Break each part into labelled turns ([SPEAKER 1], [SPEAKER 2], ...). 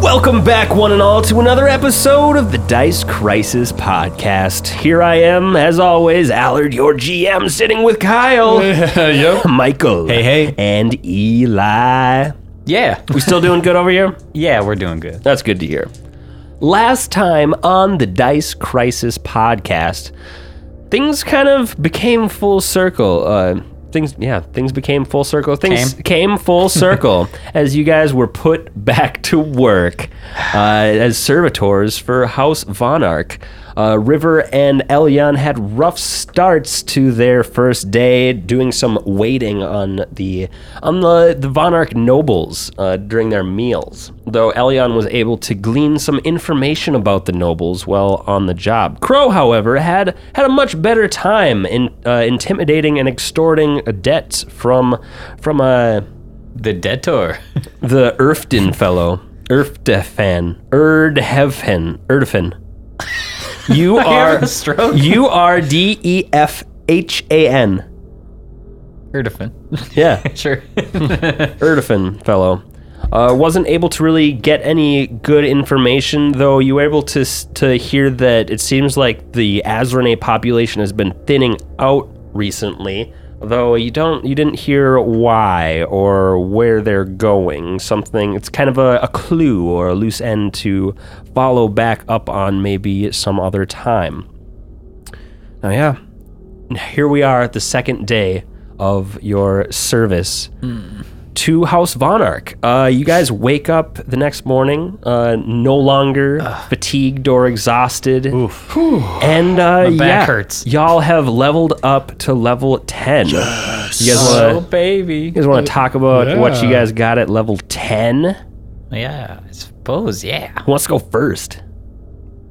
[SPEAKER 1] Welcome back, one and all, to another episode of the Dice Crisis Podcast. Here I am, as always, Allard, your GM, sitting with Kyle,
[SPEAKER 2] yep.
[SPEAKER 1] Michael,
[SPEAKER 3] Hey, hey.
[SPEAKER 1] and Eli.
[SPEAKER 3] Yeah.
[SPEAKER 1] We still doing good over here?
[SPEAKER 3] Yeah, we're doing good.
[SPEAKER 1] That's good to hear. Last time on the Dice Crisis podcast, things kind of became full circle. Uh, things, yeah, things became full circle. Things came, full circle as you guys were put back to work uh, as servitors for House Vonarch. Uh, River and Elyon had rough starts to their first day, doing some waiting on the on the the Vonarch nobles uh, during their meals. Though Elyon was able to glean some information about the nobles while on the job. Crow, however, had had a much better time in uh, intimidating and extorting debts from from uh,
[SPEAKER 3] The detour.
[SPEAKER 1] the Erfden fellow, Erfdefan, Erdhefhen, Erdefin. You
[SPEAKER 3] having
[SPEAKER 1] are
[SPEAKER 3] a stroke?
[SPEAKER 1] U R D E F H A N.
[SPEAKER 3] Erdefin.
[SPEAKER 1] Yeah,
[SPEAKER 3] sure.
[SPEAKER 1] Erdefin fellow. Uh, wasn't able to really get any good information, though you were able to s- to hear that it seems like the Azrene population has been thinning out recently. Though you don't, you didn't hear why or where they're going. Something it's kind of a, a clue or a loose end to follow back up on maybe some other time. Now, yeah, here we are at the second day of your service to House Vonarch. Uh, you guys wake up the next morning, uh, no longer fatigued or exhausted. And uh,
[SPEAKER 3] My back
[SPEAKER 1] yeah,
[SPEAKER 3] hurts.
[SPEAKER 1] Y'all have leveled up to level ten. You guys
[SPEAKER 3] oh,
[SPEAKER 1] want to
[SPEAKER 3] baby.
[SPEAKER 1] you guys want to talk about what you
[SPEAKER 2] Yeah.
[SPEAKER 1] guys got at level ten?
[SPEAKER 3] Yeah, I suppose. Yeah.
[SPEAKER 1] Who wants to go first?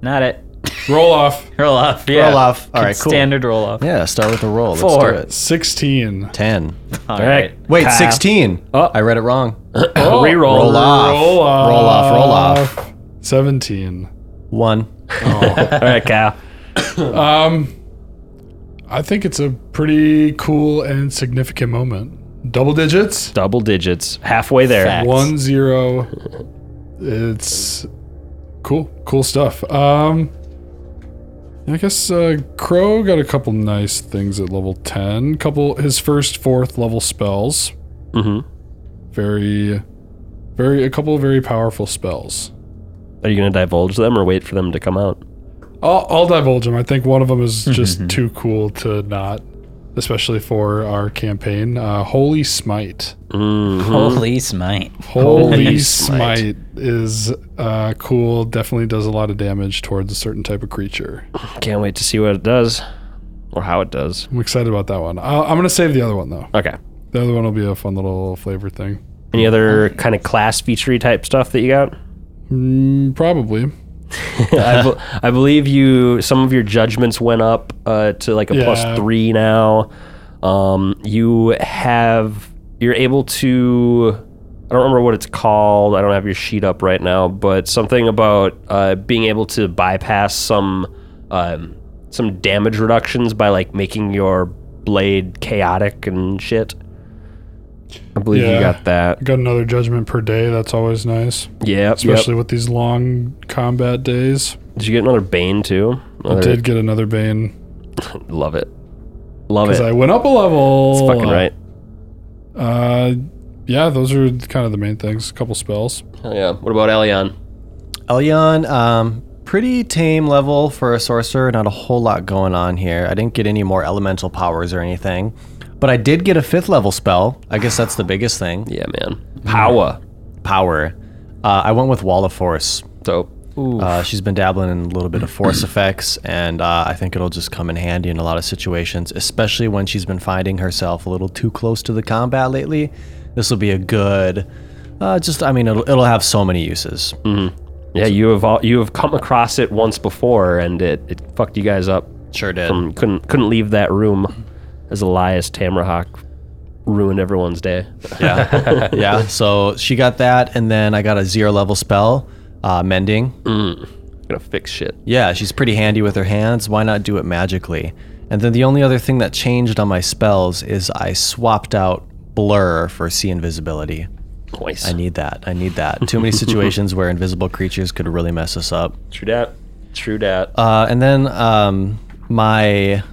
[SPEAKER 3] Not it.
[SPEAKER 2] Roll off.
[SPEAKER 3] Roll off. Yeah.
[SPEAKER 4] Roll off. All right, cool.
[SPEAKER 3] Standard roll off.
[SPEAKER 4] Yeah, start with a roll. Let's
[SPEAKER 3] Four.
[SPEAKER 4] do it.
[SPEAKER 2] 16.
[SPEAKER 4] 10.
[SPEAKER 3] All right.
[SPEAKER 4] Wait, 16.
[SPEAKER 1] Oh.
[SPEAKER 4] I read it wrong. Roll
[SPEAKER 1] Reroll.
[SPEAKER 4] Roll off.
[SPEAKER 2] Roll off.
[SPEAKER 4] Roll off, roll
[SPEAKER 2] Uh,
[SPEAKER 4] off.
[SPEAKER 2] 17.
[SPEAKER 4] 1.
[SPEAKER 1] All right, Kyle.
[SPEAKER 2] I think it's a pretty cool and significant moment. Double digits.
[SPEAKER 1] Double digits, halfway there.
[SPEAKER 3] Fact.
[SPEAKER 2] One zero. It's cool. Cool stuff. Um I guess uh, Crow got a couple nice things at level ten. Couple his first fourth level spells.
[SPEAKER 1] Mm-hmm.
[SPEAKER 2] Very very a couple of very powerful spells.
[SPEAKER 1] Are you gonna divulge them or wait for them to come out?
[SPEAKER 2] I'll, I'll divulge them. I think one of them is
[SPEAKER 1] Mm-hmm.
[SPEAKER 2] just too cool to not, especially for our campaign. Uh, Holy Smite.
[SPEAKER 1] Mm-hmm.
[SPEAKER 3] Holy smite.
[SPEAKER 2] Holy
[SPEAKER 1] Smite.
[SPEAKER 2] Smite. is uh, cool. Definitely does a lot of damage towards a certain type of creature.
[SPEAKER 1] Can't wait to see what it does or how it does.
[SPEAKER 2] I'm excited about that one. I'll, I'm going to save the other one, though.
[SPEAKER 1] Okay.
[SPEAKER 2] The other one will be a fun little flavor thing.
[SPEAKER 1] Any other kind of class featurey type stuff that you got?
[SPEAKER 2] Mm, probably.
[SPEAKER 1] I, bel I believe you. Some of your judgments went up uh, to like a plus
[SPEAKER 2] Yeah.
[SPEAKER 1] three now. Um, you have. You're able to. I don't remember what it's called. I don't have your sheet up right now, but something about uh, being able to bypass some um, some damage reductions by like making your blade chaotic and shit. I believe you
[SPEAKER 2] Yeah.
[SPEAKER 1] got that.
[SPEAKER 2] Got another judgment per day. That's always nice,
[SPEAKER 1] Yeah.
[SPEAKER 2] especially with these long combat days.
[SPEAKER 1] Did you get another Bane too?
[SPEAKER 2] I
[SPEAKER 1] Another-
[SPEAKER 2] did get another Bane
[SPEAKER 1] Love it. Love
[SPEAKER 2] because
[SPEAKER 1] it.
[SPEAKER 2] I went up a level.
[SPEAKER 1] It's fucking right.
[SPEAKER 2] Uh, yeah, those are kind of the main things. A couple spells.
[SPEAKER 1] Hell yeah. What about Elion?
[SPEAKER 4] Elyon, um, pretty tame level for a sorcerer. Not a whole lot going on here. I didn't get any more elemental powers or anything. But I did get a fifth level spell. I guess that's the biggest thing.
[SPEAKER 1] Yeah, man. Power.
[SPEAKER 4] Power. Uh, I went with Wall of Force.
[SPEAKER 1] Dope.
[SPEAKER 4] Uh, she's been dabbling in a little bit of force effects, and uh, I think it'll just come in handy in a lot of situations, especially when she's been finding herself a little too close to the combat lately. This will be a good. Uh, just, I mean, it'll, it'll have so many uses.
[SPEAKER 1] Yeah, you have all, you have come across it once before, and it, it fucked you guys up.
[SPEAKER 4] Sure did.
[SPEAKER 1] Um, couldn't couldn't leave that room, as Elias Tamrahawk ruined everyone's day.
[SPEAKER 4] Yeah. yeah. So she got that, and then I got a zero level spell, uh, mending.
[SPEAKER 1] Gonna fix shit.
[SPEAKER 4] Yeah, she's pretty handy with her hands. Why not do it magically? And then the only other thing that changed on my spells is I swapped out blur for see invisibility.
[SPEAKER 1] Nice.
[SPEAKER 4] I need that. I need that. Too many situations where invisible creatures could really mess us up.
[SPEAKER 1] True dat. True dat.
[SPEAKER 4] Uh, and then um, my,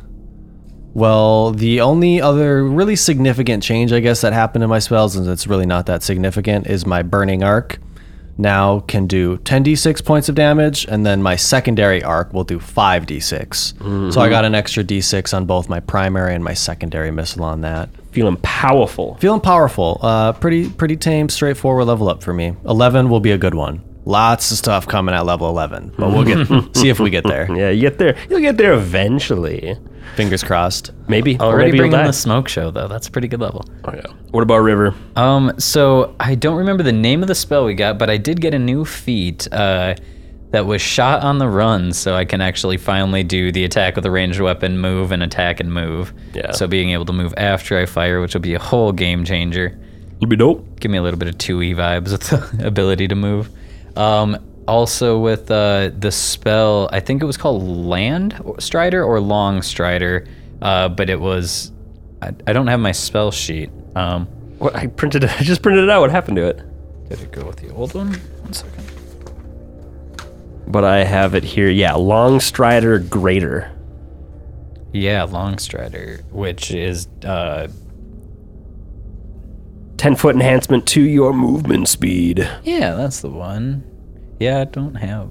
[SPEAKER 4] well, the only other really significant change, I guess, that happened in my spells, and it's really not that significant, is my burning arc now can do 10d6 points of damage, and then my secondary arc will do 5d6. So I got an extra d6 on both my primary and my secondary missile on that.
[SPEAKER 1] Feeling powerful.
[SPEAKER 4] Feeling powerful. Uh, pretty, pretty tame, straightforward level up for me. 11 will be a good one. Lots of stuff coming at level 11, but we'll get see if we get there.
[SPEAKER 1] Yeah, you get there. You'll get there eventually.
[SPEAKER 4] Fingers crossed.
[SPEAKER 1] Maybe. or
[SPEAKER 3] Already
[SPEAKER 1] maybe you'll
[SPEAKER 3] bringing
[SPEAKER 1] die.
[SPEAKER 3] the smoke show though. That's a pretty good level.
[SPEAKER 1] Oh, yeah. What about River?
[SPEAKER 3] Um, so I don't remember the name of the spell we got, but I did get a new feat uh, that was shot on the run, so I can actually finally do the attack with a ranged weapon, move and attack and move.
[SPEAKER 1] Yeah.
[SPEAKER 3] So being able to move after I fire, which will be a whole game changer.
[SPEAKER 1] You'd be dope.
[SPEAKER 3] Give me a little bit of two E vibes with the ability to move. Um, also with uh, the spell, I think it was called Land Strider or Long Strider, uh, but it was I, I don't have my spell sheet. Um,
[SPEAKER 1] What, I printed. I just printed it out. What happened to it?
[SPEAKER 3] did it go with the old one? One second.
[SPEAKER 1] But I have it here. Yeah, long strider greater.
[SPEAKER 3] Yeah, long strider, which is uh
[SPEAKER 1] 10 foot enhancement to your movement speed.
[SPEAKER 3] yeah, that's the one. Yeah, I don't have.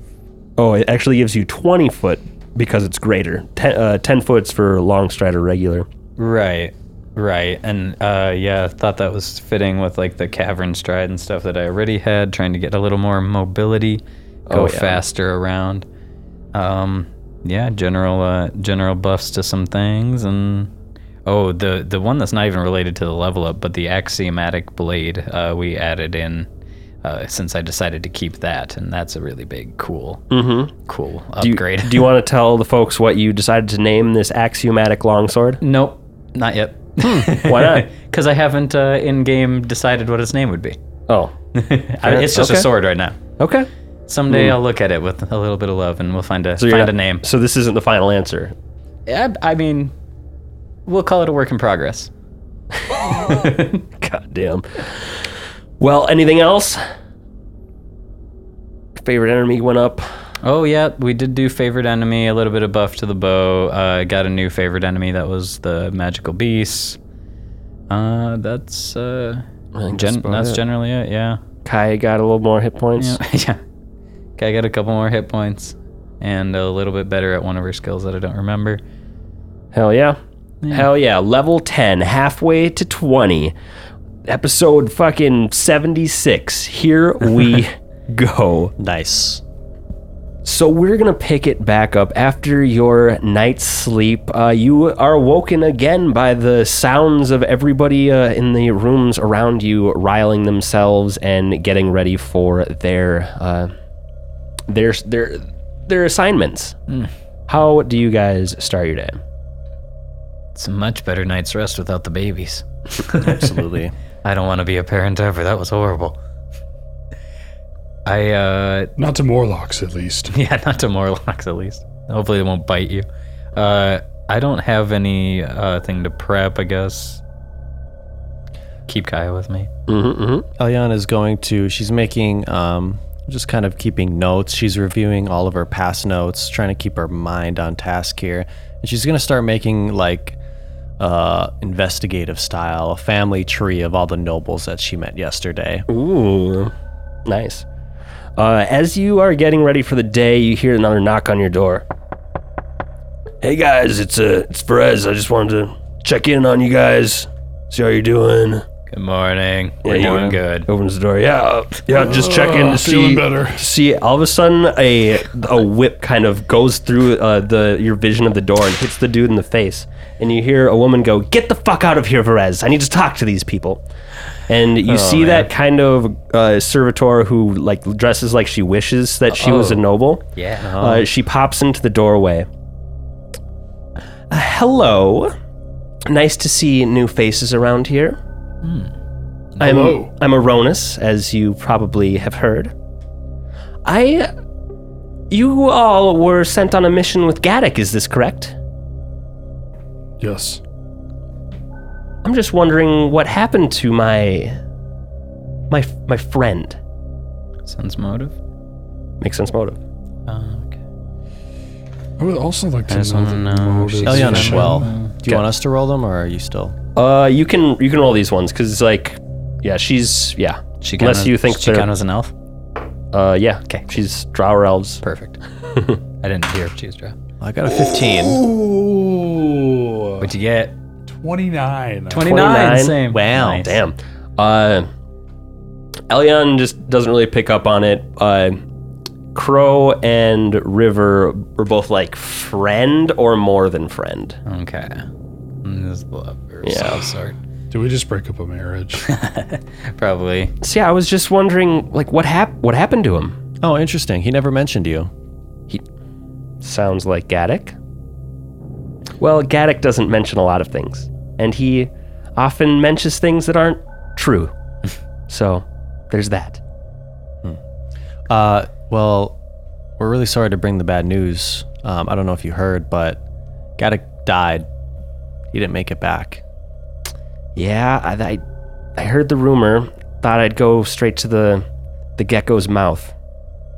[SPEAKER 1] Oh, it actually gives you 20 foot because it's greater. 10, uh, 10 foot's for long strider regular.
[SPEAKER 3] Right. Right. And uh yeah, I thought that was fitting with like the cavern stride and stuff that I already had, trying to get a little more mobility, go
[SPEAKER 1] Oh, yeah.
[SPEAKER 3] faster around. Um yeah, general uh general buffs to some things and oh, the the one that's not even related to the level up, but the axiomatic blade uh we added in uh, since I decided to keep that, and that's a really big, cool, cool
[SPEAKER 1] Mm-hmm. Do you,
[SPEAKER 3] upgrade.
[SPEAKER 1] do you want to tell the folks what you decided to name this axiomatic longsword?
[SPEAKER 3] Nope, not yet.
[SPEAKER 1] Why not?
[SPEAKER 3] Because I haven't uh, in game decided what its name would be.
[SPEAKER 1] Oh,
[SPEAKER 3] I, it's just
[SPEAKER 1] Okay.
[SPEAKER 3] a sword right now.
[SPEAKER 1] okay.
[SPEAKER 3] Someday I'll look at it with a little bit of love, and we'll find a
[SPEAKER 1] you're
[SPEAKER 3] find
[SPEAKER 1] not-
[SPEAKER 3] a name.
[SPEAKER 1] So this isn't the final answer.
[SPEAKER 3] I, I mean, we'll call it a work in progress.
[SPEAKER 1] God damn. Well, anything else? Favorite enemy went up.
[SPEAKER 3] Oh yeah, we did do favorite enemy, a little bit of buff to the bow. Uh, got a new favorite enemy that was the magical beast. Uh, that's uh,
[SPEAKER 1] I think
[SPEAKER 3] gen-
[SPEAKER 1] about
[SPEAKER 3] that's
[SPEAKER 1] it.
[SPEAKER 3] generally it. Yeah.
[SPEAKER 1] Kai got a little more hit points.
[SPEAKER 3] Yeah. yeah. Okay, I got a couple more hit points and a little bit better at one of her skills that I don't remember.
[SPEAKER 1] Hell yeah. Hell yeah. Level 10, halfway to 20. Episode fucking 76. Here we go.
[SPEAKER 4] Nice.
[SPEAKER 1] So we're gonna pick it back up after your night's sleep. Uh, you are woken again by the sounds of everybody uh, in the rooms around you riling themselves and getting ready for their uh, their their their assignments. How do you guys start your day?
[SPEAKER 3] It's a much better night's rest without the babies.
[SPEAKER 4] Absolutely.
[SPEAKER 3] I don't want to be a parent ever. That was horrible. I, uh,
[SPEAKER 2] Not to Morlocks, at least.
[SPEAKER 3] yeah, not to Morlocks at least. Hopefully they won't bite you. Uh, I don't have any, uh, thing to prep, I guess. Keep Kaya with me.
[SPEAKER 4] Eliana is going to, she's making, um, just kind of keeping notes. She's reviewing all of her past notes, trying to keep her mind on task here. And she's going to start making like uh, investigative style, a family tree of all the nobles that she met yesterday.
[SPEAKER 1] Ooh, nice. Uh, as you are getting ready for the day, you hear another knock on your door. Hey guys, it's uh, it's Perez. I just wanted to check in on you guys, see how you're doing.
[SPEAKER 3] Good morning. We're
[SPEAKER 1] Yeah, you-
[SPEAKER 3] doing good.
[SPEAKER 1] Opens the door. Yeah, uh, yeah. Just check in to
[SPEAKER 2] Ah,
[SPEAKER 1] see.
[SPEAKER 2] feeling better.
[SPEAKER 1] See, all of a sudden, a a whip kind of goes through uh, the your vision of the door and hits the dude in the face. And you hear a woman go, "Get the fuck out of here, Perez! I need to talk to these people." And
[SPEAKER 3] Oh,
[SPEAKER 1] you see that kind of uh, servitor who like dresses like she wishes that
[SPEAKER 3] Oh.
[SPEAKER 1] she was a noble.
[SPEAKER 3] Yeah.
[SPEAKER 1] Uh, she pops into the doorway. Uh, hello. Nice to see new faces around here. I'm,
[SPEAKER 2] Hello.
[SPEAKER 1] I'm Aronis, as you probably have heard. I. You all were sent on a mission with Gaddock, is this correct?
[SPEAKER 2] Yes.
[SPEAKER 1] I'm just wondering what happened to my my my friend.
[SPEAKER 3] Sense motive.
[SPEAKER 1] Makes sense motive.
[SPEAKER 3] Oh, okay.
[SPEAKER 2] I would also like to
[SPEAKER 3] I just
[SPEAKER 2] know.
[SPEAKER 3] wanna
[SPEAKER 2] the
[SPEAKER 3] know if
[SPEAKER 2] motives.
[SPEAKER 3] she's- Sure.
[SPEAKER 4] Eliana as well. Do you want us to roll them, or are you still?
[SPEAKER 1] Uh, you can you can roll these ones because it's like, yeah, she's yeah.
[SPEAKER 3] She
[SPEAKER 1] Unless
[SPEAKER 3] kinda-
[SPEAKER 1] you think
[SPEAKER 3] she
[SPEAKER 1] they're-
[SPEAKER 3] kind of was an elf.
[SPEAKER 1] Uh, yeah. Okay. She's drow elves.
[SPEAKER 3] Perfect. I didn't hear if she was dropped.
[SPEAKER 4] I got a 15.
[SPEAKER 2] Ooh,
[SPEAKER 3] What'd you get?
[SPEAKER 2] 29.
[SPEAKER 1] 29.
[SPEAKER 3] Same.
[SPEAKER 4] Wow.
[SPEAKER 3] Nice.
[SPEAKER 1] Damn. Uh, Elion just doesn't really pick up on it. Uh, Crow and River were both like friend or more than friend.
[SPEAKER 3] Okay. Mm, This love or
[SPEAKER 1] Yeah.
[SPEAKER 3] some sort.
[SPEAKER 2] Did we just break up a marriage?
[SPEAKER 3] Probably.
[SPEAKER 1] So yeah, I was just wondering like what hap- what happened to him.
[SPEAKER 4] Oh, interesting. He never mentioned you.
[SPEAKER 1] Sounds like Gaddick. Well, Gaddick doesn't mention a lot of things, and he often mentions things that aren't true. so there's that.
[SPEAKER 4] Uh, well, we're really sorry to bring the bad news. Um, I don't know if you heard, but Gaddick died. He didn't make it back.
[SPEAKER 1] Yeah, I, I, I heard the rumor. Thought I'd go straight to the, the gecko's mouth.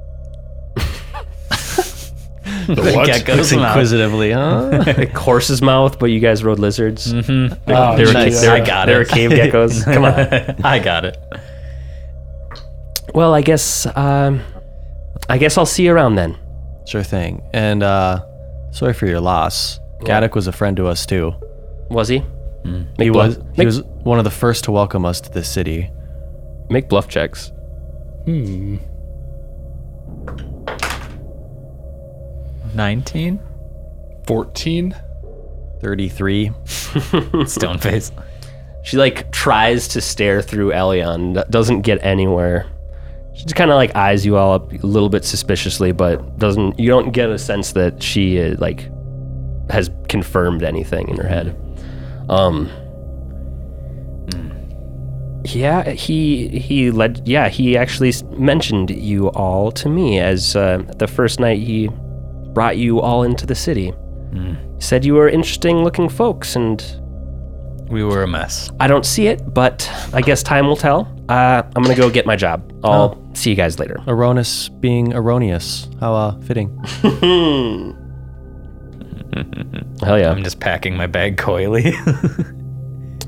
[SPEAKER 2] the what?
[SPEAKER 3] Gecko's mouth.
[SPEAKER 4] Inquisitively, huh?
[SPEAKER 1] Like horse's mouth, but you guys rode lizards. They,
[SPEAKER 2] Oh,
[SPEAKER 1] they were,
[SPEAKER 2] nice.
[SPEAKER 1] they were-
[SPEAKER 2] I
[SPEAKER 3] got
[SPEAKER 1] they
[SPEAKER 3] it.
[SPEAKER 1] were cave geckos. Come on.
[SPEAKER 3] I got it.
[SPEAKER 1] Well, I guess, um, I guess I'll see you around then.
[SPEAKER 4] sure thing. And uh, sorry for your loss. Gaddick was a friend to us too.
[SPEAKER 1] Was he?
[SPEAKER 4] He
[SPEAKER 1] Make bluff,
[SPEAKER 4] was he
[SPEAKER 1] make,
[SPEAKER 4] was one of the first to welcome us to this city.
[SPEAKER 1] make bluff checks.
[SPEAKER 2] Hmm.
[SPEAKER 3] 19?
[SPEAKER 2] 14?
[SPEAKER 4] Thirty-three.
[SPEAKER 3] Stone face.
[SPEAKER 1] She like tries to stare through Elion, d- doesn't get anywhere. She just kind of like eyes you all up a little bit suspiciously, but doesn't. You don't get a sense that she uh, like has confirmed anything in her head. Um. Yeah, he he led. Yeah, he actually s- mentioned you all to me as uh, the first night he brought you all into the city. Said you were interesting looking folks and
[SPEAKER 3] We were a mess.
[SPEAKER 1] I don't see it, but I guess time will tell. Uh, I'm gonna go get my job. I'll see you guys later.
[SPEAKER 4] Erroneous being erroneous. How uh, fitting.
[SPEAKER 1] Hell yeah.
[SPEAKER 3] I'm just packing my bag coyly.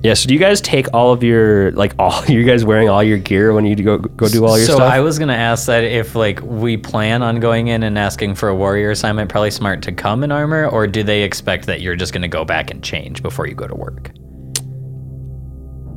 [SPEAKER 1] Yeah. So do you guys take all of your like all you guys wearing all your gear when you go go do all your
[SPEAKER 3] so
[SPEAKER 1] stuff?
[SPEAKER 3] I was gonna ask that if like we plan on going in and asking for a warrior assignment, probably smart to come in armor, or do they expect that you're just gonna go back and change before you go to work?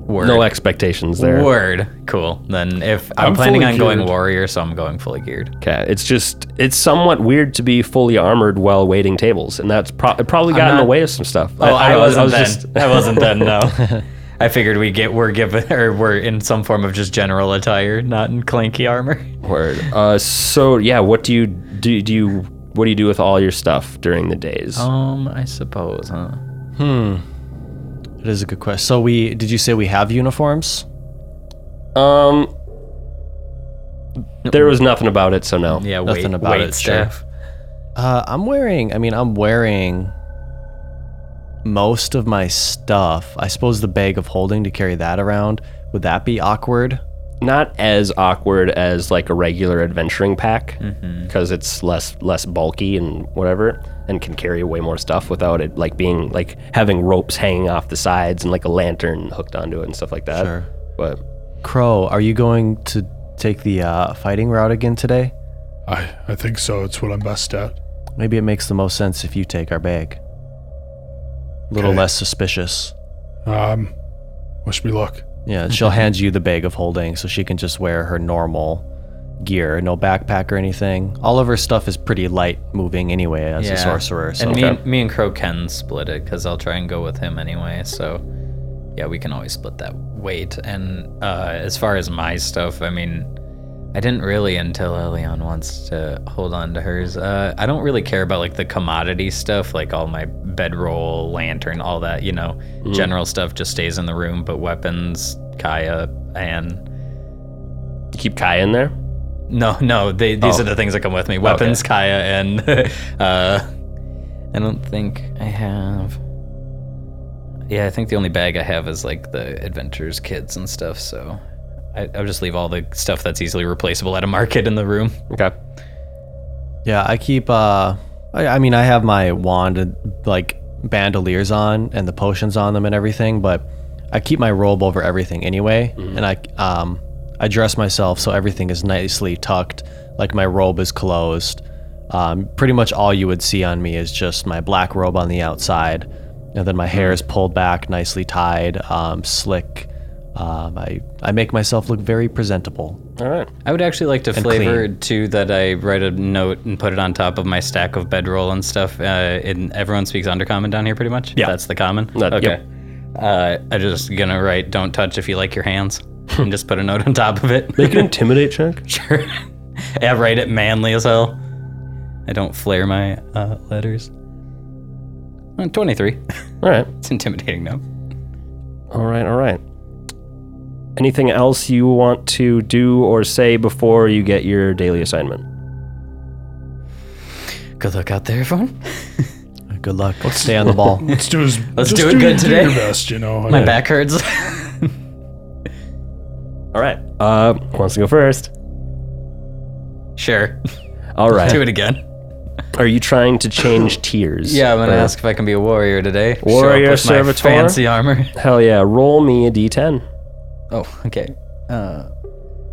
[SPEAKER 3] Word.
[SPEAKER 1] no expectations there.
[SPEAKER 3] Word. Cool. Then if I'm,
[SPEAKER 2] I'm
[SPEAKER 3] planning
[SPEAKER 2] fully
[SPEAKER 3] on going
[SPEAKER 2] geared.
[SPEAKER 3] warrior, so I'm going fully geared.
[SPEAKER 1] Okay. It's just it's somewhat weird to be fully armored while waiting tables, and that's pro- it probably got in the
[SPEAKER 3] not-
[SPEAKER 1] way of some stuff.
[SPEAKER 3] Oh, I,
[SPEAKER 1] was-
[SPEAKER 3] wasn't
[SPEAKER 1] was
[SPEAKER 3] then.
[SPEAKER 1] just
[SPEAKER 3] I wasn't then. No. I figured we get we're given or we're in some form of just general attire, not in clanky armor.
[SPEAKER 1] word. Uh, so yeah, what do you do? Do you what do you do with all your stuff during the days?
[SPEAKER 3] Um, I suppose, huh?
[SPEAKER 4] It is a good question. So we did you say we have uniforms?
[SPEAKER 1] Um, there was nothing about it, so no.
[SPEAKER 3] Yeah,
[SPEAKER 4] Nothing
[SPEAKER 3] wait,
[SPEAKER 4] about
[SPEAKER 3] wait
[SPEAKER 4] it, sure.
[SPEAKER 3] staff.
[SPEAKER 4] Uh, I'm wearing. I mean, I'm wearing most of my stuff. I suppose the bag of holding to carry that around would that be awkward?
[SPEAKER 1] not as awkward as like a regular adventuring pack
[SPEAKER 3] Mm-hmm.
[SPEAKER 1] because it's less less bulky and whatever and can carry way more stuff without it like being like having ropes hanging off the sides and like a lantern hooked onto it and stuff like that
[SPEAKER 4] Sure.
[SPEAKER 1] but
[SPEAKER 4] Uh, Crow, are you going to take the uh, fighting route again today?
[SPEAKER 2] I, I think so. It's what I'm best at.
[SPEAKER 4] Maybe it makes the most sense if you take our bag. A little
[SPEAKER 2] Okay.
[SPEAKER 4] less suspicious.
[SPEAKER 2] Um, wish me luck.
[SPEAKER 4] Yeah, she'll hand you the bag of holding so she can just wear her normal gear, no backpack or anything. All of her stuff is pretty light moving anyway as a sorcerer. So
[SPEAKER 3] And me, me and Crow can split it because I'll try and go with him anyway. So, yeah, we can always split that weight. And uh, as far as my stuff, I mean, I didn't really until Elion wants to hold on to hers. Uh, I don't really care about like the commodity stuff, like all my bedroll, lantern, all that. You know, general stuff just stays in the room. But weapons, Kaya, and
[SPEAKER 1] you keep kai in there
[SPEAKER 3] no, no, they, these are the things that come with me: weapons, Kaya, and uh, I don't think I have. Yeah, I think the only bag I have is like the adventures kits and stuff. So I, I'll just leave all the stuff that's easily replaceable at a market in the room.
[SPEAKER 1] Okay.
[SPEAKER 4] Yeah, I keep. uh I, I mean, I have my wand and like bandoliers on and the potions on them and everything, but I keep my robe over everything anyway, and I um I dress myself so everything is nicely tucked. Like my robe is closed. Um, pretty much all you would see on me is just my black robe on the outside, and then my hair is pulled back, nicely tied, um, slick. Um, I I make myself look very presentable.
[SPEAKER 1] All right.
[SPEAKER 3] I would actually like to flavor too that I write a note and put it on top of my stack of bedroll and stuff. Uh, and everyone speaks undercommon down here, pretty much.
[SPEAKER 1] Yeah.
[SPEAKER 3] that's the common.
[SPEAKER 1] That-
[SPEAKER 3] okay.
[SPEAKER 1] yep.
[SPEAKER 3] Uh, I'm just gonna write "Don't touch if you like your hands" and just put a note on top of it.
[SPEAKER 1] Make an intimidate check.
[SPEAKER 3] sure. yeah, write it manly as hell. I don't flare my uh, letters. Uh, Twenty-three.
[SPEAKER 1] All right.
[SPEAKER 3] it's intimidating though.
[SPEAKER 1] All right. All right. Anything else you want to do or say before you get your daily assignment?
[SPEAKER 3] Good luck out there, everyone.
[SPEAKER 4] Good luck. Stay on the ball.
[SPEAKER 2] Let's do his,
[SPEAKER 3] Let's
[SPEAKER 2] just
[SPEAKER 3] do it good
[SPEAKER 2] do
[SPEAKER 3] today.
[SPEAKER 2] Your best, you know.
[SPEAKER 3] My back hurts.
[SPEAKER 1] All right. Uh, who wants to go first?
[SPEAKER 3] sure.
[SPEAKER 1] All
[SPEAKER 3] Do
[SPEAKER 1] right.
[SPEAKER 3] it again.
[SPEAKER 1] Are you trying to change tiers? Uh,
[SPEAKER 3] Yeah, I'm gonna
[SPEAKER 1] Or-
[SPEAKER 3] ask if I can be a warrior today. Show up
[SPEAKER 1] Warrior
[SPEAKER 3] with my
[SPEAKER 1] servitor?
[SPEAKER 3] fancy armor.
[SPEAKER 1] Hell yeah! Roll me a d10.
[SPEAKER 3] Oh, okay. Uh,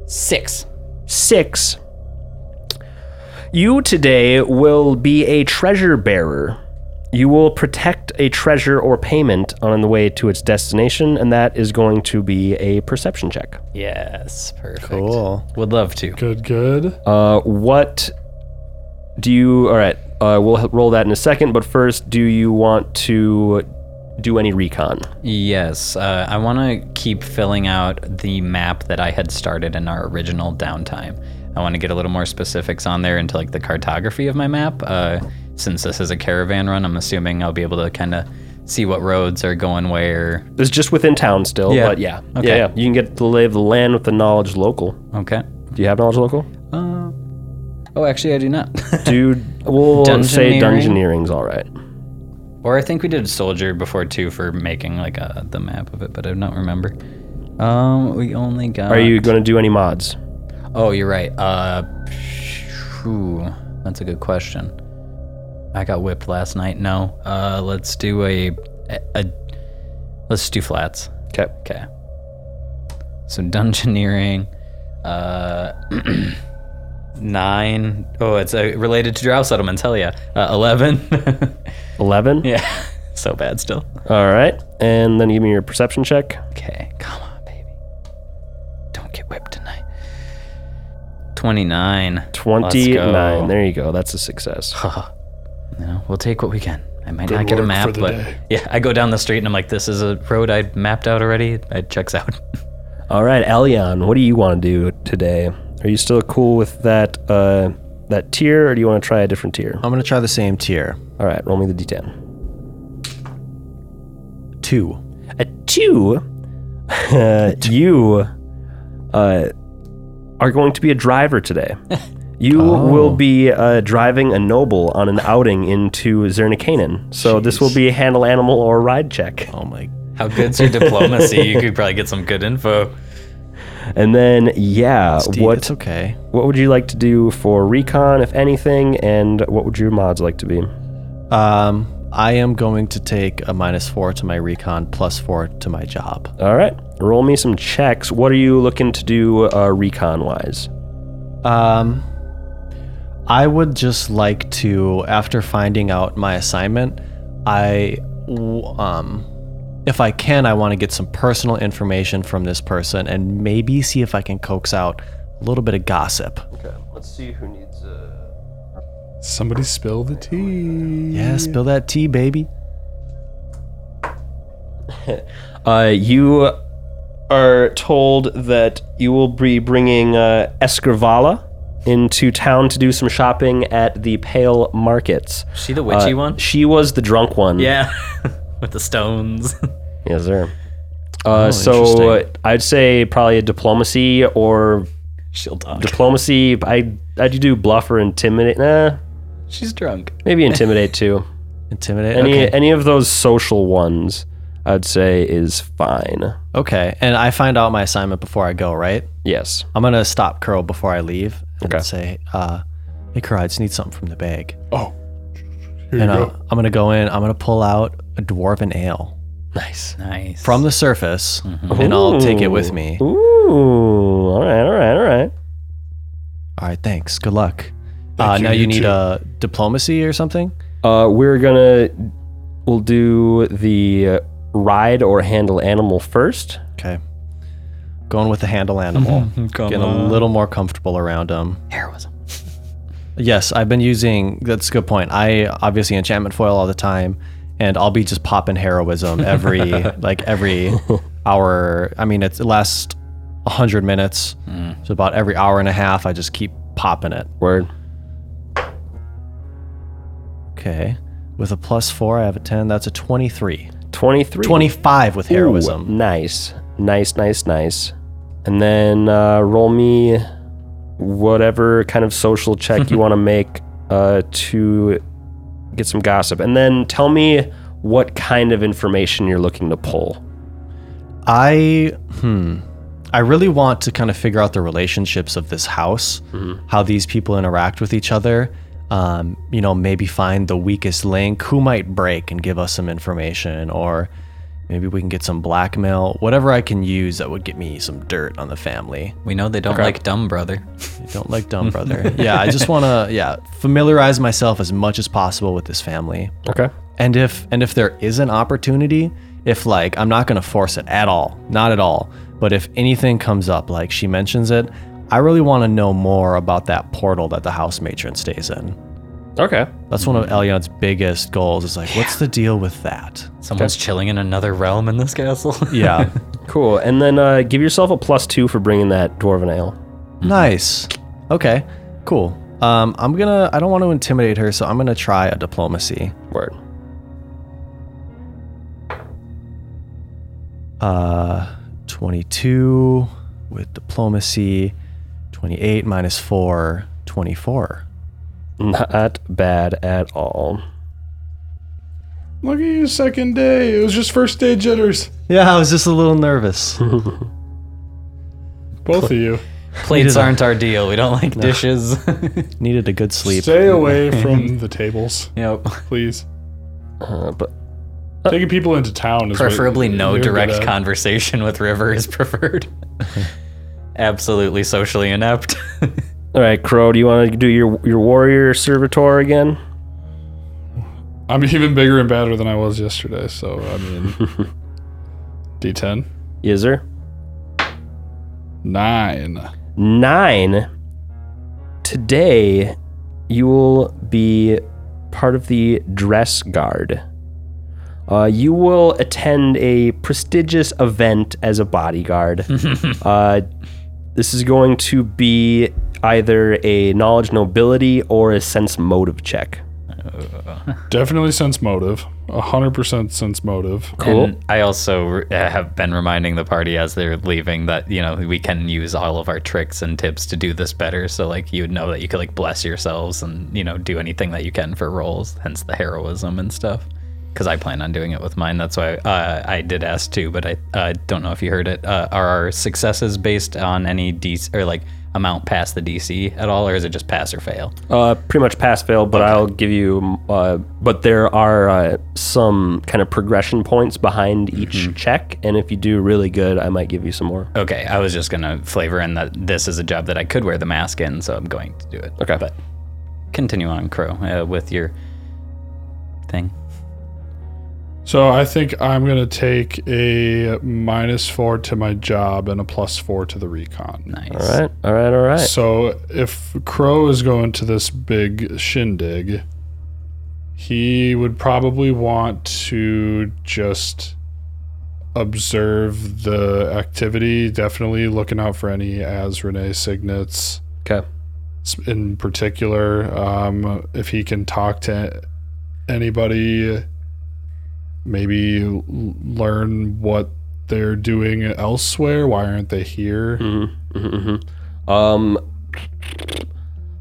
[SPEAKER 3] six.
[SPEAKER 1] Six. You today will be a treasure bearer. You will protect a treasure or payment on the way to its destination, and that is going to be a perception check.
[SPEAKER 3] Yes, perfect.
[SPEAKER 4] Cool.
[SPEAKER 3] Would love to.
[SPEAKER 2] Good, good.
[SPEAKER 1] Uh, what do you? All right, uh, we'll h- roll that in a second. But first, do you want to do any recon?
[SPEAKER 3] Yes, uh, I want to keep filling out the map that I had started in our original downtime. I want to get a little more specifics on there into like the cartography of my map. Uh, since this is a caravan run, I'm assuming I'll be able to kind of see what roads are going where.
[SPEAKER 1] It's just within town still,
[SPEAKER 3] Yeah.
[SPEAKER 1] but yeah,
[SPEAKER 3] Okay.
[SPEAKER 1] yeah, yeah. You can get the lay of the land with the knowledge local.
[SPEAKER 3] Okay.
[SPEAKER 1] Do you have knowledge local?
[SPEAKER 3] Uh, oh, actually, I do not.
[SPEAKER 1] Dude, we'll say
[SPEAKER 3] Dungeoneering?
[SPEAKER 1] dungeoneering's all right.
[SPEAKER 3] Or I think we did soldier before too for making like uh the map of it, but I don't remember. Um, we only got.
[SPEAKER 1] Are you going to do any mods?
[SPEAKER 3] Oh, you're right. Uh, phew, that's a good question. I got whipped last night. No. Uh, let's do a, a, a- let's do flats.
[SPEAKER 1] Okay.
[SPEAKER 3] Okay. So dungeoneering, uh, nine. Oh, it's uh, related to drow settlements. Hell yeah. Uh, Eleven.
[SPEAKER 1] 11?
[SPEAKER 3] yeah. So bad still.
[SPEAKER 1] All right. And then give me your perception check.
[SPEAKER 3] Okay, come on, baby. Don't get whipped tonight. 29.
[SPEAKER 1] 29. There you go. That's a success.
[SPEAKER 3] You know, we'll take what we can. I might
[SPEAKER 2] Good
[SPEAKER 3] not get a
[SPEAKER 2] work for
[SPEAKER 3] map,
[SPEAKER 2] the
[SPEAKER 3] but
[SPEAKER 2] day.
[SPEAKER 3] yeah, I go down the street and I'm like, this is a road I mapped out already. It checks out.
[SPEAKER 1] All right, Elion, what do you want to do today? Are you still cool with that uh, that tier, or do you want to try a different tier?
[SPEAKER 4] I'm gonna try the same tier.
[SPEAKER 1] All right, roll me the d10.
[SPEAKER 4] Two.
[SPEAKER 1] a two, uh, you uh, are going to be a driver today. You
[SPEAKER 4] Oh.
[SPEAKER 1] will be uh, driving a noble on an outing into Zernikanen. So this will be a handle animal or ride check.
[SPEAKER 4] Oh my.
[SPEAKER 3] How good's your diplomacy? You could probably get some good info.
[SPEAKER 1] And then, yeah,
[SPEAKER 4] Steve,
[SPEAKER 1] what
[SPEAKER 4] It's okay.
[SPEAKER 1] what would you like to do for recon, if anything, and what would your mods like to be?
[SPEAKER 4] Um, I am going to take a minus four to my recon, plus four to my job.
[SPEAKER 1] All right, roll me some checks. What are you looking to do uh, recon wise?
[SPEAKER 4] Um, I would just like to, after finding out my assignment, I, w- um, if I can, I want to get some personal information from this person and maybe see if I can coax out a little bit of gossip.
[SPEAKER 1] Okay, let's see who needs. Uh...
[SPEAKER 2] Somebody spill the tea.
[SPEAKER 4] Yeah, spill that tea, baby.
[SPEAKER 1] Uh, you are told that you will be bringing uh, Escrivala into town to do some shopping at the Pale Markets.
[SPEAKER 3] Is she the witchy
[SPEAKER 1] Uh,
[SPEAKER 3] one?
[SPEAKER 1] She was the drunk one.
[SPEAKER 3] Yeah. With the stones.
[SPEAKER 1] Yes, sir. Uh, so uh,
[SPEAKER 4] interesting.
[SPEAKER 1] I'd say probably a diplomacy or
[SPEAKER 3] She'll talk.
[SPEAKER 1] diplomacy. I I'd do bluff or intimidate. Nah,
[SPEAKER 3] She's drunk.
[SPEAKER 1] maybe intimidate too.
[SPEAKER 4] Intimidate.
[SPEAKER 1] Any
[SPEAKER 4] okay.
[SPEAKER 1] any of those social ones. I'd say is fine.
[SPEAKER 4] Okay. And I find out my assignment before I go, right?
[SPEAKER 1] Yes.
[SPEAKER 4] I'm gonna stop Curl before I leave and
[SPEAKER 1] Okay.
[SPEAKER 4] say, uh, "Hey, Curl, I just need something from the bag."
[SPEAKER 2] Oh, here you
[SPEAKER 4] and
[SPEAKER 2] go.
[SPEAKER 4] uh, I'm gonna go in. I'm gonna pull out a dwarven ale
[SPEAKER 1] Nice.
[SPEAKER 3] Nice.
[SPEAKER 4] from the surface, and I'll take it with me.
[SPEAKER 1] Ooh. All right. All right. All right.
[SPEAKER 4] All right, thanks. Good luck. uh,
[SPEAKER 2] you,
[SPEAKER 4] now
[SPEAKER 2] you
[SPEAKER 4] you need
[SPEAKER 2] too.
[SPEAKER 4] a diplomacy or something.
[SPEAKER 1] Uh, we're gonna we'll do the uh, ride or handle animal first.
[SPEAKER 4] Okay. Going with the handle animal. Getting a little more comfortable around him.
[SPEAKER 3] heroism.
[SPEAKER 4] Yes, I've been using. That's a good point. I obviously enchantment foil all the time, and I'll be just popping heroism every like every hour. I mean, it's, it lasts hundred minutes, so about every hour and a half, I just keep popping it.
[SPEAKER 1] Word.
[SPEAKER 4] Okay, with a plus four, I have a ten. That's a twenty-three.
[SPEAKER 1] Twenty three.
[SPEAKER 4] Twenty-five with heroism.
[SPEAKER 1] Nice. Nice. Nice. Nice. And then uh, roll me whatever kind of social check you want to make uh, to get some gossip, and then tell me what kind of information you're looking to pull.
[SPEAKER 4] I hmm. I really want to kind of figure out the relationships of this house, how these people interact with each other. Um, you know, maybe find the weakest link, who might break and give us some information, or maybe we can get some blackmail, whatever I can use that would get me some dirt on the family.
[SPEAKER 3] We know they don't like dumb brother.
[SPEAKER 4] I don't like dumb brother. yeah, I just want to yeah familiarize myself as much as possible with this family.
[SPEAKER 1] Okay.
[SPEAKER 4] And if and if there is an opportunity, if like I'm not gonna force it at all, not at all. But if anything comes up, like she mentions it, I really want to know more about that portal that the house matron stays in.
[SPEAKER 1] Okay.
[SPEAKER 4] That's one of Elyon's biggest goals. Is like, what's the deal with that?
[SPEAKER 3] Someone's chilling in another realm in this castle.
[SPEAKER 4] Yeah,
[SPEAKER 1] Cool. And then uh, give yourself a plus two for bringing that dwarven ale.
[SPEAKER 4] nice. Okay, cool. Um, I'm gonna. I don't want to intimidate her, so I'm gonna try a diplomacy.
[SPEAKER 1] Word.
[SPEAKER 4] Uh, 22 with diplomacy. 28 minus four. 24.
[SPEAKER 1] Not bad at all.
[SPEAKER 2] Look at you, second day. It was just first day jitters.
[SPEAKER 4] Yeah, I was just a little nervous.
[SPEAKER 2] Both of you.
[SPEAKER 3] Plates aren't our deal. We don't like dishes.
[SPEAKER 4] Needed a good sleep.
[SPEAKER 2] Stay away from the tables,
[SPEAKER 3] yep.
[SPEAKER 2] please.
[SPEAKER 1] Uh, but
[SPEAKER 2] Taking people into town is what
[SPEAKER 3] Preferably no
[SPEAKER 2] you're
[SPEAKER 3] direct
[SPEAKER 2] good at.
[SPEAKER 3] conversation with River is preferred. Absolutely socially inept.
[SPEAKER 1] all right, Crow, do you want to do your your warrior servitor again?
[SPEAKER 2] I'm even bigger and badder than I was yesterday, so I mean, D10,
[SPEAKER 1] Yes, sir.
[SPEAKER 2] nine.
[SPEAKER 1] Nine. Today, you will be part of the dress guard. Uh, you will attend a prestigious event as a bodyguard. uh, this is going to be either a knowledge nobility or a sense motive check.
[SPEAKER 2] Definitely sense motive. 100% sense motive.
[SPEAKER 1] Cool.
[SPEAKER 3] And I also re- uh, have been reminding the party as they're leaving that you know we can use all of our tricks and tips to do this better. So like you would know that you could like bless yourselves and you know do anything that you can for rolls. Hence the heroism and stuff. Because I plan on doing it with mine. That's why uh, I did ask too, but I uh, don't know if you heard it. Uh, are our successes based on any DC or like amount past the DC at all, or is it just pass or fail?
[SPEAKER 1] Uh, pretty much pass fail, but I'll give you. Uh, but there are uh, some kind of progression points behind each check, and if you do really good, I might give you some more.
[SPEAKER 3] Okay, I was just gonna flavor in that this is a job that I could wear the mask in, so I'm going to do it.
[SPEAKER 1] Okay.
[SPEAKER 3] but continue on, Crow, uh, with your thing.
[SPEAKER 2] So I think I'm going to take a minus four to my job and a plus four to the recon.
[SPEAKER 3] Nice.
[SPEAKER 1] All right, all right, all right.
[SPEAKER 2] So if Crow is going to this big shindig, he would probably want to just observe the activity, definitely looking out for any as Renee signets
[SPEAKER 1] Okay.
[SPEAKER 2] s- in particular. Um, if he can talk to anybody, maybe l- learn what they're doing elsewhere. Why aren't they here?
[SPEAKER 1] Mm-hmm, Um,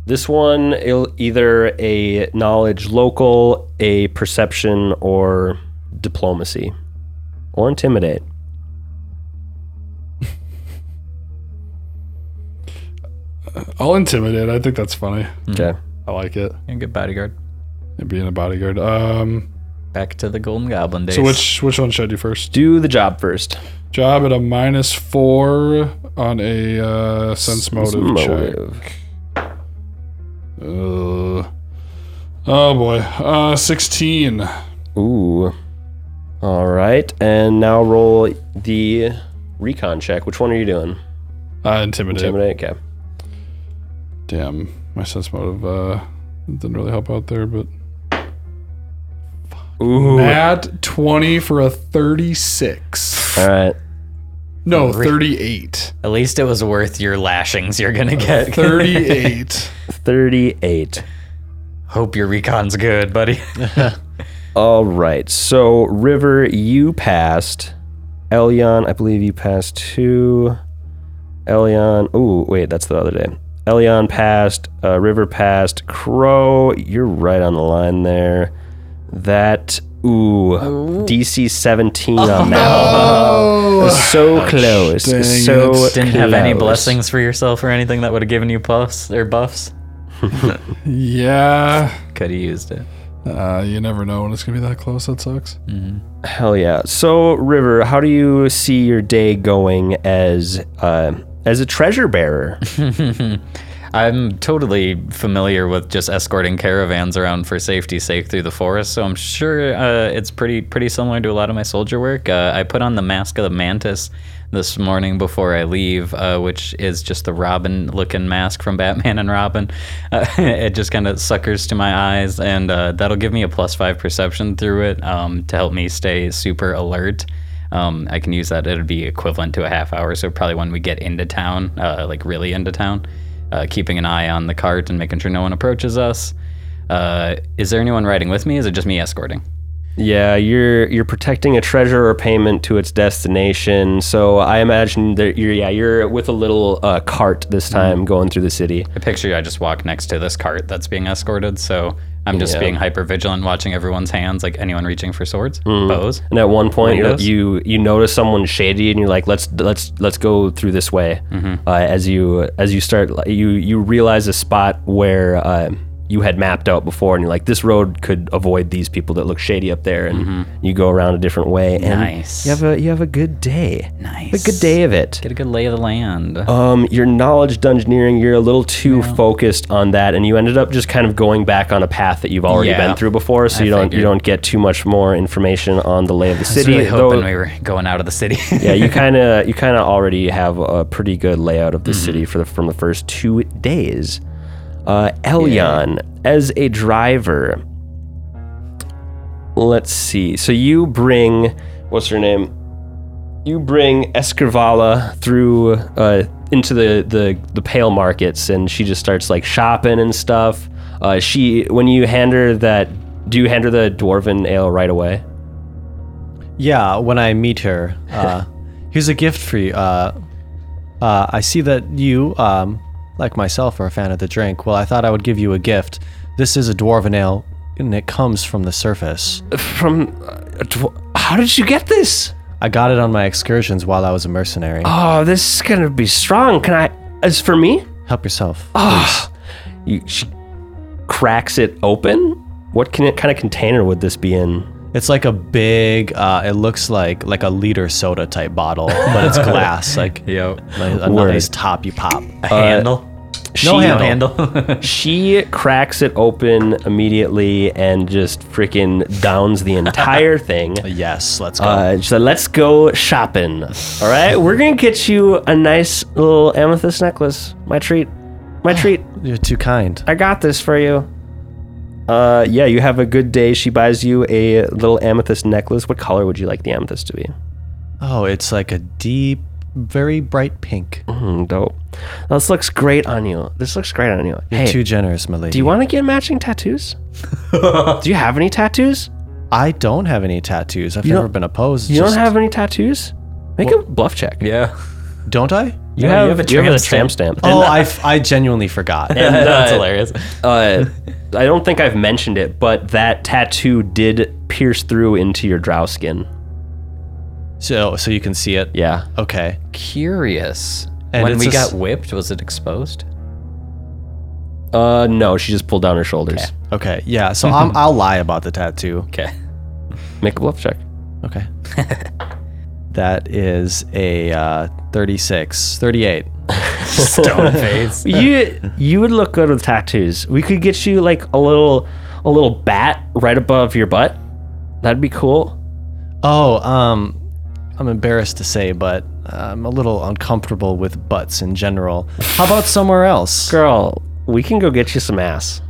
[SPEAKER 1] this one it'll either a knowledge local, a perception, or diplomacy, or intimidate.
[SPEAKER 2] I'll intimidate. I think that's funny.
[SPEAKER 1] Okay.
[SPEAKER 2] I like it.
[SPEAKER 3] And good bodyguard.
[SPEAKER 2] And being a bodyguard. Um.
[SPEAKER 3] Back to the Golden Goblin days.
[SPEAKER 2] So which which one should I do first?
[SPEAKER 1] Do the job first.
[SPEAKER 2] Job at a minus four on a uh, sense motive, check. Uh, oh boy, uh, sixteen.
[SPEAKER 1] Ooh. All right. And now roll the recon check. Which one are you doing?
[SPEAKER 2] Uh, intimidate.
[SPEAKER 1] Intimidate? Okay.
[SPEAKER 2] Damn, my sense motive uh, didn't really help out there, but
[SPEAKER 1] Ooh.
[SPEAKER 2] at twenty for a thirty-six.
[SPEAKER 1] All right.
[SPEAKER 2] No, thirty-eight.
[SPEAKER 3] At least it was worth your lashings you're gonna get.
[SPEAKER 2] Thirty-eight.
[SPEAKER 1] 38.
[SPEAKER 3] Hope your recon's good, buddy.
[SPEAKER 1] All right. So, River, you passed. Elion, I believe you passed two. Elion. Ooh, wait, that's the other day. Elion passed. Uh, River passed. Crow, you're right on the line there. That. Ooh, DC 17 on that one. So close.
[SPEAKER 2] dang
[SPEAKER 1] so
[SPEAKER 2] it.
[SPEAKER 3] Didn't have any
[SPEAKER 1] close.
[SPEAKER 3] blessings for yourself or anything that would have given you puffs or buffs.
[SPEAKER 2] yeah.
[SPEAKER 3] Could have used it.
[SPEAKER 2] Uh, you never know when it's gonna be that close. That sucks.
[SPEAKER 1] Hell yeah! So River, how do you see your day going as uh, as a treasure bearer?
[SPEAKER 3] I'm totally familiar with just escorting caravans around for safety's sake through the forest, so I'm sure uh, it's pretty pretty similar to a lot of my soldier work. Uh, I put on the mask of the mantis this morning before I leave, uh, which is just the Robin-looking mask from Batman and Robin. Uh, it just kind of suckers to my eyes, and uh, that'll give me a plus five perception through it um, to help me stay super alert. Um, I can use that; it'd be equivalent to a half hour, so probably when we get into town, uh, like really into town uh, keeping an eye on the cart and making sure no one approaches us. Uh, is there anyone riding with me? Is it just me escorting?
[SPEAKER 1] yeah, you're you're protecting a treasure or payment to its destination. So I imagine that you're yeah you're with a little uh, cart
[SPEAKER 3] Mm-hmm.
[SPEAKER 1] this time going through the city.
[SPEAKER 3] I picture I just walk next to this cart that's being escorted, so I'm just
[SPEAKER 1] Yeah.
[SPEAKER 3] being hyper vigilant, watching everyone's hands, like anyone reaching for swords,
[SPEAKER 1] Mm-hmm.
[SPEAKER 3] bows.
[SPEAKER 1] And at one point, you're,
[SPEAKER 3] Windows?
[SPEAKER 1] you you notice someone shady, and you're like, let's let's let's go through this way.
[SPEAKER 3] Mm-hmm.
[SPEAKER 1] Uh, as you as you start, like, you you realize a spot where uh, you had mapped out before, and you're like, this road could avoid these people that look shady up there, and you go around a different way. And
[SPEAKER 3] Mm-hmm. Nice.
[SPEAKER 1] You have a you have a good day.
[SPEAKER 3] Nice.
[SPEAKER 1] A good day of it.
[SPEAKER 3] Get a good lay of the land.
[SPEAKER 1] Um, your knowledge dungeoneering, you're a little too focused on that, and you ended up just kind of going back on a path that you've already
[SPEAKER 3] Yeah.
[SPEAKER 1] been through before, so you don't you
[SPEAKER 3] figured.
[SPEAKER 1] don't get too much more information on the lay of the
[SPEAKER 3] I was
[SPEAKER 1] city.
[SPEAKER 3] really
[SPEAKER 1] though-
[SPEAKER 3] hoping we were going out of the city.
[SPEAKER 1] yeah, you kind of you kind of already have a pretty good layout of the city for the, from the first two days. Uh, Elion, as a driver, let's see. So you bring what's her name? You bring Escrivala through uh, into the, the the pale markets, and she just starts like shopping and stuff. Uh, she when you hand her that, do you hand her the dwarven ale right away?
[SPEAKER 4] Yeah, when I meet her, uh, here's a gift for you. Uh, uh, I see that you, um, like myself, are a fan of the drink. Well, I thought I would give you a gift. This is a dwarven ale, and it comes from the surface.
[SPEAKER 1] From uh, dw- how did you get this?
[SPEAKER 4] I got it on my excursions while I was a mercenary.
[SPEAKER 1] Oh, this is gonna be strong. Can I? As for me,
[SPEAKER 4] Help yourself.
[SPEAKER 1] uh, you, she cracks it open. What can it, kind of container would this be in?
[SPEAKER 4] It's like a big. Uh, it looks like like a liter soda type bottle, but it's glass. Like
[SPEAKER 3] Yo,
[SPEAKER 4] a, a
[SPEAKER 1] Word. Uh,
[SPEAKER 4] nice top you pop.
[SPEAKER 3] a handle.
[SPEAKER 1] she,
[SPEAKER 3] handle.
[SPEAKER 1] She cracks it open immediately and just freaking downs the entire thing.
[SPEAKER 4] Yes, let's go.
[SPEAKER 1] Uh, she said, "Let's go shopping. All right, we're gonna get you a nice little amethyst necklace. My treat. My treat."
[SPEAKER 4] You're too kind.
[SPEAKER 1] I got this for you. Uh, yeah, you have a good day. She buys you a little amethyst necklace. What color would you like the amethyst to be?
[SPEAKER 4] Oh, it's like a deep, very bright pink.
[SPEAKER 1] Hmm, dope. This looks great on you. This looks great on you. Hey,
[SPEAKER 4] Too generous, my lady.
[SPEAKER 1] do you want to get matching tattoos? do you have any tattoos?
[SPEAKER 4] I don't have any tattoos. I've never
[SPEAKER 1] don't-
[SPEAKER 4] been opposed.
[SPEAKER 1] You
[SPEAKER 4] Just-
[SPEAKER 1] don't have any tattoos? Make a bluff check.
[SPEAKER 3] yeah.
[SPEAKER 4] Don't I?
[SPEAKER 1] You,
[SPEAKER 3] Yeah,
[SPEAKER 1] have,
[SPEAKER 3] you have a
[SPEAKER 1] you have a tramp
[SPEAKER 3] tramp
[SPEAKER 1] stamp.
[SPEAKER 4] Oh, I, f- I genuinely forgot.
[SPEAKER 3] That's hilarious.
[SPEAKER 1] uh, I don't think I've mentioned it, but that tattoo did pierce through into your drow skin.
[SPEAKER 4] So so you can see it.
[SPEAKER 1] Yeah.
[SPEAKER 4] Okay.
[SPEAKER 3] Curious.
[SPEAKER 4] And
[SPEAKER 3] when
[SPEAKER 4] it's
[SPEAKER 3] we
[SPEAKER 4] a s-
[SPEAKER 3] got whipped, was it exposed?
[SPEAKER 1] Uh, no, she just pulled down her shoulders.
[SPEAKER 4] Okay. Yeah. So I'm, I'll lie about the tattoo.
[SPEAKER 3] Okay.
[SPEAKER 1] Make a bluff check.
[SPEAKER 4] Okay. that is a uh, 36, 38.
[SPEAKER 3] Stone face.
[SPEAKER 1] you you would look good with tattoos. We could get you like a little a little bat right above your butt. That'd be cool.
[SPEAKER 4] Oh, um, I'm embarrassed to say, but I'm a little uncomfortable with butts in general. How about somewhere else?
[SPEAKER 1] Girl, we can go get you some ass.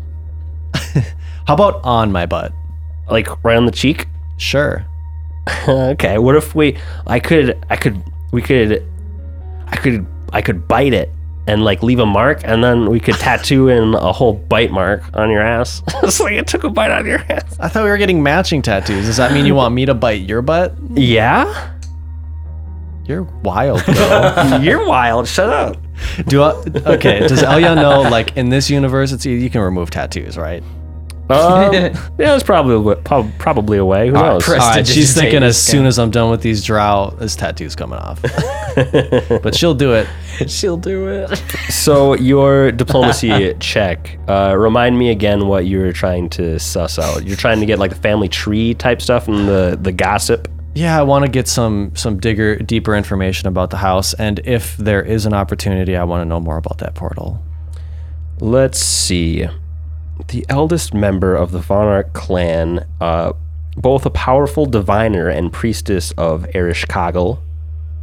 [SPEAKER 4] How about on my butt?
[SPEAKER 1] Like right on the cheek.
[SPEAKER 4] Sure.
[SPEAKER 1] okay. What if we I could I could we could I could I could bite it and like leave a mark and then we could tattoo in a whole bite mark on your ass. it's like it took a bite out of your ass.
[SPEAKER 4] I thought we were getting matching tattoos. Does that mean you want me to bite your butt?
[SPEAKER 1] Yeah?
[SPEAKER 4] You're wild, bro.
[SPEAKER 1] You're wild. Shut up.
[SPEAKER 4] Do I? Okay. Does Elia know? Like in this universe, it's you can remove tattoos, right?
[SPEAKER 1] Um, yeah, it's probably a wa- prob- probably a way. Who knows?
[SPEAKER 3] press-
[SPEAKER 4] All right,
[SPEAKER 3] Prestidigitate
[SPEAKER 4] she's thinking as
[SPEAKER 3] this
[SPEAKER 4] soon as I'm done with these drow, this tattoo's coming off. but she'll do it.
[SPEAKER 3] She'll do it.
[SPEAKER 1] So your diplomacy check. Uh, remind me again what you were trying to suss out. You're trying to get like the family tree type stuff and the the gossip.
[SPEAKER 4] Yeah, I want to get some some digger deeper information about the house, and if there is an opportunity, I want to know more about that portal.
[SPEAKER 1] Let's see. The eldest member of the Vonarch clan, uh, both a powerful diviner and priestess of Erishkigal,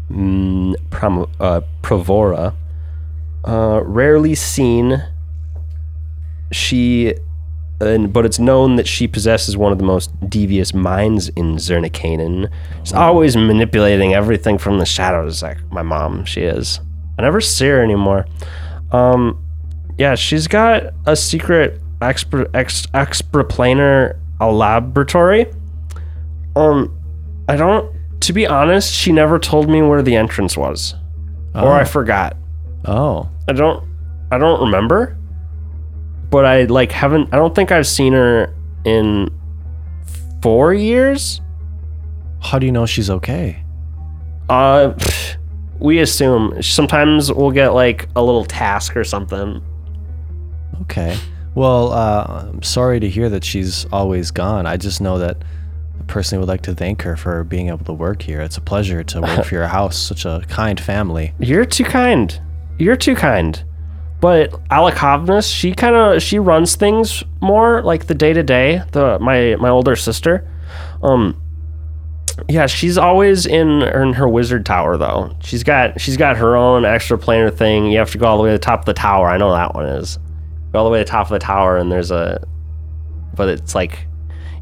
[SPEAKER 1] mm, Prom- uh, Provora, uh, rarely seen. She, and, but it's known that she possesses one of the most devious minds in Zernikanen. She's always manipulating everything from the shadows, like my mom. She is. I never see her anymore. Um, yeah, she's got a secret extra ex, extraplanar a laboratory. Um, I don't. To be honest, she never told me where the entrance was, or I forgot.
[SPEAKER 4] Oh,
[SPEAKER 1] I don't. I don't remember. But I like haven't. I don't think I've seen her in four years.
[SPEAKER 4] how do you know she's okay?
[SPEAKER 1] Uh, pff, we assume sometimes we'll get like a little task or something.
[SPEAKER 4] Okay. Well, uh, I'm sorry to hear that she's always gone. I just know that I personally would like to thank her for being able to work here. It's a pleasure to work for your house. Such a kind family.
[SPEAKER 1] You're too kind. You're too kind. But Alakhovnas, she kind of she runs things more like the day to day. The my my older sister, um, yeah, she's always in in her wizard tower though. She's got she's got her own extra planar thing. You have to go all the way to the top of the tower. I know that one is. Go all the way to the top of the tower, and there's a, but it's like.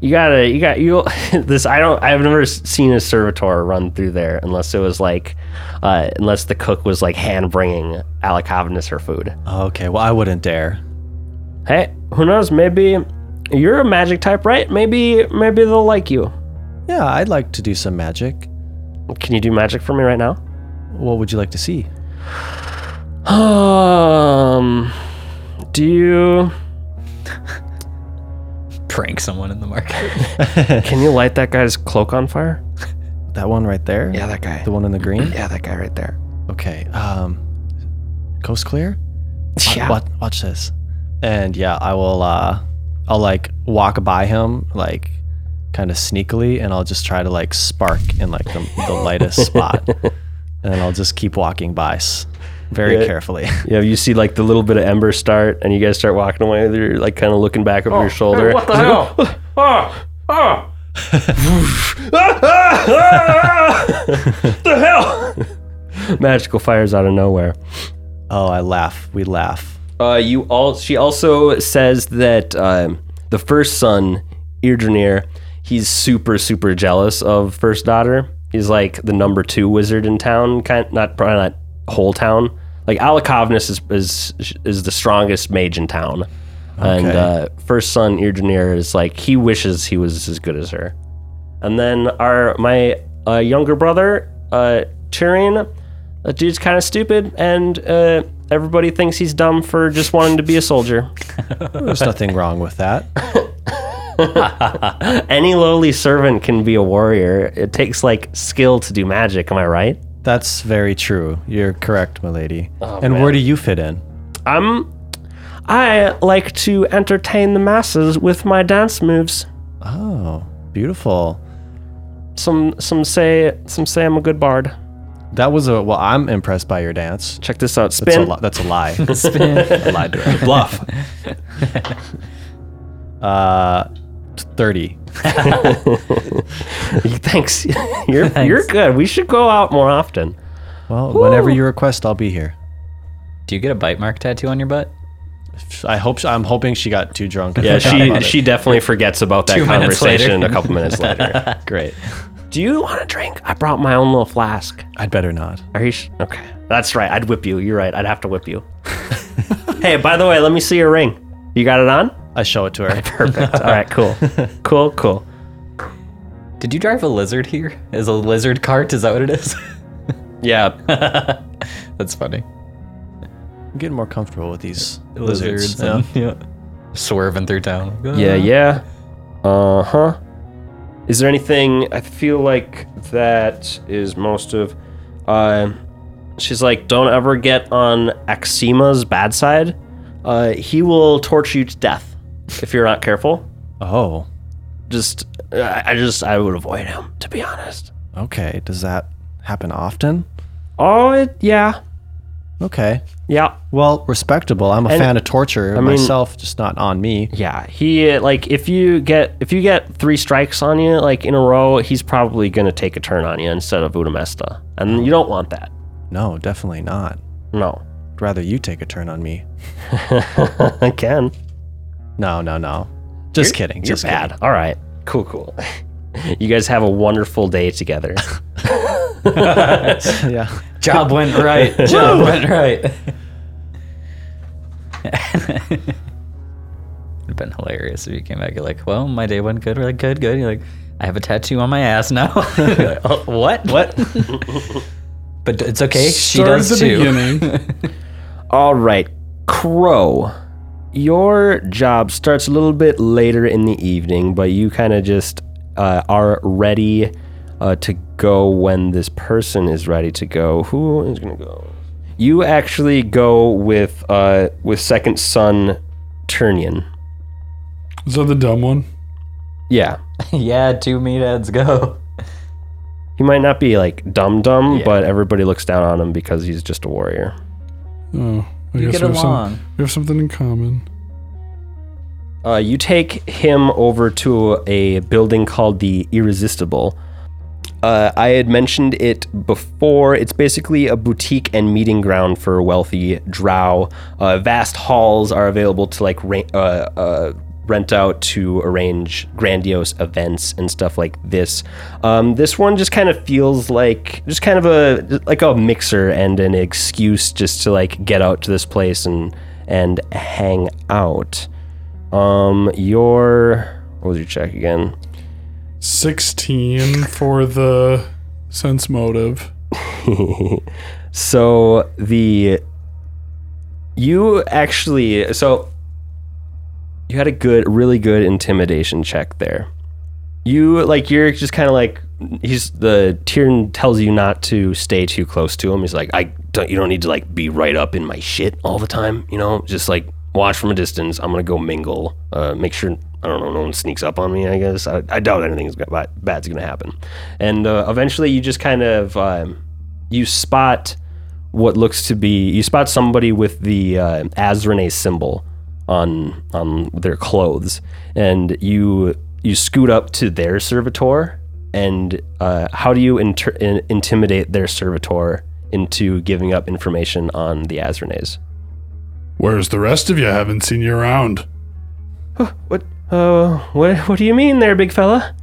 [SPEAKER 1] You gotta, you got, you. This I don't. I've never s- seen a servitor run through there unless it was like, uh, unless the cook was like hand bringing Alakavnis her food.
[SPEAKER 4] Okay. Well, I wouldn't dare.
[SPEAKER 1] Hey, who knows? Maybe you're a magic type, right? Maybe, maybe they'll like you.
[SPEAKER 4] Yeah, I'd like to do some magic.
[SPEAKER 1] Can you do magic for me right now?
[SPEAKER 4] What would you like to see?
[SPEAKER 1] Um, do you?
[SPEAKER 3] Prank someone in the market.
[SPEAKER 1] Can you light that guy's cloak on fire?
[SPEAKER 4] That one right there? Yeah,
[SPEAKER 1] that guy.
[SPEAKER 4] The one in the green?
[SPEAKER 1] Yeah, that guy right there.
[SPEAKER 4] Okay. Um, coast clear. Wa-
[SPEAKER 1] Yeah.
[SPEAKER 4] wa- Watch, this. And yeah, I will. Uh, I'll like walk by him, like kind of sneakily, and I'll just try to like spark in like the, the lightest spot, and then I'll just keep walking by, s- very
[SPEAKER 1] Yeah.
[SPEAKER 4] carefully.
[SPEAKER 1] Yeah, you see like the little bit of ember start, and you guys start walking away. They're like kind of looking back over your shoulder.
[SPEAKER 5] Oh, What the hell? Oh, oh. ah.
[SPEAKER 1] the hell? Magical fires out of nowhere.
[SPEAKER 4] oh, I laugh. We laugh.
[SPEAKER 1] Uh, you all. She also says that um, the first son, Irdrenir, he's super super jealous of first daughter. He's like the number two wizard in town. Kind not probably not whole town. Like Alakovnis is is is the strongest mage in town, and
[SPEAKER 4] Okay.
[SPEAKER 1] uh, first son Irdrenir is like he wishes he was as good as her. And then our my uh, younger brother, uh, Tyrion, that dude's kind of stupid, and uh, everybody thinks he's dumb for just wanting to be a soldier.
[SPEAKER 4] There's nothing wrong with that.
[SPEAKER 1] Any lowly servant can be a warrior. It takes like skill to do magic. Am I right?
[SPEAKER 4] That's very true. You're correct, milady.
[SPEAKER 1] Oh,
[SPEAKER 4] and where do you fit in?
[SPEAKER 1] I'm. I like to entertain the masses with my dance moves.
[SPEAKER 4] Oh, beautiful.
[SPEAKER 1] Some some say some say I'm a good bard.
[SPEAKER 4] That was a well. I'm impressed by your dance.
[SPEAKER 1] Check this out.
[SPEAKER 4] That's a,
[SPEAKER 1] Spin.
[SPEAKER 4] li- that's a lie. I lied to her. Bluff. uh, t- thirty.
[SPEAKER 1] Thanks. You're you're good. We should go out more often.
[SPEAKER 4] Well, whenever you request, I'll be here.
[SPEAKER 3] Do you get a bite mark tattoo on your butt?
[SPEAKER 4] I hope. sh I'm hoping she got too drunk. and
[SPEAKER 1] Yeah,
[SPEAKER 4] forgot
[SPEAKER 1] Uh, she
[SPEAKER 4] about it.
[SPEAKER 1] she definitely forgets about that
[SPEAKER 3] Two minutes
[SPEAKER 1] conversation
[SPEAKER 3] later.
[SPEAKER 1] a couple minutes later.
[SPEAKER 4] Great.
[SPEAKER 1] Do you want a drink? I brought my own little flask.
[SPEAKER 4] I'd better not.
[SPEAKER 1] Are you sh- okay? That's right. I'd whip you. You're right. I'd have to whip you. hey, by the way, let me see your ring. You got it on?
[SPEAKER 4] I show it to her.
[SPEAKER 1] Perfect. All right. Cool. Cool. Cool.
[SPEAKER 3] Did you drive a lizard here? Is a lizard cart? Is that what it is?
[SPEAKER 1] Yeah.
[SPEAKER 3] That's funny.
[SPEAKER 4] I'm getting more comfortable with these
[SPEAKER 3] Lizards.
[SPEAKER 4] lizards. yeah.
[SPEAKER 3] and- yeah. Swerving through town.
[SPEAKER 1] Yeah, yeah. Uh huh. Is there anything? I feel like that is most of. Uh, she's like, don't ever get on Axima's bad side. Uh, he will torture you to death if you're not careful.
[SPEAKER 4] Oh,
[SPEAKER 1] Just, I, I just, I would avoid him to be honest.
[SPEAKER 4] okay. Does that happen often?
[SPEAKER 1] Oh, it, yeah,
[SPEAKER 4] Okay.
[SPEAKER 1] yeah,
[SPEAKER 4] Well, respectable. I'm a
[SPEAKER 1] And-
[SPEAKER 4] fan of torture
[SPEAKER 1] mean-
[SPEAKER 4] myself, just not on me.
[SPEAKER 1] yeah. He uh, like if you get if you get three strikes on you like in a row, he's probably gonna take a turn on you instead of Udamesta, and you don't want that.
[SPEAKER 4] No, definitely not.
[SPEAKER 1] No.
[SPEAKER 4] I'd rather you take a turn on me.
[SPEAKER 1] I can.
[SPEAKER 4] No, no, no. Just kidding.
[SPEAKER 1] You're
[SPEAKER 4] just
[SPEAKER 1] bad. All right. Cool, cool. you guys have a wonderful day together.
[SPEAKER 4] Kidding. Yeah.
[SPEAKER 3] Job went right. Job went right. It'd been hilarious if you came back. You're like, well, my day went good. We're like, good, good. You're like, I have a tattoo on my ass now. You're like, "Oh, what? What? but it's okay. She
[SPEAKER 2] Start
[SPEAKER 3] does
[SPEAKER 2] at the
[SPEAKER 3] too.
[SPEAKER 2] beginning.
[SPEAKER 1] All right. Crow, your job starts a little bit later in the evening, but you kind of just uh, are ready uh, to go when this person is ready to go. Who is going to go? You actually go with uh, with second son Turnian.
[SPEAKER 2] Is that the dumb one?
[SPEAKER 1] Yeah.
[SPEAKER 3] yeah, two meatheads go.
[SPEAKER 1] He might not be like dumb dumb, but everybody looks down on him because he's just a warrior.
[SPEAKER 2] Oh, I
[SPEAKER 3] You
[SPEAKER 2] guess
[SPEAKER 3] get
[SPEAKER 2] we have, some,
[SPEAKER 3] along.
[SPEAKER 2] we have something in common.
[SPEAKER 1] Uh, you take him over to a building called the Irresistible. Uh, I had mentioned it before. It's basically a boutique and meeting ground for wealthy drow. Uh, vast halls are available to like ra- uh, uh, rent out to arrange grandiose events and stuff like this. Um, this one just kind of feels like just kind of a like a mixer and an excuse just to like get out to this place and and hang out. Um, your what was your check again?
[SPEAKER 2] 16 for the sense motive.
[SPEAKER 1] So the you actually so you had a good, really good intimidation check there. You like you're just kind of like he's the Tyrion tells you not to stay too close to him. He's like, I don't, you don't need to like be right up in my shit all the time. You know, just like watch from a distance. I'm gonna go mingle. Uh, make sure I don't know no one sneaks up on me. I guess I, I doubt anything's gonna, bad- bad's gonna happen. And uh, eventually, you just kind of um, you spot what looks to be you spot somebody with the uh, Azrene symbol on on their clothes, and you you scoot up to their servitor. And uh, how do you inter- in- intimidate their servitor into giving up information on the Azrenes?
[SPEAKER 2] Where's the rest of you? Haven't seen you around.
[SPEAKER 1] What? Uh, what? What do you mean, there, big fella?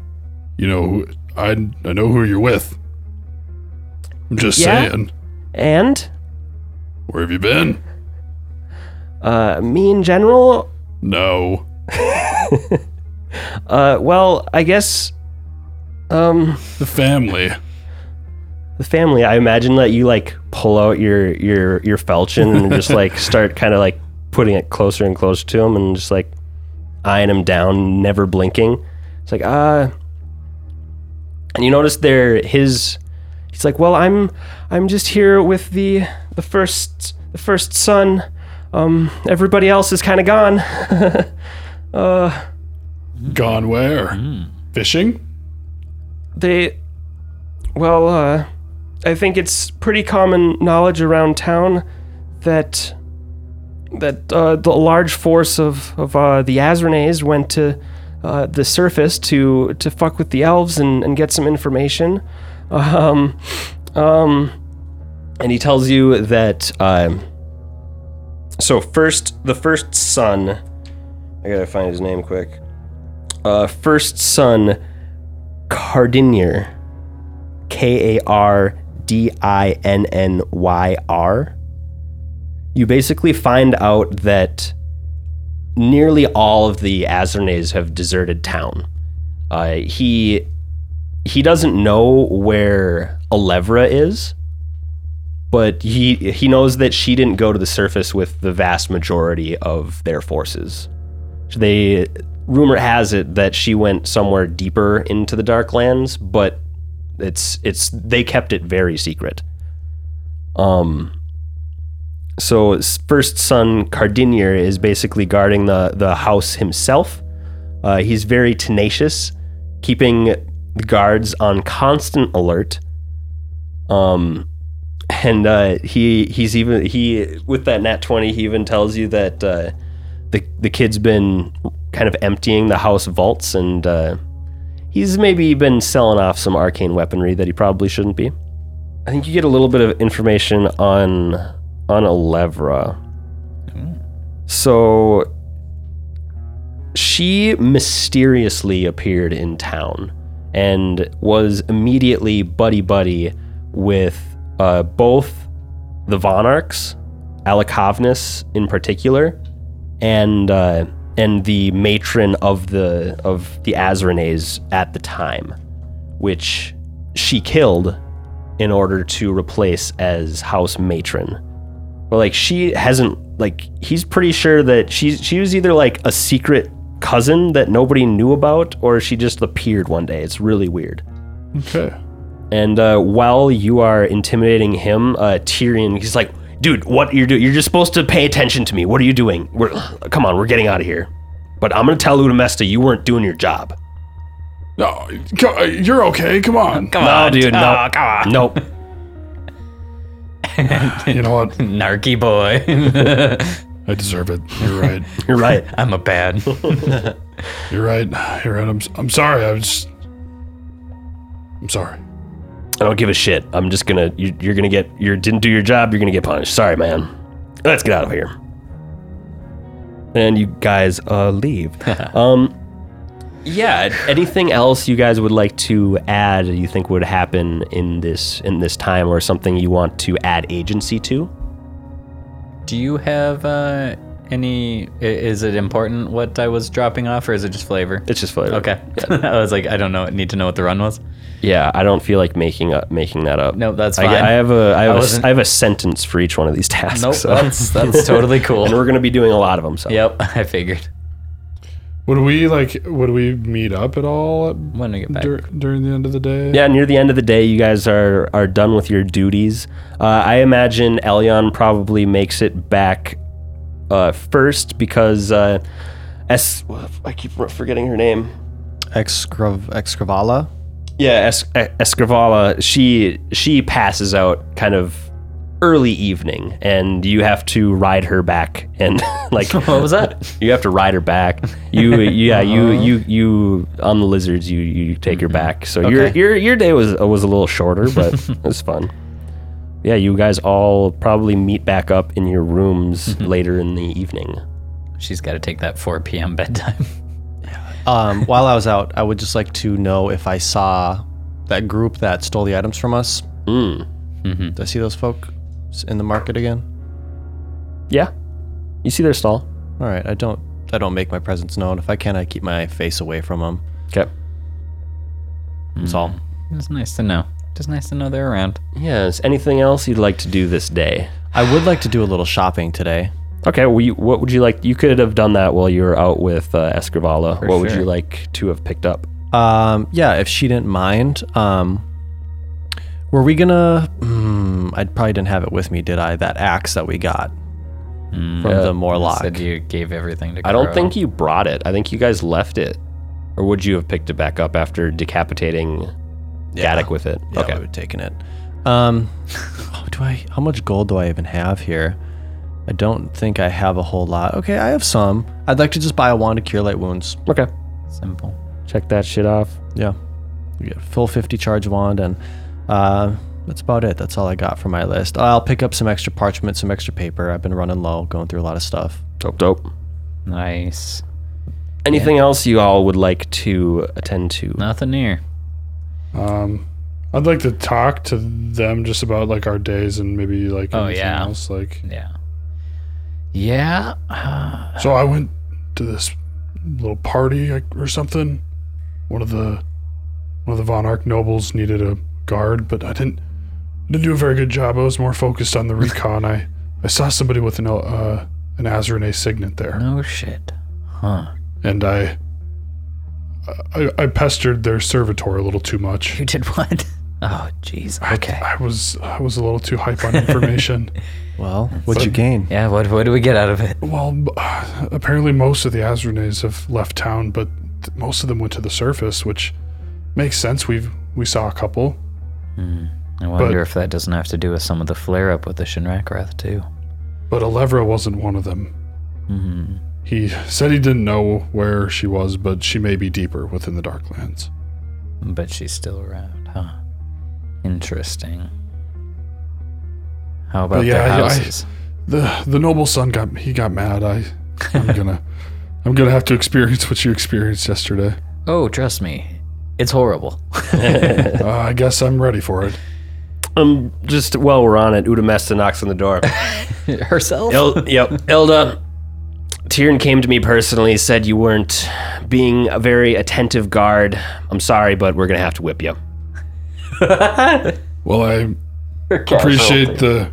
[SPEAKER 2] You know, who- I, I know who you're with. I'm just
[SPEAKER 1] Yeah?
[SPEAKER 2] saying.
[SPEAKER 1] And
[SPEAKER 2] Where have you been?
[SPEAKER 1] uh, me in general
[SPEAKER 2] No.
[SPEAKER 1] Uh, well, I guess, um,
[SPEAKER 2] The family.
[SPEAKER 1] the family. I imagine that you like pull out your your your falchion and just like start kind of like putting it closer and closer to him, and just like, eyeing him down, never blinking. It's like, uh and you notice there his he's like, Well, I'm I'm just here with the the first the first son. Um everybody else is kinda gone.
[SPEAKER 2] Gone where?
[SPEAKER 3] Hmm.
[SPEAKER 2] Fishing?
[SPEAKER 1] They, well, uh, I think it's pretty common knowledge around town that that uh, the large force of of uh, the Azranes went to uh, the surface to to fuck with the elves and, and get some information. Um, um, and he tells you that. Um, so first, the first son. I gotta find his name quick. Uh, first son. Cardinier. K A R D I N N Y R. You basically find out that nearly all of the Azernes have deserted town. Uh, he he doesn't know where Alevra is, but he he knows that she didn't go to the surface with the vast majority of their forces. They rumor has it that she went somewhere deeper into the Darklands, but it's it's they kept it very secret. Um. So s- first son Cardinier is basically guarding the the house himself. Uh, he's very tenacious, keeping the guards on constant alert. Um, and uh, he he's even he with that nat twenty he even tells you that uh, the the kid's been kind of emptying the house vaults and uh, he's maybe been selling off some arcane weaponry that he probably shouldn't be. I think you get a little bit of information on on Alevra. So she mysteriously appeared in town and was immediately buddy buddy with uh, both the Vonarchs, Alakovnis in particular, and uh, and the matron of the of the Azranes at the time, which she killed in order to replace as house matron. But like she hasn't like he's pretty sure that she's she was either like a secret cousin that nobody knew about or she just appeared one day. It's really weird.
[SPEAKER 2] Okay.
[SPEAKER 1] And uh, while you are intimidating him, uh, Tyrion, he's like, "Dude, what you're doing? You're just supposed to pay attention to me. What are you doing? We're come on, we're getting out of here." But I'm gonna tell Udamesta you weren't doing your job.
[SPEAKER 2] No, co- you're okay. Come on.
[SPEAKER 3] Come
[SPEAKER 1] No, dude, no,
[SPEAKER 3] Oh, come on.
[SPEAKER 1] Nope.
[SPEAKER 2] You know what?
[SPEAKER 3] Narky boy.
[SPEAKER 2] I deserve it. You're right.
[SPEAKER 1] You're right.
[SPEAKER 3] I'm a bad.
[SPEAKER 2] You're right. You're right. I'm, I'm sorry. I was. I'm sorry.
[SPEAKER 1] I don't give a shit. I'm just gonna. You, you're gonna get. You didn't do your job. You're gonna get punished. Sorry, man. Let's get out of here. And you guys uh, leave. um, yeah. Anything else you guys would like to add? You think would happen in this in this time, or something you want to add agency to?
[SPEAKER 3] Do you have uh, any? i- Is it important what I was dropping off, or is it just flavor?
[SPEAKER 1] It's just flavor.
[SPEAKER 3] Okay. I was like, I don't know. Need to know what the run was.
[SPEAKER 1] Yeah, I don't feel like making up making that up.
[SPEAKER 3] No, that's
[SPEAKER 1] I,
[SPEAKER 3] fine.
[SPEAKER 1] I have a I have a s-
[SPEAKER 3] wasn't-
[SPEAKER 1] I have a sentence for each one of these tasks.
[SPEAKER 3] Nope.
[SPEAKER 1] so-
[SPEAKER 3] That's that's totally
[SPEAKER 1] and
[SPEAKER 3] cool.
[SPEAKER 1] we're gonna be doing a lot of them. So
[SPEAKER 3] Yep. I figured.
[SPEAKER 2] Would we like? Would we meet up at all at,
[SPEAKER 3] When I get back.
[SPEAKER 2] dur- during the end of the day?
[SPEAKER 1] Yeah, near the end of the day, you guys are are done with your duties. Uh, I imagine Elion probably makes it back uh, first because uh, S. I keep forgetting her name.
[SPEAKER 4] Excrav- Excravala?
[SPEAKER 1] Yeah, es- E- Escrivala. She she passes out kind of early evening, and you have to ride her back and like
[SPEAKER 3] What was that? Uh-huh.
[SPEAKER 1] you have to ride her back. You yeah you you you on the lizards you you take her back. So your
[SPEAKER 4] Okay.
[SPEAKER 1] your your day was was a little shorter, but it was fun. Yeah, you guys all probably meet back up in your rooms
[SPEAKER 3] Mm-hmm.
[SPEAKER 1] later in the evening.
[SPEAKER 3] She's got to take that 4 p.m. bedtime.
[SPEAKER 4] Um, while I was out, I would just like to know if I saw that group that stole the items from us.
[SPEAKER 1] Mm.
[SPEAKER 4] Did I see those folk s- in the market again?
[SPEAKER 1] Yeah, you see their stall.
[SPEAKER 4] All right, I don't. I don't make my presence known. If I can, I keep my face away from them.
[SPEAKER 1] Okay.
[SPEAKER 4] That's all.
[SPEAKER 3] It's nice to know. Just nice to know they're around.
[SPEAKER 1] Yes. Anything else you'd like to do this day?
[SPEAKER 4] I would like to do a little shopping today.
[SPEAKER 1] Okay, well, you, what would you like? You could have done that while you were out with uh, Escrivala. what would
[SPEAKER 3] sure.
[SPEAKER 1] you like to have picked up?
[SPEAKER 4] Um, yeah, if she didn't mind. Um, were we gonna? Hmm, I probably didn't have it with me, did I? That axe that we got from the Morlock.
[SPEAKER 3] Said you gave everything to.
[SPEAKER 1] I don't
[SPEAKER 3] Crow.
[SPEAKER 1] think you brought it. I think you guys left it. Or would you have picked it back up after decapitating
[SPEAKER 4] Yeah.
[SPEAKER 1] Gaddock with it?
[SPEAKER 4] Yeah,
[SPEAKER 1] okay.
[SPEAKER 4] we would have taken it. Um, oh, do I? How much gold do I even have here? I don't think I have a whole lot. Okay, I have some. I'd like to just buy a wand to cure light wounds.
[SPEAKER 1] Okay.
[SPEAKER 3] simple.
[SPEAKER 1] Check that shit off.
[SPEAKER 4] Yeah, we get a full fifty charge wand, and uh, that's about it. That's all I got for my list. I'll pick up some extra parchment, some extra paper. I've been running low, going through a lot of stuff.
[SPEAKER 1] Dope, dope.
[SPEAKER 3] Nice.
[SPEAKER 1] Anything else you all would like to attend to?
[SPEAKER 3] Nothing here.
[SPEAKER 2] Um, I'd like to talk to them just about like our days and maybe like
[SPEAKER 3] Oh,
[SPEAKER 2] anything
[SPEAKER 3] yeah.
[SPEAKER 2] else. Like,
[SPEAKER 3] Yeah. Yeah.
[SPEAKER 2] so I went to this little party like, or something. One of the one of the Von Ark nobles needed a guard, but I didn't I didn't do a very good job. I was more focused on the recon. I I saw somebody with an uh, an Azrene signet there.
[SPEAKER 3] No shit. Huh.
[SPEAKER 2] and I, I I pestered their servitor a little too much.
[SPEAKER 3] You did what? Oh, jeez.
[SPEAKER 2] I-
[SPEAKER 3] Okay.
[SPEAKER 2] I, was I was a little too hype on information.
[SPEAKER 4] Well, what'd you gain?
[SPEAKER 3] Yeah. What? What do we get out of it?
[SPEAKER 2] well, b- apparently most of the Azranes have left town, but th- most of them went to the surface, which makes sense. We've we saw a couple.
[SPEAKER 3] I wonder if that doesn't have to do with some of the flare up with the Shinrakrath too.
[SPEAKER 2] but Alevra wasn't one of them. He said he didn't know where she was, but she may be deeper within the Darklands.
[SPEAKER 3] But she's still around, huh? Interesting. How about
[SPEAKER 2] yeah,
[SPEAKER 3] their
[SPEAKER 2] I- I-
[SPEAKER 3] houses?
[SPEAKER 2] the The noble son got he got mad. I I'm gonna I'm gonna have to experience what you experienced yesterday.
[SPEAKER 3] oh, trust me, it's horrible.
[SPEAKER 2] Uh, I guess I'm ready for it.
[SPEAKER 1] Um, just while we're on it, Udamesta knocks on the door.
[SPEAKER 3] Herself?
[SPEAKER 1] Il- yep, Ilda. Tyrion came to me personally, said you weren't being a very attentive guard. I'm sorry, but we're gonna have to whip you.
[SPEAKER 2] Well, I appreciate the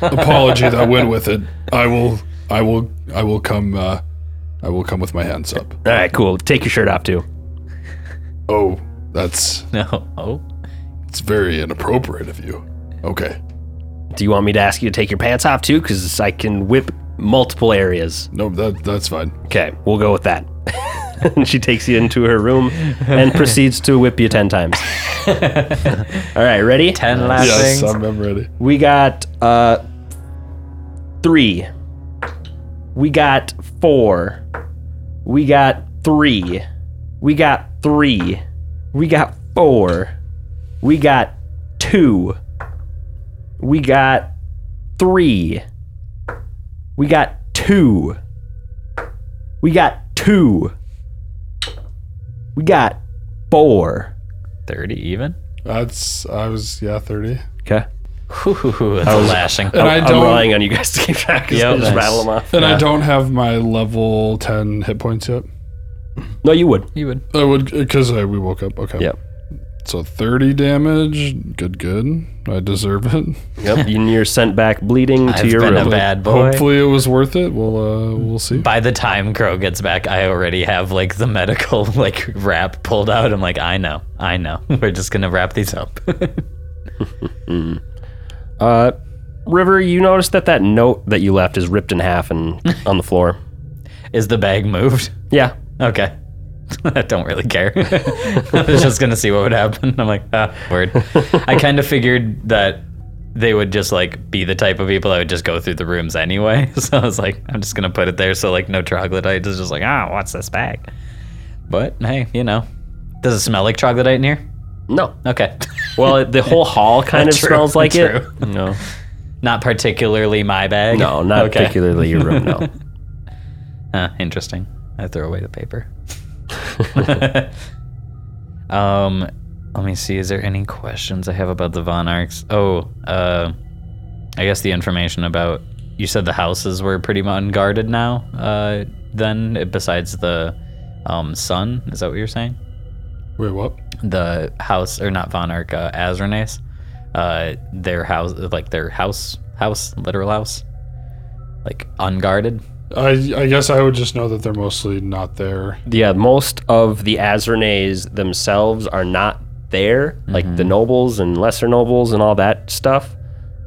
[SPEAKER 2] apology that went with it. I will I will I will come uh, I will come with my hands up.
[SPEAKER 1] All right, cool. Take your shirt off too.
[SPEAKER 2] Oh, that's
[SPEAKER 3] No. Oh.
[SPEAKER 2] it's very inappropriate of you. Okay.
[SPEAKER 1] Do you want me to ask you to take your pants off too? Because I can whip multiple areas.
[SPEAKER 2] No, that that's fine.
[SPEAKER 1] Okay, we'll go with that. and she takes you into her room and proceeds to whip you 10 times. All right, ready?
[SPEAKER 3] 10 last
[SPEAKER 2] Yes,
[SPEAKER 3] things.
[SPEAKER 2] I'm, I'm ready.
[SPEAKER 1] We got uh, three. We got four. We got three. We got three. We got four. We got two. We got three. We got two. We got two. We got four.
[SPEAKER 3] 30 even?
[SPEAKER 2] That's I was yeah thirty.
[SPEAKER 1] Okay.
[SPEAKER 3] Ooh, that's a lashing.
[SPEAKER 2] And I
[SPEAKER 1] I'm
[SPEAKER 2] don't
[SPEAKER 1] relying on you guys to keep track. 'cause
[SPEAKER 3] Yep.
[SPEAKER 1] I just
[SPEAKER 3] Nice.
[SPEAKER 1] rattle them off.
[SPEAKER 2] and I don't have my level ten hit points yet.
[SPEAKER 1] No, you would.
[SPEAKER 3] You would.
[SPEAKER 2] I would because I we woke up. Okay.
[SPEAKER 1] Yep.
[SPEAKER 2] So thirty damage. Good. Good. I deserve it.
[SPEAKER 1] Yep, and you're sent back bleeding to
[SPEAKER 3] I've
[SPEAKER 1] your
[SPEAKER 3] been a
[SPEAKER 1] room.
[SPEAKER 3] bad boy.
[SPEAKER 2] Hopefully it was worth it. We'll uh we'll see.
[SPEAKER 3] By the time Crow gets back, I already have like the medical like wrap pulled out. I'm like, I know, I know. We're just gonna wrap these up.
[SPEAKER 1] Uh, River, you notice that that note that you left is ripped in half and on the floor.
[SPEAKER 3] Is the bag moved?
[SPEAKER 1] Yeah.
[SPEAKER 3] Okay. I don't really care. I was just gonna see what would happen. I'm like, ah, word. I kind of figured that they would just like be the type of people that would just go through the rooms anyway. So I was like, I'm just gonna put it there so like no troglodyte is just like, ah, what's this bag? But hey, you know, does it smell like troglodyte in here?
[SPEAKER 1] No.
[SPEAKER 3] Okay.
[SPEAKER 1] Well, it- the whole hall kind of
[SPEAKER 3] True,
[SPEAKER 1] smells like it.
[SPEAKER 3] true.
[SPEAKER 4] No.
[SPEAKER 3] Not particularly my bag.
[SPEAKER 1] No, not
[SPEAKER 3] Okay.
[SPEAKER 1] particularly your room. No.
[SPEAKER 3] Huh, interesting. I throw away the paper. um, let me see. Is there any questions I have about the Von Arcs? Oh, uh, I guess the information about you said the houses were pretty mu- unguarded now. Uh, then besides the um sun, is that what you're saying?
[SPEAKER 2] Wait, what?
[SPEAKER 3] the house or not Von Ark, uh, Azrenes, uh, their house, like their house, house, literal house, Like unguarded?
[SPEAKER 2] I, I guess I would just know that they're mostly not there.
[SPEAKER 1] Yeah, most of the Azrenes themselves are not there, like
[SPEAKER 3] Mm-hmm.
[SPEAKER 1] the nobles and lesser nobles and all that stuff.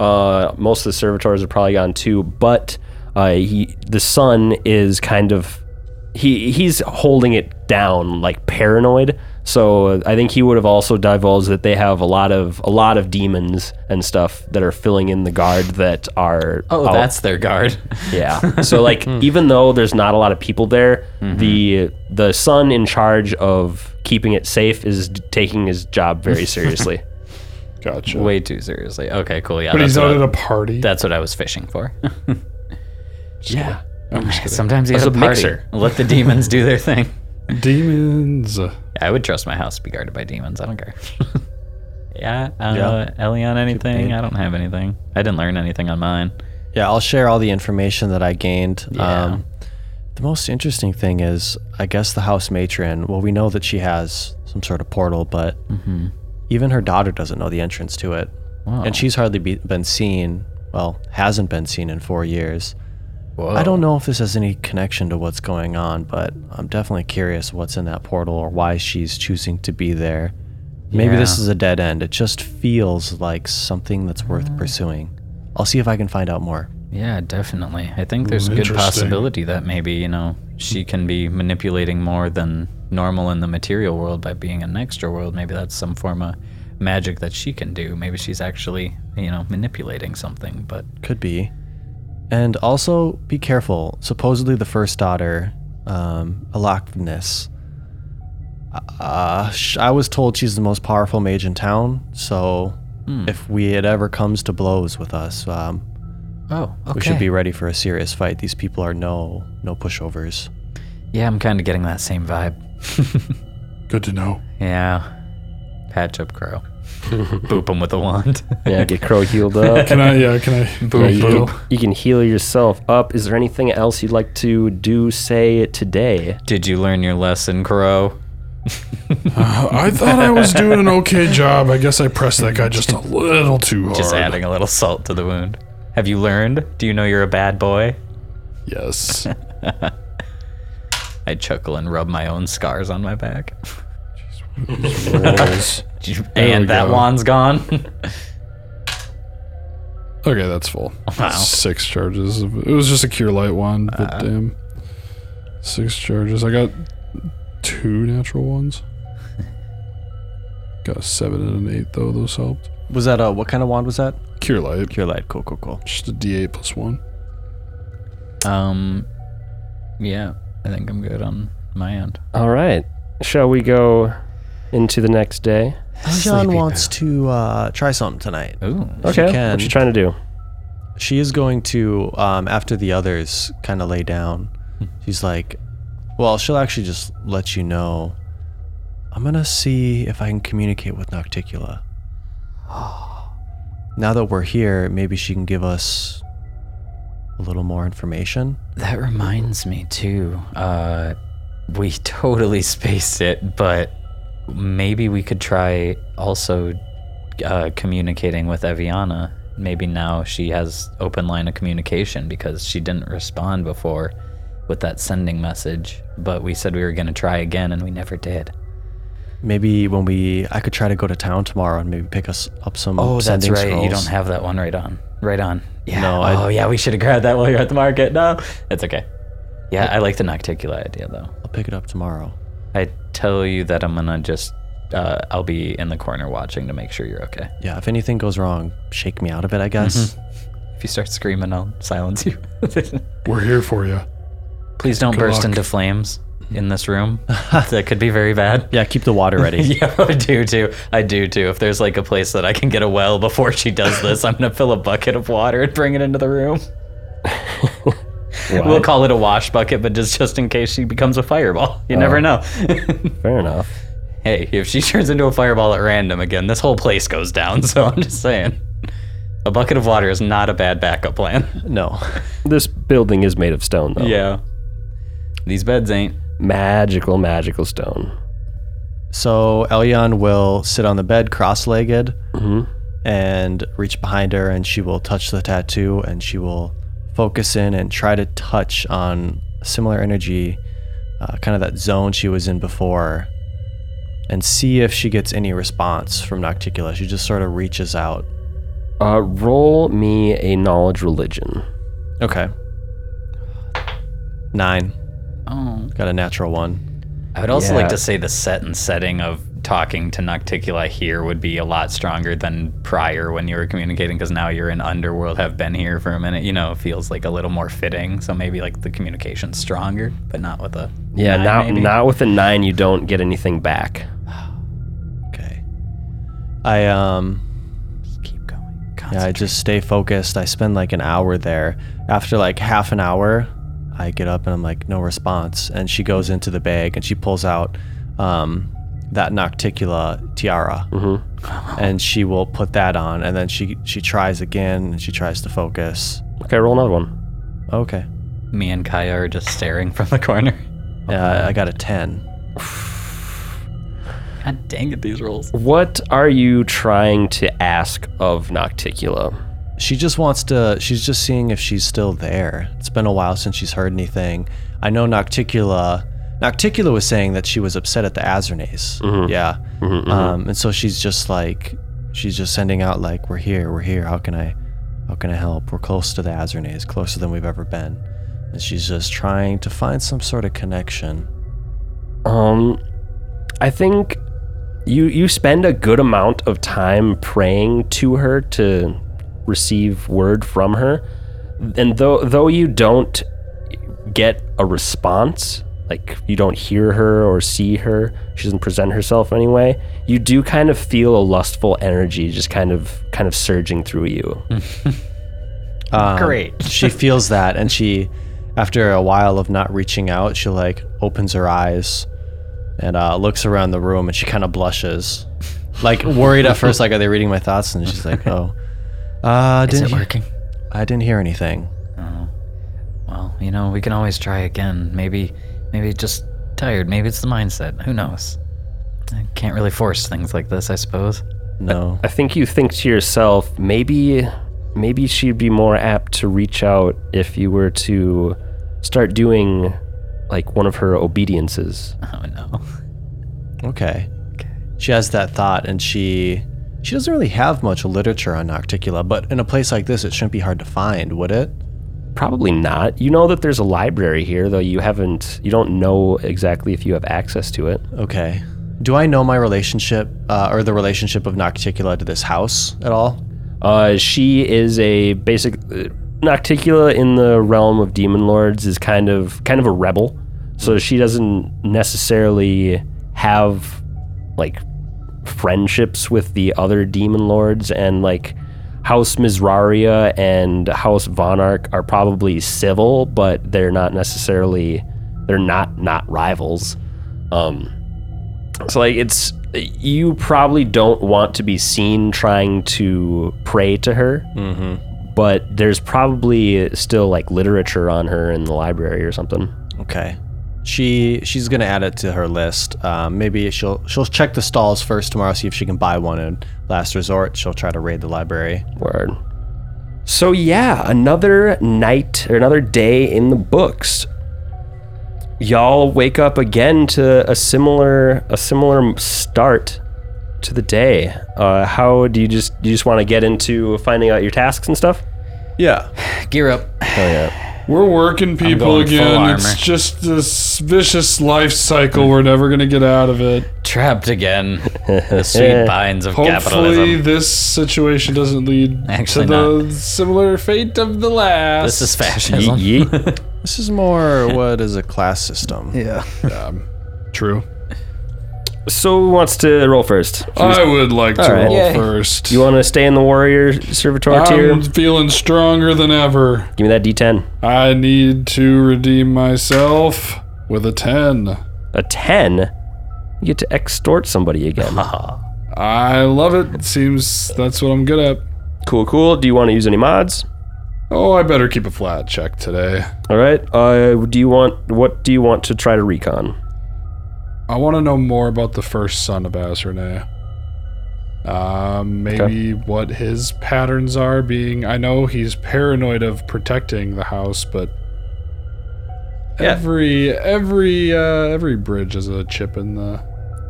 [SPEAKER 1] Uh, most of the servitors are probably gone too, but uh, he, the son is kind of he he's holding it down, like paranoid. So I think he would have also divulged that they have a lot of a lot of demons and stuff that are filling in the guard that are
[SPEAKER 3] Oh,
[SPEAKER 1] out
[SPEAKER 3] that's their guard.
[SPEAKER 1] yeah. So like even though there's not a lot of people there, the the son in charge of keeping it safe is d- taking his job very seriously.
[SPEAKER 2] Gotcha.
[SPEAKER 3] Way too seriously. Okay, cool. Yeah,
[SPEAKER 2] but
[SPEAKER 3] that's
[SPEAKER 2] he's
[SPEAKER 3] what,
[SPEAKER 2] not at a party.
[SPEAKER 3] that's what I was fishing for.
[SPEAKER 1] yeah.
[SPEAKER 3] Sometimes you
[SPEAKER 1] As
[SPEAKER 3] have
[SPEAKER 1] a
[SPEAKER 3] a party.
[SPEAKER 1] mixer.
[SPEAKER 3] Let the demons do their thing.
[SPEAKER 2] Demons.
[SPEAKER 3] I would trust my house to be guarded by demons. I don't care. yeah, uh, Elion, anything? I don't have anything. I didn't learn anything on mine.
[SPEAKER 4] Yeah, I'll share all the information that I gained.
[SPEAKER 3] Yeah.
[SPEAKER 4] Um, the most interesting thing is, I guess the house matron. Well, we know that she has some sort of portal, but even her daughter doesn't know the entrance to it,
[SPEAKER 3] Mm-hmm. Wow.
[SPEAKER 4] and she's hardly be, been seen. Well, hasn't been seen in four years. I don't know if this has any connection to what's going on, but I'm definitely curious what's in that portal or why she's choosing to be there. Maybe this
[SPEAKER 3] Yeah.
[SPEAKER 4] is a dead end. It just feels like something that's
[SPEAKER 3] Ah.
[SPEAKER 4] worth pursuing. I'll see if I can find out more.
[SPEAKER 3] Yeah, definitely. I think there's a good
[SPEAKER 2] interesting.
[SPEAKER 3] possibility that maybe, you know, she can be manipulating more than normal in the material world by being in an extra world. Maybe that's some form of magic that she can do. Maybe she's actually, you know, manipulating something. But
[SPEAKER 4] Could be. And also be careful. Supposedly the first daughter, um, Alakness. Uh, sh- I was told she's the most powerful mage in town, so if we it ever comes to blows with us, um,
[SPEAKER 3] oh, okay.
[SPEAKER 4] we should be ready for a serious fight. These people are no no pushovers.
[SPEAKER 3] Yeah, I'm kind of getting that same vibe.
[SPEAKER 2] Good to know.
[SPEAKER 3] Yeah. Patch up Crow. Boop him with a wand.
[SPEAKER 1] Yeah, get Crow healed up.
[SPEAKER 2] Can I? Yeah. Can I?
[SPEAKER 3] Boop,
[SPEAKER 2] Yeah, you-
[SPEAKER 3] boop.
[SPEAKER 1] You can heal yourself up. Is there anything else you'd like to do, say today?
[SPEAKER 3] Did you learn your lesson, Crow?
[SPEAKER 2] Uh, I thought I was doing an okay job. I guess I pressed that guy just a little too hard.
[SPEAKER 3] Just adding a little salt to the wound. Have you learned? Do you know you're a bad boy?
[SPEAKER 2] Yes.
[SPEAKER 3] I chuckle and rub my own scars on my back.
[SPEAKER 2] Rolls. we
[SPEAKER 3] and that
[SPEAKER 2] go.
[SPEAKER 3] wand's gone.
[SPEAKER 2] Okay, that's full.
[SPEAKER 3] Wow. Uh.
[SPEAKER 2] Six charges. of- It was just a cure light one, but damn. Six charges. I got two natural ones. Got a seven and an eight though. Those helped.
[SPEAKER 4] Was that a what kind of wand was that?
[SPEAKER 2] Cure light.
[SPEAKER 4] Pure light. Cool, cool, cool.
[SPEAKER 2] Just a D8 plus one.
[SPEAKER 3] um, yeah, I think I'm good on my end.
[SPEAKER 1] All right. Shall we go into the next day?
[SPEAKER 4] John wants to uh, try something tonight.
[SPEAKER 3] Ooh,
[SPEAKER 1] Okay.
[SPEAKER 4] can.
[SPEAKER 1] What you trying to do?
[SPEAKER 4] She is going to, um, after the others kind of lay down,
[SPEAKER 3] Hmm.
[SPEAKER 4] she's like, well, she'll actually just let you know. I'm going to see if I can communicate with Nocticula. Now that we're here, maybe she can give us a little more information.
[SPEAKER 3] that reminds me too. Uh, we totally spaced it, but maybe we could try also uh, communicating with Eviana. Maybe now she has open line of communication because she didn't respond before with that sending message. But we said we were going to try again, and we never did.
[SPEAKER 4] Maybe when we, I could try to go to town tomorrow and maybe pick us up some.
[SPEAKER 3] Oh, that's
[SPEAKER 4] sending
[SPEAKER 3] right. You
[SPEAKER 4] scrolls.
[SPEAKER 3] don't have that one right on. Right on. Yeah.
[SPEAKER 4] No, I-
[SPEAKER 3] oh, yeah. We should have grabbed that while you're at the market. No, that's okay. Yeah, I like the Nocticula idea though.
[SPEAKER 4] I'll pick it up tomorrow.
[SPEAKER 3] I tell you that I'm gonna just. Uh, I'll be in the corner watching to make sure you're okay.
[SPEAKER 4] Yeah, if anything goes wrong, shake me out of it, I guess.
[SPEAKER 3] Mm-hmm. If you start screaming, I'll silence you.
[SPEAKER 2] We're here for you.
[SPEAKER 3] Please don't burst
[SPEAKER 2] luck.
[SPEAKER 3] into flames in this room. that could be very bad.
[SPEAKER 4] Yeah, keep the water ready.
[SPEAKER 3] Yeah, I do too. I do too. If there's like a place that I can get a well before she does this, I'm gonna fill a bucket of water and bring it into the room. We'll call it a wash bucket, but just just in case she becomes a fireball, you never know.
[SPEAKER 1] Fair enough.
[SPEAKER 3] hey, if she turns into a fireball at random again, this whole place goes down. So I'm just saying, a bucket of water is not a bad backup plan.
[SPEAKER 4] No.
[SPEAKER 1] This building is made of stone, though.
[SPEAKER 3] yeah, these beds ain't.
[SPEAKER 1] Magical, magical stone.
[SPEAKER 4] So Elion will sit on the bed
[SPEAKER 1] Mm-hmm.
[SPEAKER 4] cross-legged and reach behind her, and she will touch the tattoo, and she will focus in and try to touch on similar energy, uh, kind of that zone she was in before, and see if she gets any response from Nocticula. She just sort of reaches out.
[SPEAKER 1] Uh, roll me a knowledge religion.
[SPEAKER 4] Okay. Nine.
[SPEAKER 3] Oh.
[SPEAKER 4] Got a natural one.
[SPEAKER 3] I would also
[SPEAKER 1] Yeah.
[SPEAKER 3] like to say the set and setting of talking to Nocticula here would be a lot stronger than prior when you were communicating because now you're in Underworld, have been here for a minute. You know, it feels like a little more fitting. So maybe like the communication's stronger, but not with a.
[SPEAKER 1] Yeah,
[SPEAKER 3] nine,
[SPEAKER 1] not
[SPEAKER 3] maybe.
[SPEAKER 1] not with a nine, you don't get anything back.
[SPEAKER 4] Okay. I um.
[SPEAKER 3] Just keep going.
[SPEAKER 4] Yeah, I
[SPEAKER 3] Concentrate.
[SPEAKER 4] just stay focused. I spend like an hour there. After like half an hour, I get up and I'm like, no response. And she goes into the bag and she pulls out um, that Nocticula tiara, and she will put that on. And then she she tries again and she tries to focus.
[SPEAKER 1] Okay, roll another one.
[SPEAKER 4] Okay,
[SPEAKER 3] Me and Kaya are just staring from the corner.
[SPEAKER 4] uh, I got a ten.
[SPEAKER 3] God dang it, these rolls.
[SPEAKER 1] What are you trying to ask of Nocticula?
[SPEAKER 4] She just wants to. She's just seeing if she's still there. It's been a while since she's heard anything. I know Nocticula. Nocticula was saying that she was upset at the Azernase. Yeah. Um, and so she's just like, she's just sending out like, "We're here. We're here. How can I, how can I help? We're close to the Azernase, closer than we've ever been." And she's just trying to find some sort of connection.
[SPEAKER 1] Um, I think you you spend a good amount of time praying to her to receive word from her, and though though you don't get a response, like you don't hear her or see her, she doesn't present herself anyway. You do kind of feel a lustful energy just kind of kind of surging through you.
[SPEAKER 4] Um,
[SPEAKER 3] Great.
[SPEAKER 4] she feels that, and she, after a while of not reaching out, she like opens her eyes, and uh, looks around the room, and she kind of blushes, like worried at first, like are they reading my thoughts? And she's like, oh, uh,
[SPEAKER 3] Is
[SPEAKER 4] didn't
[SPEAKER 3] it
[SPEAKER 4] he-
[SPEAKER 3] working?
[SPEAKER 4] I didn't hear anything.
[SPEAKER 3] Oh. Well, you know, we can always try again. Maybe, maybe just tired. Maybe it's the mindset. Who knows? I can't really force things like this, I suppose.
[SPEAKER 4] No.
[SPEAKER 1] I think you think to yourself, maybe maybe she'd be more apt to reach out if you were to start doing like one of her obediences.
[SPEAKER 3] Oh no.
[SPEAKER 4] Okay. She has that thought, and she she doesn't really have much literature on Nocticula, but in a place like this, it shouldn't be hard to find, would it?
[SPEAKER 1] Probably not. You know that there's a library here, though you haven't you don't know exactly if you have access to it.
[SPEAKER 4] Okay. Do I know my relationship uh, or the relationship of Nocticula to this house at all?
[SPEAKER 1] Uh, she is a basic uh, Nocticula in the realm of demon lords is kind of kind of a rebel, so she doesn't necessarily have like friendships with the other demon lords and like House Mizraria and House Vonarch are probably civil, but they're not necessarily they're not not rivals. Um, so like it's you probably don't want to be seen trying to pray to her. Mm-hmm. But there's probably still like literature on her in the library or something.
[SPEAKER 4] Okay. She she's gonna add it to her list. Um, maybe she'll she'll check the stalls first tomorrow, see if she can buy one. And last resort, she'll try to raid the library.
[SPEAKER 1] Word. So yeah, another night or another day in the books. Y'all wake up again to a similar a similar start to the day. Uh, how do you just you just want to get into finding out your tasks and stuff?
[SPEAKER 4] Yeah.
[SPEAKER 3] Gear up.
[SPEAKER 2] We're working people
[SPEAKER 3] going full
[SPEAKER 2] again.
[SPEAKER 3] armor.
[SPEAKER 2] It's just this vicious life cycle. We're never going to get out of it.
[SPEAKER 3] Trapped again. The sweet binds of
[SPEAKER 2] Hopefully,
[SPEAKER 3] capitalism.
[SPEAKER 2] this situation doesn't lead
[SPEAKER 3] Actually
[SPEAKER 2] to the similar fate of the last.
[SPEAKER 3] This is
[SPEAKER 1] Ye-
[SPEAKER 3] fascism.
[SPEAKER 1] ye-
[SPEAKER 4] This is more what is a class system.
[SPEAKER 3] Yeah.
[SPEAKER 2] true.
[SPEAKER 1] So who wants to roll first?
[SPEAKER 2] I would like to
[SPEAKER 1] All right.
[SPEAKER 2] roll
[SPEAKER 1] Yay.
[SPEAKER 2] first.
[SPEAKER 1] You want to stay in the warrior servitor
[SPEAKER 3] Um,
[SPEAKER 1] tier?
[SPEAKER 2] I'm feeling stronger than ever.
[SPEAKER 1] Give me that D10.
[SPEAKER 2] I need to redeem myself with a 10.
[SPEAKER 1] A 10. You get to extort somebody again.
[SPEAKER 2] I love it. Seems that's what I'm good at.
[SPEAKER 1] cool, cool. Do you want to use any mods?
[SPEAKER 2] Oh, I better keep a flat check today.
[SPEAKER 1] All right. Uh, do you want? What do you want to try to recon?
[SPEAKER 2] I want to know more about the first son of Azrene. Um, maybe what his patterns are being. I know he's paranoid of protecting the house, but
[SPEAKER 1] Yeah.
[SPEAKER 2] every every uh, every bridge has a chip in the.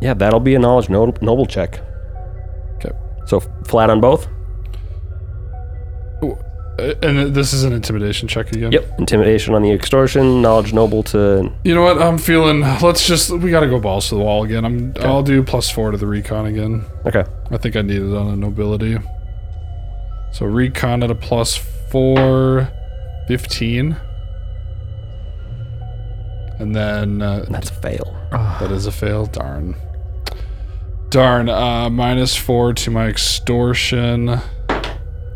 [SPEAKER 1] Yeah, that'll be a knowledge noble, noble check.
[SPEAKER 2] Okay.
[SPEAKER 1] So f- flat on both.
[SPEAKER 2] Oh, uh, And this is an intimidation check again.
[SPEAKER 1] Yep. Intimidation on the extortion. Knowledge noble to.
[SPEAKER 2] You know what? I'm feeling. Let's just. We gotta go balls to the wall again. I'm. I'll do plus four to the recon again.
[SPEAKER 1] Okay.
[SPEAKER 2] I think I need it on a nobility. So recon at a plus four, 15. And then uh,
[SPEAKER 1] That's a fail.
[SPEAKER 2] that is a fail. Darn. Darn. Uh, minus four to my extortion.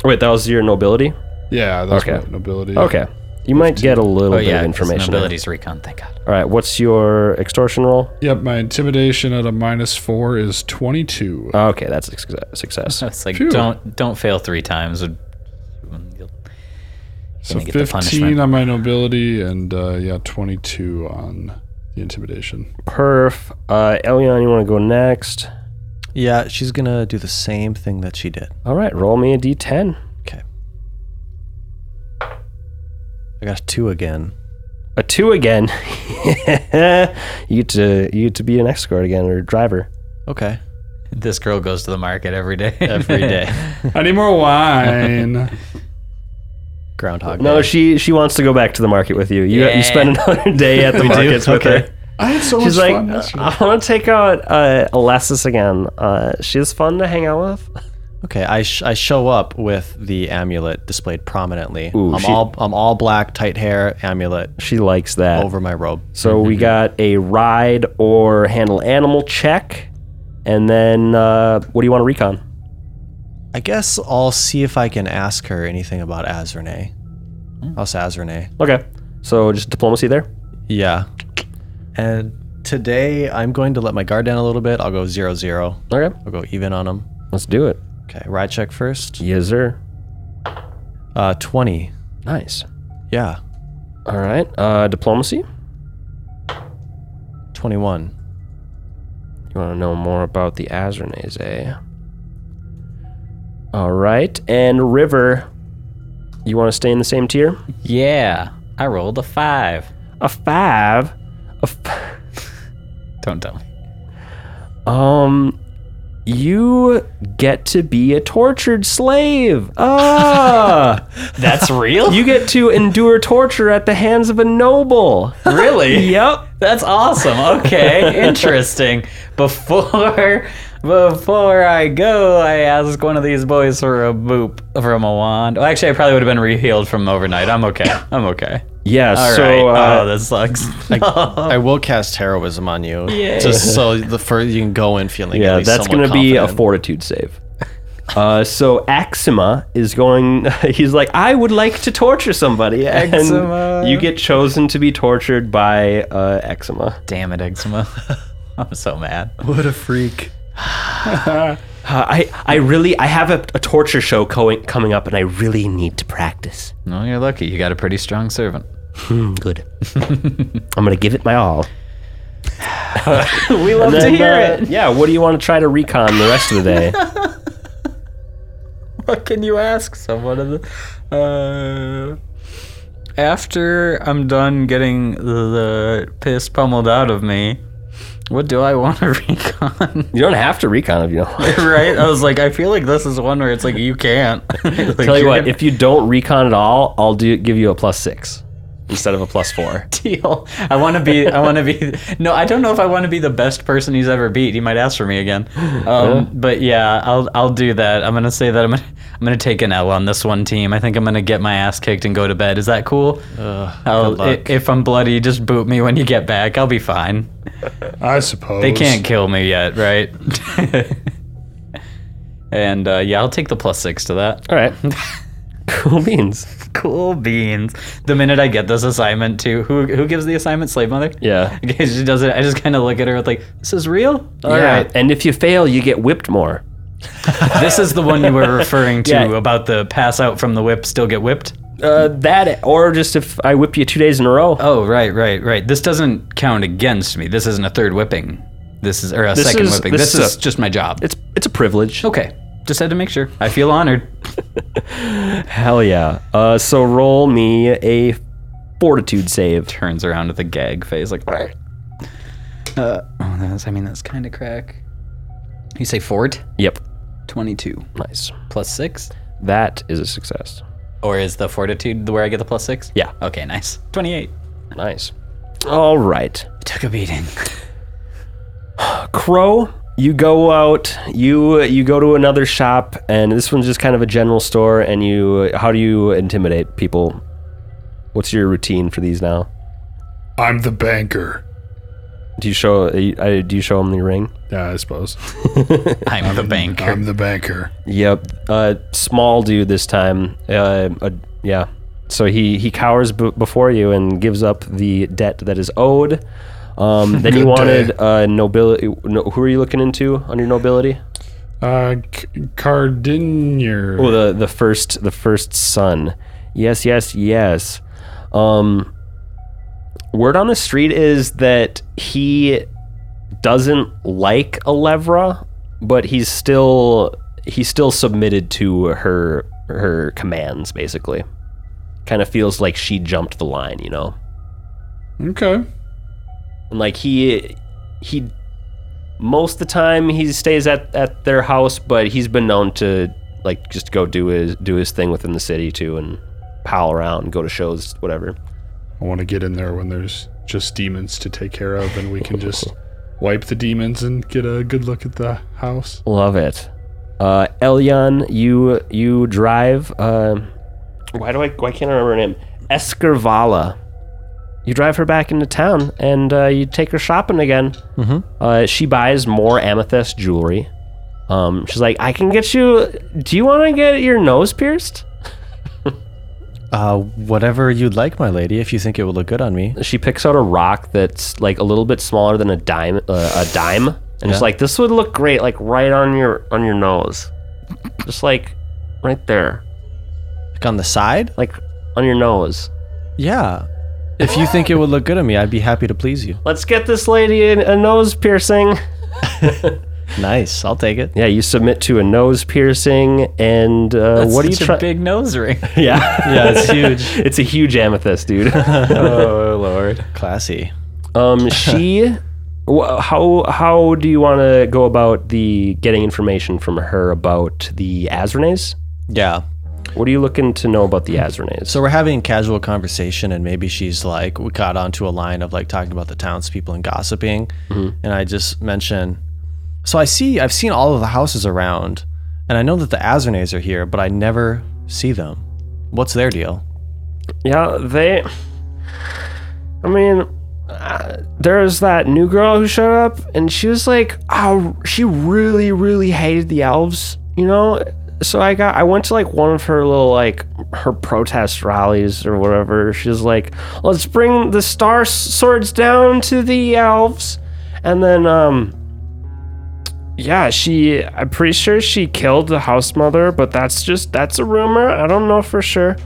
[SPEAKER 1] Wait, that was your nobility.
[SPEAKER 2] Yeah, that's
[SPEAKER 1] Okay.
[SPEAKER 2] my nobility.
[SPEAKER 1] Okay. You might get a little
[SPEAKER 3] Oh
[SPEAKER 1] bit
[SPEAKER 3] yeah,
[SPEAKER 1] of
[SPEAKER 3] information.
[SPEAKER 1] information. there.
[SPEAKER 3] Abilities recon. Thank God.
[SPEAKER 1] All right. What's your extortion roll?
[SPEAKER 2] Yep, my intimidation at a minus four is
[SPEAKER 3] Oh,
[SPEAKER 2] 22.
[SPEAKER 1] Okay, that's a succe- success.
[SPEAKER 3] It's like
[SPEAKER 2] Phew.
[SPEAKER 3] don't don't fail three times. would-
[SPEAKER 2] so
[SPEAKER 3] get the
[SPEAKER 2] 15
[SPEAKER 3] punishment.
[SPEAKER 2] on my nobility and uh, yeah, 22 on the intimidation.
[SPEAKER 1] Perf. Uh, Elion, you want to go next?
[SPEAKER 4] Yeah, she's gonna do the same thing that she did.
[SPEAKER 1] All right. Roll me a d10.
[SPEAKER 4] Okay. I got a two again.
[SPEAKER 1] A two again. you to you to be an escort again or driver.
[SPEAKER 4] Okay.
[SPEAKER 3] This girl goes to the market every day.
[SPEAKER 4] Every day.
[SPEAKER 2] I need more wine.
[SPEAKER 4] Groundhog.
[SPEAKER 1] No,
[SPEAKER 4] Day.
[SPEAKER 1] she she wants to go back to the market with you. You
[SPEAKER 3] Yeah.
[SPEAKER 1] you spend another day at the markets with
[SPEAKER 4] Okay.
[SPEAKER 1] her.
[SPEAKER 2] I had so
[SPEAKER 1] She's
[SPEAKER 2] much
[SPEAKER 1] like,
[SPEAKER 2] fun.
[SPEAKER 1] "Uh,
[SPEAKER 2] yesterday."
[SPEAKER 1] I want to take out uh, Alessis again. Uh, she's fun to hang out with.
[SPEAKER 4] Okay, I, sh- I show up with the amulet displayed prominently.
[SPEAKER 1] Ooh,
[SPEAKER 4] I'm
[SPEAKER 1] she-
[SPEAKER 4] all I'm all black, tight hair, amulet
[SPEAKER 1] She likes that.
[SPEAKER 4] over Mm-hmm. my robe.
[SPEAKER 1] So we got a ride or handle animal check, and then uh, what do you want to recon?
[SPEAKER 4] I guess I'll see if I can ask her anything about Azrene.
[SPEAKER 1] Hmm.
[SPEAKER 4] How's Azrene?
[SPEAKER 1] Okay, so just diplomacy there.
[SPEAKER 4] Yeah. And today I'm going to let my guard down a little bit. I'll go zero zero.
[SPEAKER 1] Okay,
[SPEAKER 4] I'll go even on them.
[SPEAKER 1] let's do it.
[SPEAKER 4] Okay, ride check first.
[SPEAKER 1] Yes, sir.
[SPEAKER 4] Uh, twenty.
[SPEAKER 1] Nice.
[SPEAKER 4] Yeah,
[SPEAKER 1] All right, uh, diplomacy.
[SPEAKER 4] twenty-one.
[SPEAKER 1] You want to know more about the Azernes, eh? All right, and River, you want to stay in the same tier?
[SPEAKER 3] yeah, I rolled a five.
[SPEAKER 1] A five. A f-
[SPEAKER 3] Don't tell me.
[SPEAKER 1] um, you get to be a tortured slave. Ah,
[SPEAKER 3] That's real.
[SPEAKER 1] you get to endure torture at the hands of a noble.
[SPEAKER 3] really?
[SPEAKER 1] Yep.
[SPEAKER 3] That's awesome. Okay, interesting. Before before I go, I ask one of these boys for a boop from a wand. Well, actually, I probably would have been rehealed from overnight. I'm okay. I'm okay.
[SPEAKER 1] Yeah.
[SPEAKER 3] All right.
[SPEAKER 1] so uh,
[SPEAKER 3] oh, that sucks.
[SPEAKER 4] I will cast heroism on you,
[SPEAKER 3] Yay.
[SPEAKER 4] just so the first you can go in feeling. at
[SPEAKER 1] Yeah,
[SPEAKER 4] least
[SPEAKER 1] that's
[SPEAKER 4] going
[SPEAKER 1] going
[SPEAKER 4] to
[SPEAKER 1] to be a fortitude save. Uh, so Axima is going. He's like, I would like to torture somebody, and
[SPEAKER 3] Axima.
[SPEAKER 1] you get chosen to be tortured by uh, Axima.
[SPEAKER 3] Damn it, eczema. I'm so mad.
[SPEAKER 4] What a freak!
[SPEAKER 1] Uh, I, I really, I have a, a torture show co- coming up, and I really need to practice.
[SPEAKER 3] No, you're lucky. You got a pretty strong servant.
[SPEAKER 1] Hmm, good. I'm gonna give it my all.
[SPEAKER 3] We love
[SPEAKER 1] Then, uh, Yeah. What do you want to try to recon the rest of the day?
[SPEAKER 3] What can you ask someone? In the, uh, after I'm done getting the, the piss pummeled out of me, what do I want to recon?
[SPEAKER 1] you don't have to recon if you don't. want.
[SPEAKER 3] right? I was like, I feel like this is one where it's like you can't. Like,
[SPEAKER 1] Tell you
[SPEAKER 3] you're
[SPEAKER 1] what,
[SPEAKER 3] gonna-
[SPEAKER 1] if you don't recon at all, I'll do give you a plus six instead of a plus four.
[SPEAKER 3] deal. I want to be. I want to be. No, I don't know if I want to be the best person he's ever beat. He might ask for me again. Um, But yeah, I'll I'll do that. I'm gonna say that I'm gonna I'm gonna take an L on this one team. I think I'm gonna get my ass kicked and go to bed. Is that cool? I'll,
[SPEAKER 4] good luck.
[SPEAKER 3] i- if I'm bloody, just boot me when you get back. I'll be fine.
[SPEAKER 2] I suppose
[SPEAKER 3] They can't kill me yet, right? and uh, yeah, I'll take the plus six to that.
[SPEAKER 1] All right. cool beans.
[SPEAKER 3] Cool beans. The minute I get this assignment, too, who who gives the assignment? Slave mother.
[SPEAKER 1] Yeah.
[SPEAKER 3] Okay, she does it. I just kind of look at her with like, "This is real." All right,
[SPEAKER 1] yeah. And if you fail, you get whipped more.
[SPEAKER 3] this is the one you were referring to
[SPEAKER 1] Yeah.
[SPEAKER 3] about the pass out from the whip, still get whipped.
[SPEAKER 1] Uh, that, or just if I whip you two days in a row.
[SPEAKER 3] Oh, right, right, right. This doesn't count against me. This isn't a third whipping. This is or a
[SPEAKER 1] This
[SPEAKER 3] second
[SPEAKER 1] is-
[SPEAKER 3] whipping.
[SPEAKER 1] this
[SPEAKER 3] This,
[SPEAKER 1] is
[SPEAKER 3] is
[SPEAKER 1] a-
[SPEAKER 3] just my job.
[SPEAKER 1] It's it's a privilege. Oh.
[SPEAKER 3] okay. Just had to make sure. I feel honored.
[SPEAKER 1] Hell yeah. Uh, so roll me a fortitude save.
[SPEAKER 3] Turns around with a gag face, like. Uh, oh, that's. I mean, that's kind of crack. You say Fort
[SPEAKER 1] Yep.
[SPEAKER 3] twenty-two
[SPEAKER 1] Nice.
[SPEAKER 3] plus six,
[SPEAKER 1] That is a success.
[SPEAKER 3] or is the fortitude where I get the plus six?
[SPEAKER 1] Yeah.
[SPEAKER 3] Okay, nice. Twenty-eight.
[SPEAKER 1] Nice. All right.
[SPEAKER 3] Took a beating.
[SPEAKER 1] Crow, you go out, you you go to another shop and this one's just kind of a general store and you how do you intimidate people? What's your routine for these now?
[SPEAKER 2] I'm the banker.
[SPEAKER 1] Do you show uh, do you show them the ring?
[SPEAKER 2] Yeah, I suppose.
[SPEAKER 3] I'm the banker.
[SPEAKER 2] I'm the banker.
[SPEAKER 1] Yep. Uh, small dude this time. Uh, uh, yeah. So he he cowers b- before you and gives up the debt that is owed. Um, then you
[SPEAKER 2] Good
[SPEAKER 1] wanted
[SPEAKER 2] day.
[SPEAKER 1] uh, nobility. No, who are you looking into on your nobility?
[SPEAKER 2] Uh, C- Cardinier.
[SPEAKER 1] Oh, the the first the first son. Yes, yes, yes. Um, word on the street is that he doesn't like Alevra, but he's still he's still submitted to her her commands basically. Kind of feels like she jumped the line, you know.
[SPEAKER 2] Okay.
[SPEAKER 1] And like he he most of the time he stays at at their house, but he's been known to like just go do his do his thing within the city too and pal around, go to shows, whatever.
[SPEAKER 2] I want to get in there when there's just demons to take care of, and we can just wipe the demons and get a good look at the house.
[SPEAKER 1] Love it. Uh Elyon, you you drive uh why do I why can't I remember her name? Eskervala. You drive her back into town and uh, you take her shopping again. Uh, she buys more amethyst jewelry. Um, she's like, I can get you. Do you want to get your nose pierced?
[SPEAKER 4] Uh, whatever you'd like, my lady, if you think it would look good on me.
[SPEAKER 1] She picks out a rock that's like a little bit smaller than a dime, uh, a dime, and it's like, this would look great, like right on your on your nose, just like right there,
[SPEAKER 4] Like on the side?
[SPEAKER 1] like on your nose.
[SPEAKER 4] Yeah. If you think it would look good on me, I'd be happy to please you.
[SPEAKER 1] Let's get this lady a, a nose piercing.
[SPEAKER 4] Nice. I'll take it.
[SPEAKER 1] Yeah, you submit to a nose piercing, and uh, what are you
[SPEAKER 3] Such a
[SPEAKER 1] trying?
[SPEAKER 3] Big nose ring.
[SPEAKER 1] yeah,
[SPEAKER 4] Yeah, it's huge.
[SPEAKER 1] it's a huge amethyst, dude.
[SPEAKER 3] oh lord.
[SPEAKER 4] Classy.
[SPEAKER 1] Um, she. wh- How how do you want to go about the getting information from her about the Azrenes?
[SPEAKER 4] Yeah.
[SPEAKER 1] What are you looking to know about the Azrenes?
[SPEAKER 4] So we're having a casual conversation, and maybe she's like, we got onto a line of like talking about the townspeople and gossiping, and I just mention, so I see, I've seen all of the houses around, and I know that the Azernays are here, but I never see them. What's their deal?
[SPEAKER 1] yeah, they. I mean, uh, there's that new girl who showed up, and she was like, "Oh, she really, really hated the elves," you know. So I got, I went to like one of her little like her protest rallies or whatever. She's like, "Let's bring the star s- swords down to the elves," and then um. Yeah, she. I'm pretty sure she killed the house mother, but that's just that's a rumor. I don't know for sure.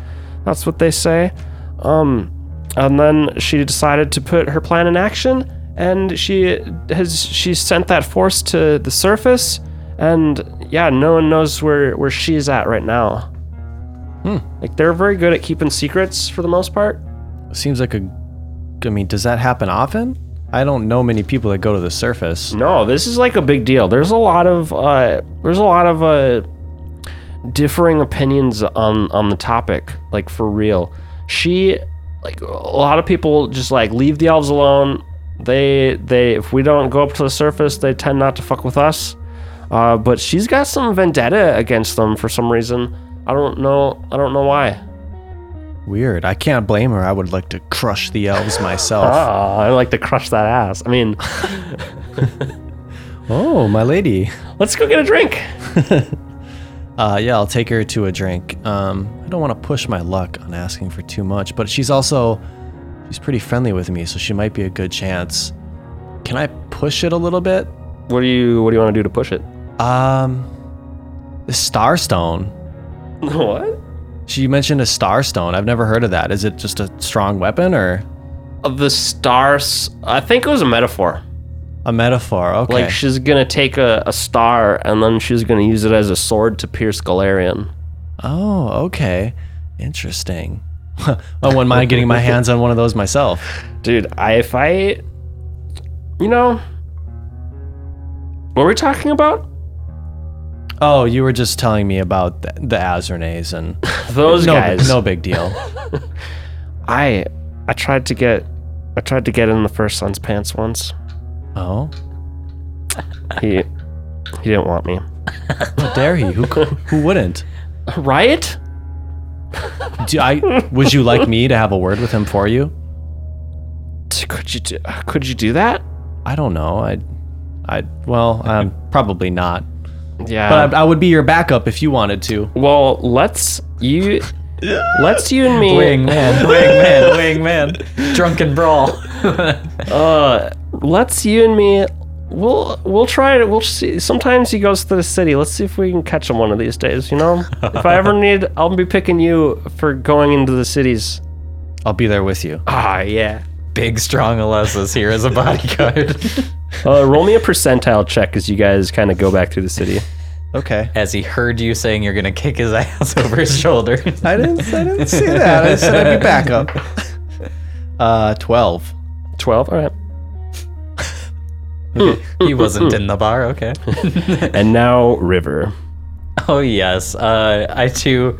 [SPEAKER 1] That's what they say. Um, and then she decided to put her plan in action, and she has she sent that force to the surface, and yeah, no one knows where where she's at right now. Like they're very good at keeping secrets for the most part.
[SPEAKER 4] Seems like a, I mean, does that happen often? I don't know many people that go to the surface.
[SPEAKER 1] No, this is like a big deal. There's a lot of uh, there's a lot of uh, differing opinions on on the topic. Like for real, she like a lot of people just like leave the elves alone. They they if we don't go up to the surface, they tend not to fuck with us. Uh, but she's got some vendetta against them for some reason. I don't know. I don't know why.
[SPEAKER 4] Weird. I can't blame her. I would like to crush the elves myself.
[SPEAKER 1] Ah, I like to crush that ass. I mean,
[SPEAKER 4] oh, my lady.
[SPEAKER 1] let's go get a drink.
[SPEAKER 4] Uh, yeah, I'll take her to a drink. Um, I don't want to push my luck on asking for too much, but she's also she's pretty friendly with me, so she might be a good chance. Can I push it a little bit?
[SPEAKER 1] What do you What do you want to do to push it?
[SPEAKER 4] Um, the Starstone.
[SPEAKER 1] What?
[SPEAKER 4] She mentioned a Starstone. I've never heard of that. Is it just a strong weapon, or
[SPEAKER 1] of the stars. I think it was a metaphor.
[SPEAKER 4] A metaphor. Okay.
[SPEAKER 1] Like she's gonna take a, a star and then she's gonna use it as a sword to pierce Galarian.
[SPEAKER 4] oh, okay. Interesting. I wouldn't mind getting my hands on one of those myself.
[SPEAKER 1] Dude, I if I you know what were we talking about?
[SPEAKER 4] Oh, you were just telling me about the, the Azernays and
[SPEAKER 1] Those
[SPEAKER 4] no,
[SPEAKER 1] guys.
[SPEAKER 4] no big deal.
[SPEAKER 1] I I tried to get I tried to get in the first son's pants once.
[SPEAKER 4] Oh,
[SPEAKER 1] He he didn't want me.
[SPEAKER 4] how dare he? Who cou- who wouldn't?
[SPEAKER 1] Riot?
[SPEAKER 4] Do I? Would you like me to have a word with him for you?
[SPEAKER 1] T- Could you do, could you do that?
[SPEAKER 4] I don't know. I, I well, um, probably not. Um,
[SPEAKER 1] Yeah.
[SPEAKER 4] But I, I would be your backup if you wanted to.
[SPEAKER 1] well, let's you let's you and me
[SPEAKER 3] Wing man, wing man, wing man. Drunken brawl.
[SPEAKER 1] Uh, let's you and me. We'll we'll try it. We'll see. Sometimes he goes to the city. Let's see if we can catch him one of these days. You know, if I ever need, I'll be picking you for going into the cities.
[SPEAKER 4] I'll be there with you.
[SPEAKER 1] Ah, yeah.
[SPEAKER 3] Big strong Alessa's here as a bodyguard.
[SPEAKER 1] Uh, roll me a percentile check as you guys kind of go back through the city.
[SPEAKER 4] Okay.
[SPEAKER 3] as he heard you saying you're gonna kick his ass over his shoulder.
[SPEAKER 4] I didn't. I didn't see that. I said I'd be backup. Uh, twelve.
[SPEAKER 1] Twelve. All right.
[SPEAKER 3] he wasn't in the bar, okay.
[SPEAKER 1] And now River.
[SPEAKER 3] Oh yes. Uh, I too.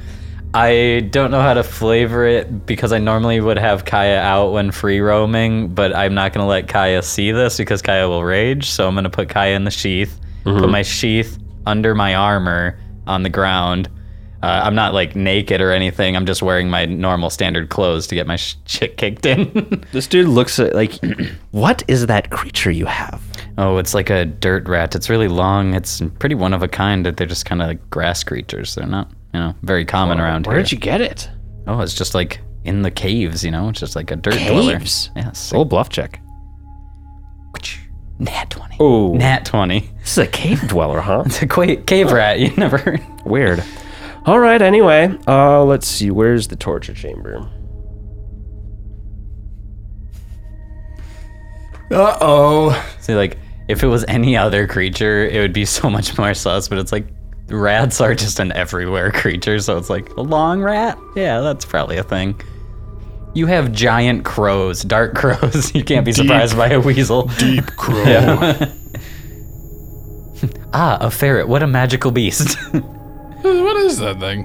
[SPEAKER 3] I don't know how to flavor it because I normally would have Kaya out when free roaming, but I'm not gonna let Kaya see this because Kaya will rage. So I'm gonna put Kaya in the sheath, put my sheath under my armor on the ground. Uh, I'm not like naked or anything. I'm just wearing my normal standard clothes to get my sh- shit kicked in.
[SPEAKER 1] This dude looks at, like, what is that creature you have?
[SPEAKER 3] oh, it's like a dirt rat. It's really long. It's pretty one of a kind. That they're just kind of like grass creatures. They're not, you know, very common around
[SPEAKER 1] Where
[SPEAKER 3] here.
[SPEAKER 1] did you get it?
[SPEAKER 3] Oh, it's just like in the caves, you know? It's just like a dirt
[SPEAKER 1] Caves?
[SPEAKER 3] dweller. Yes.
[SPEAKER 1] Roll bluff check.
[SPEAKER 3] Nat 20.
[SPEAKER 1] Oh,
[SPEAKER 3] Nat 20.
[SPEAKER 1] this is a cave dweller, huh?
[SPEAKER 3] It's a qua- cave rat. You never.
[SPEAKER 1] Weird. All right. Anyway, uh, let's see. Where's the torture chamber?
[SPEAKER 2] Uh oh.
[SPEAKER 3] See, like, if it was any other creature, it would be so much more sus, but it's like rats are just an everywhere creature, so it's like a long rat? Yeah, that's probably a thing. You have giant crows, dark crows. You can't be surprised by a weasel.
[SPEAKER 2] Deep crow.
[SPEAKER 3] Ah, a ferret. What a magical beast.
[SPEAKER 2] what is that thing?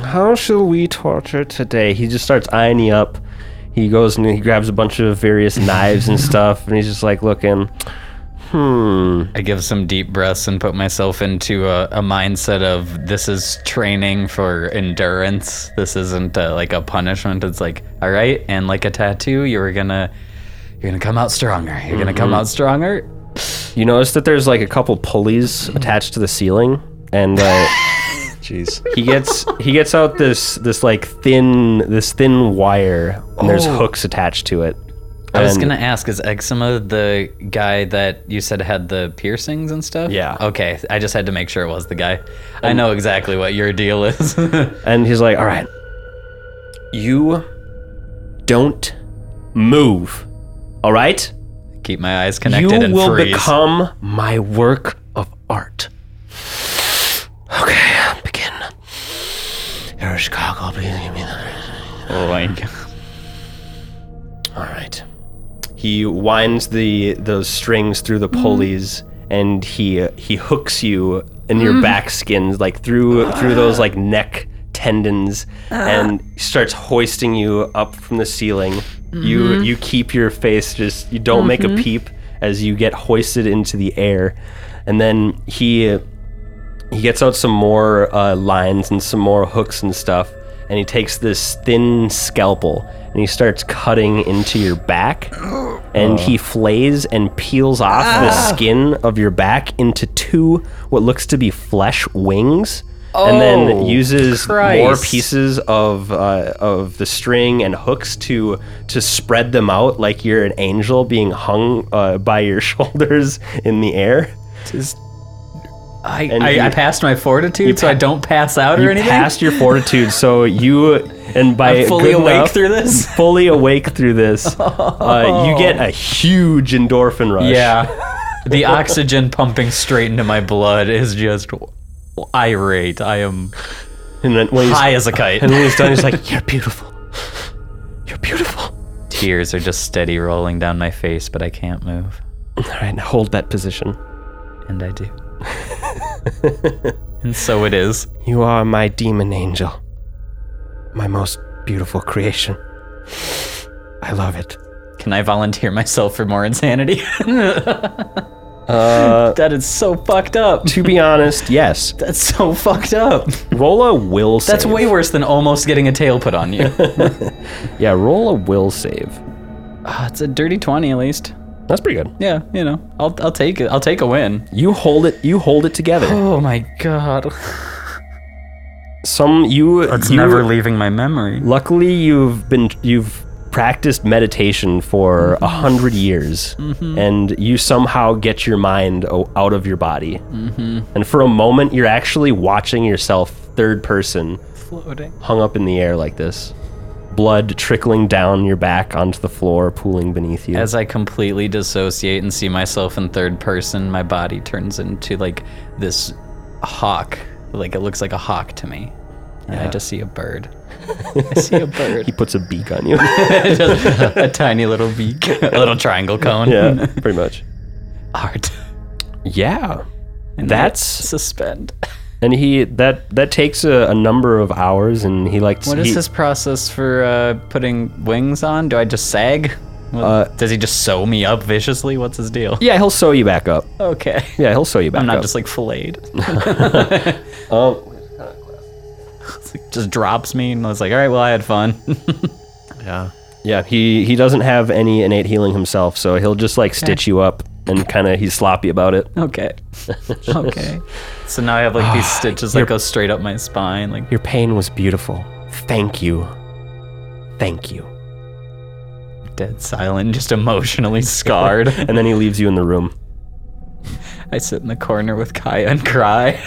[SPEAKER 1] How shall we torture today? He just starts eyeing you up. He goes and he grabs a bunch of various knives and stuff, and he's just like looking. Hmm.
[SPEAKER 3] I give some deep breaths and put myself into a, a mindset of this is training for endurance. This isn't uh like a punishment. It's like, all right, and like a tattoo, you're gonna you're gonna come out stronger. You're gonna
[SPEAKER 2] Mm-hmm.
[SPEAKER 3] come out stronger.
[SPEAKER 1] You notice that there's like a couple pulleys attached to the ceiling, and uh,
[SPEAKER 4] Jeez.
[SPEAKER 1] he gets he gets out this this like thin this thin wire, and there's hooks attached to it.
[SPEAKER 3] Oh. I was
[SPEAKER 1] And-
[SPEAKER 3] gonna ask, is eczema the guy that you said had the piercings and stuff?
[SPEAKER 1] Yeah.
[SPEAKER 3] Okay, I just had to make sure it was the guy. I know exactly what your deal is.
[SPEAKER 1] And he's like, all right, you don't move. All right?
[SPEAKER 3] Keep my eyes connected
[SPEAKER 1] you
[SPEAKER 3] and
[SPEAKER 1] will
[SPEAKER 3] freeze.
[SPEAKER 1] become my work of art. Okay, begin. Erish Coggle, please give me that.
[SPEAKER 3] Oh my God.
[SPEAKER 1] All right. He winds the those strings through the pulleys, and he he hooks you in your back skin, like through through those like neck tendons, and starts hoisting you up from the ceiling. You you keep your face just you don't make a peep as you get hoisted into the air, and then he he gets out some more uh, lines and some more hooks and stuff and he takes this thin scalpel and he starts cutting into your back and he flays and peels off the skin of your back into two what looks to be flesh wings and then uses more
[SPEAKER 3] Christ.
[SPEAKER 1] pieces of uh, of the string and hooks to to spread them out like you're an angel being hung uh, by your shoulders in the air.
[SPEAKER 3] I,
[SPEAKER 1] And
[SPEAKER 3] I,
[SPEAKER 1] you-
[SPEAKER 3] I passed my fortitude, so I don't pass out or
[SPEAKER 1] You
[SPEAKER 3] anything.
[SPEAKER 1] passed your fortitude, so you and by
[SPEAKER 3] I'm fully
[SPEAKER 1] good
[SPEAKER 3] awake
[SPEAKER 1] enough-
[SPEAKER 3] through this? Oh.
[SPEAKER 1] Fully awake through this, uh, you get a huge endorphin rush.
[SPEAKER 3] Yeah. the oxygen pumping straight into my blood is just irate. I am
[SPEAKER 1] and then when he's,
[SPEAKER 3] high as a kite.
[SPEAKER 1] and when he's done, he's like, "You're beautiful. You're beautiful."
[SPEAKER 3] Tears are just steady rolling down my face, but I can't move.
[SPEAKER 1] All right, now hold that position.
[SPEAKER 3] And I do. and so it is.
[SPEAKER 1] You are my demon angel, my most beautiful creation. I love it.
[SPEAKER 3] Can I volunteer myself for more insanity?
[SPEAKER 1] Uh,
[SPEAKER 3] that is so fucked up.
[SPEAKER 1] to be honest, yes.
[SPEAKER 3] That's so fucked up.
[SPEAKER 1] Roll a will save.
[SPEAKER 3] That's way worse than almost getting a tail put on you.
[SPEAKER 1] Yeah, roll a will save.
[SPEAKER 3] Ah, it's a dirty 20 at least.
[SPEAKER 1] That's pretty good.
[SPEAKER 3] Yeah, you know, I'll, I'll take it. I'll take a win.
[SPEAKER 1] You hold it. You hold it together.
[SPEAKER 3] Oh my god.
[SPEAKER 1] Some you.
[SPEAKER 3] It's
[SPEAKER 1] you-
[SPEAKER 3] never leaving my memory.
[SPEAKER 1] Luckily, you've been you've practiced meditation for
[SPEAKER 3] Mm-hmm.
[SPEAKER 1] a hundred years, and you somehow get your mind o- out of your body.
[SPEAKER 3] Mm-hmm.
[SPEAKER 1] And for a moment, you're actually watching yourself, third person,
[SPEAKER 3] Floating.
[SPEAKER 1] hung up in the air like this, blood trickling down your back onto the floor, pooling beneath you.
[SPEAKER 3] As I completely dissociate and see myself in third person, my body turns into like this hawk. Like it looks like a hawk to me. And I just see a bird. I see a bird.
[SPEAKER 1] he puts a beak on you.
[SPEAKER 3] Just a tiny little beak, a little triangle cone.
[SPEAKER 1] yeah, pretty much.
[SPEAKER 3] Art.
[SPEAKER 1] Yeah.
[SPEAKER 3] And
[SPEAKER 1] That's-
[SPEAKER 3] I suspend.
[SPEAKER 1] And he that that takes a, a number of hours, and he likes.
[SPEAKER 3] What is
[SPEAKER 1] he-
[SPEAKER 3] his process for uh, putting wings on? Do I just sag? Well,
[SPEAKER 1] Uh,
[SPEAKER 3] does he just sew me up viciously? What's his deal?
[SPEAKER 1] Yeah, he'll sew you back up.
[SPEAKER 3] Okay.
[SPEAKER 1] Yeah, he'll sew you back
[SPEAKER 3] I'm
[SPEAKER 1] up.
[SPEAKER 3] not just like filleted. It's like, just drops me and I was like, all right, well, I had fun.
[SPEAKER 4] Yeah.
[SPEAKER 1] Yeah, he he doesn't have any innate healing himself, so he'll just like stitch you up and kind of he's sloppy about it.
[SPEAKER 3] okay. okay. So now I have like these stitches that go straight up my spine. Like,
[SPEAKER 1] Your pain was beautiful. Thank you. Thank you.
[SPEAKER 3] dead silent, just emotionally scarred.
[SPEAKER 1] And then he leaves you in the room.
[SPEAKER 3] I sit in the corner with Kaya and cry.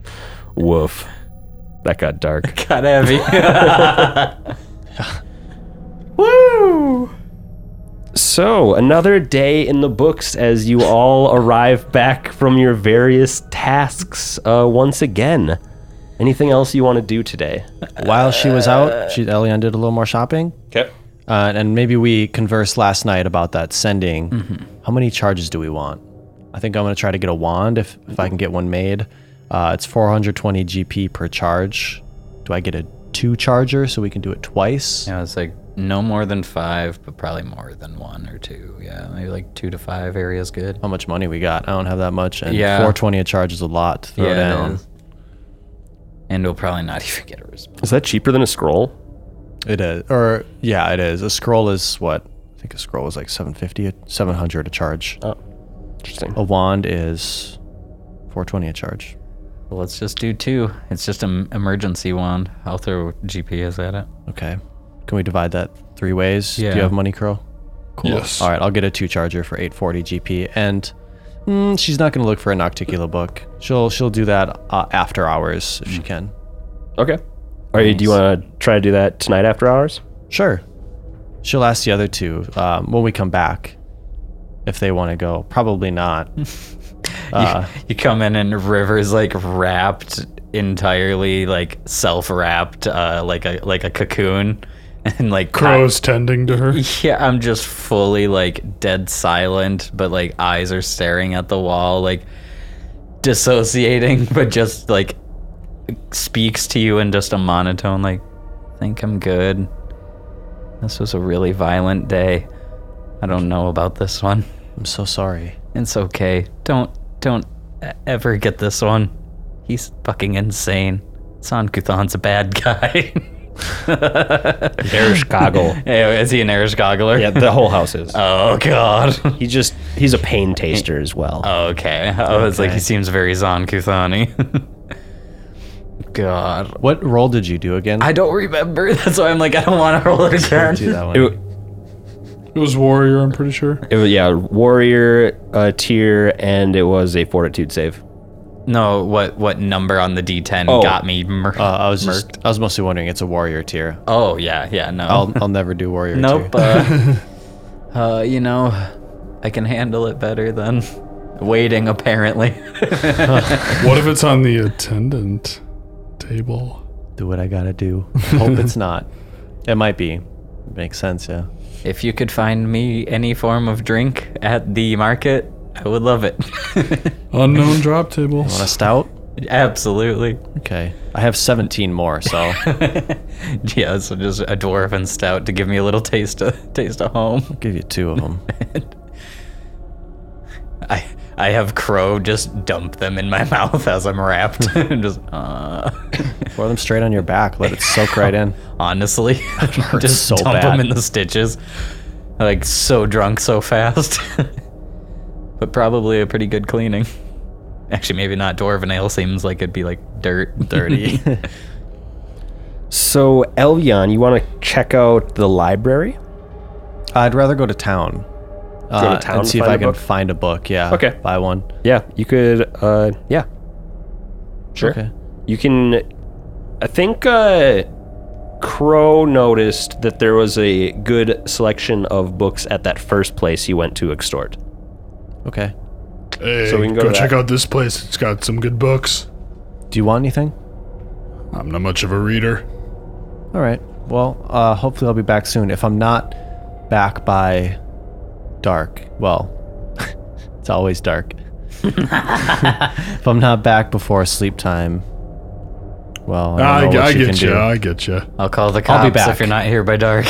[SPEAKER 1] Woof. That got dark.
[SPEAKER 3] Got heavy. Woo!
[SPEAKER 1] So, another day in the books as you all arrive back from your various tasks uh, once again. Anything else you want to do today?
[SPEAKER 4] While she was out, she Elian did a little more shopping.
[SPEAKER 1] Okay.
[SPEAKER 4] Uh, and maybe we conversed last night about that sending.
[SPEAKER 3] Mm-hmm.
[SPEAKER 4] How many charges do we want? I think I'm going to try to get a wand if, if I can get one made. Uh, it's 420 GP per charge. Do I get a two charger so we can do it twice?
[SPEAKER 3] Yeah, it's like no more than five, but probably more than one or two. Yeah, maybe like two to five area is good.
[SPEAKER 4] How much money we got? I don't have that much. And
[SPEAKER 3] Yeah.
[SPEAKER 4] 420 a charge is a lot to throw
[SPEAKER 3] it
[SPEAKER 4] down.
[SPEAKER 3] is. And we'll probably not even get a response.
[SPEAKER 1] Is that cheaper than a scroll?
[SPEAKER 4] It is, or yeah, it is. A scroll is what I think a scroll is like 750, a- 700 a charge.
[SPEAKER 1] Oh, interesting.
[SPEAKER 4] A wand is 420 a charge.
[SPEAKER 3] Well, let's just do two. It's just an emergency wand. I'll throw GPS at it.
[SPEAKER 4] Okay, can we divide that three ways? Do
[SPEAKER 3] Yeah.
[SPEAKER 4] you have money, Crow? Cool.
[SPEAKER 2] Yes.
[SPEAKER 4] All right, I'll get a two charger for 840 GP, and mm, she's not going to look for an Nocticula book. She'll she'll do that uh, after hours if she can.
[SPEAKER 1] Okay. Are you, do you want to try to do that tonight after hours?
[SPEAKER 4] Sure. She'll ask the other two um, when we come back if they want to go. Probably not. Uh,
[SPEAKER 3] You come in and River's like wrapped entirely, like self wrapped, uh, like a like a cocoon, and like
[SPEAKER 2] Crow's tending to her.
[SPEAKER 3] Yeah, I'm just fully like dead silent, but like eyes are staring at the wall, like dissociating, but just like speaks to you in just a monotone, like, think I'm good. This was a really violent day. I don't know about this one.
[SPEAKER 4] I'm so sorry.
[SPEAKER 3] It's okay. Don't don't e- ever get this one. He's fucking insane. Sankuthan's a bad guy.
[SPEAKER 1] Irish goggle.
[SPEAKER 3] Hey, is he an Irish goggler?
[SPEAKER 1] Yeah, the whole house is.
[SPEAKER 3] Oh god.
[SPEAKER 1] Uh, He just he's a pain taster as well.
[SPEAKER 3] Okay. I was like, he seems very Zankuthani. God.
[SPEAKER 4] What roll did you do again?
[SPEAKER 3] I don't remember. That's why I'm like, I don't want to roll it again.
[SPEAKER 4] do that one.
[SPEAKER 1] It, w-
[SPEAKER 2] It was warrior, I'm pretty sure.
[SPEAKER 1] it was yeah, warrior uh, tier, and it was a fortitude save.
[SPEAKER 3] No, what what number on the D10
[SPEAKER 1] Oh.
[SPEAKER 3] got me? Mur-
[SPEAKER 4] Uh, I was just, I was mostly wondering. It's a warrior tier.
[SPEAKER 3] oh yeah, yeah. No,
[SPEAKER 4] I'll, I'll never do warrior
[SPEAKER 3] nope.
[SPEAKER 4] tier.
[SPEAKER 3] Uh, uh, you know, I can handle it better than waiting. Apparently,
[SPEAKER 2] What if it's on the attendant table?
[SPEAKER 4] Do what I gotta do. Hope it's not. It might be. Makes sense. Yeah.
[SPEAKER 3] if you could find me any form of drink at the market, I would love it.
[SPEAKER 2] Unknown drop
[SPEAKER 4] Want a
[SPEAKER 2] tables.
[SPEAKER 4] stout?
[SPEAKER 3] Absolutely.
[SPEAKER 4] Okay. I have 17 more, so
[SPEAKER 3] Yeah, so just a dwarf and stout to give me a little taste of taste of home.
[SPEAKER 4] give you two of them.
[SPEAKER 3] I I have crow just dump them in my mouth as I'm wrapped. just uh,
[SPEAKER 4] Pour them straight on your back. Let it soak right in.
[SPEAKER 3] honestly, just
[SPEAKER 4] so
[SPEAKER 3] dump
[SPEAKER 4] bad.
[SPEAKER 3] them in the stitches. Like so drunk so fast, but probably a pretty good cleaning. Actually, maybe not dwarven ale. Seems like it'd be like dirt, dirty.
[SPEAKER 1] So, Elyon, you want to check out the library?
[SPEAKER 4] I'd rather go to town.
[SPEAKER 1] to
[SPEAKER 4] Uh,
[SPEAKER 1] town
[SPEAKER 4] and
[SPEAKER 1] and
[SPEAKER 4] see if
[SPEAKER 1] find
[SPEAKER 4] I
[SPEAKER 1] a
[SPEAKER 4] can
[SPEAKER 1] book?
[SPEAKER 4] find a book. Yeah.
[SPEAKER 1] Okay.
[SPEAKER 4] Buy one.
[SPEAKER 1] Yeah, you could. Uh, yeah, sure.
[SPEAKER 4] Okay.
[SPEAKER 1] You can. I think uh, Crow noticed that there was a good selection of books at that first place he went to extort.
[SPEAKER 4] Okay.
[SPEAKER 2] Hey,
[SPEAKER 1] So we can go
[SPEAKER 2] go,
[SPEAKER 1] to
[SPEAKER 2] check
[SPEAKER 1] that.
[SPEAKER 2] out this place. It's got some good books.
[SPEAKER 4] Do you want anything?
[SPEAKER 2] I'm not much of a reader.
[SPEAKER 4] All right. Well, uh, hopefully I'll be back soon. If I'm not back by dark, well, it's always dark. if I'm not back before sleep time, well, I,
[SPEAKER 2] I,
[SPEAKER 4] don't know what
[SPEAKER 2] I
[SPEAKER 4] you can
[SPEAKER 2] get you.
[SPEAKER 4] do.
[SPEAKER 2] I get you.
[SPEAKER 3] I'll call the cops
[SPEAKER 4] I'll be
[SPEAKER 3] if
[SPEAKER 4] back.
[SPEAKER 3] you're not here by dark.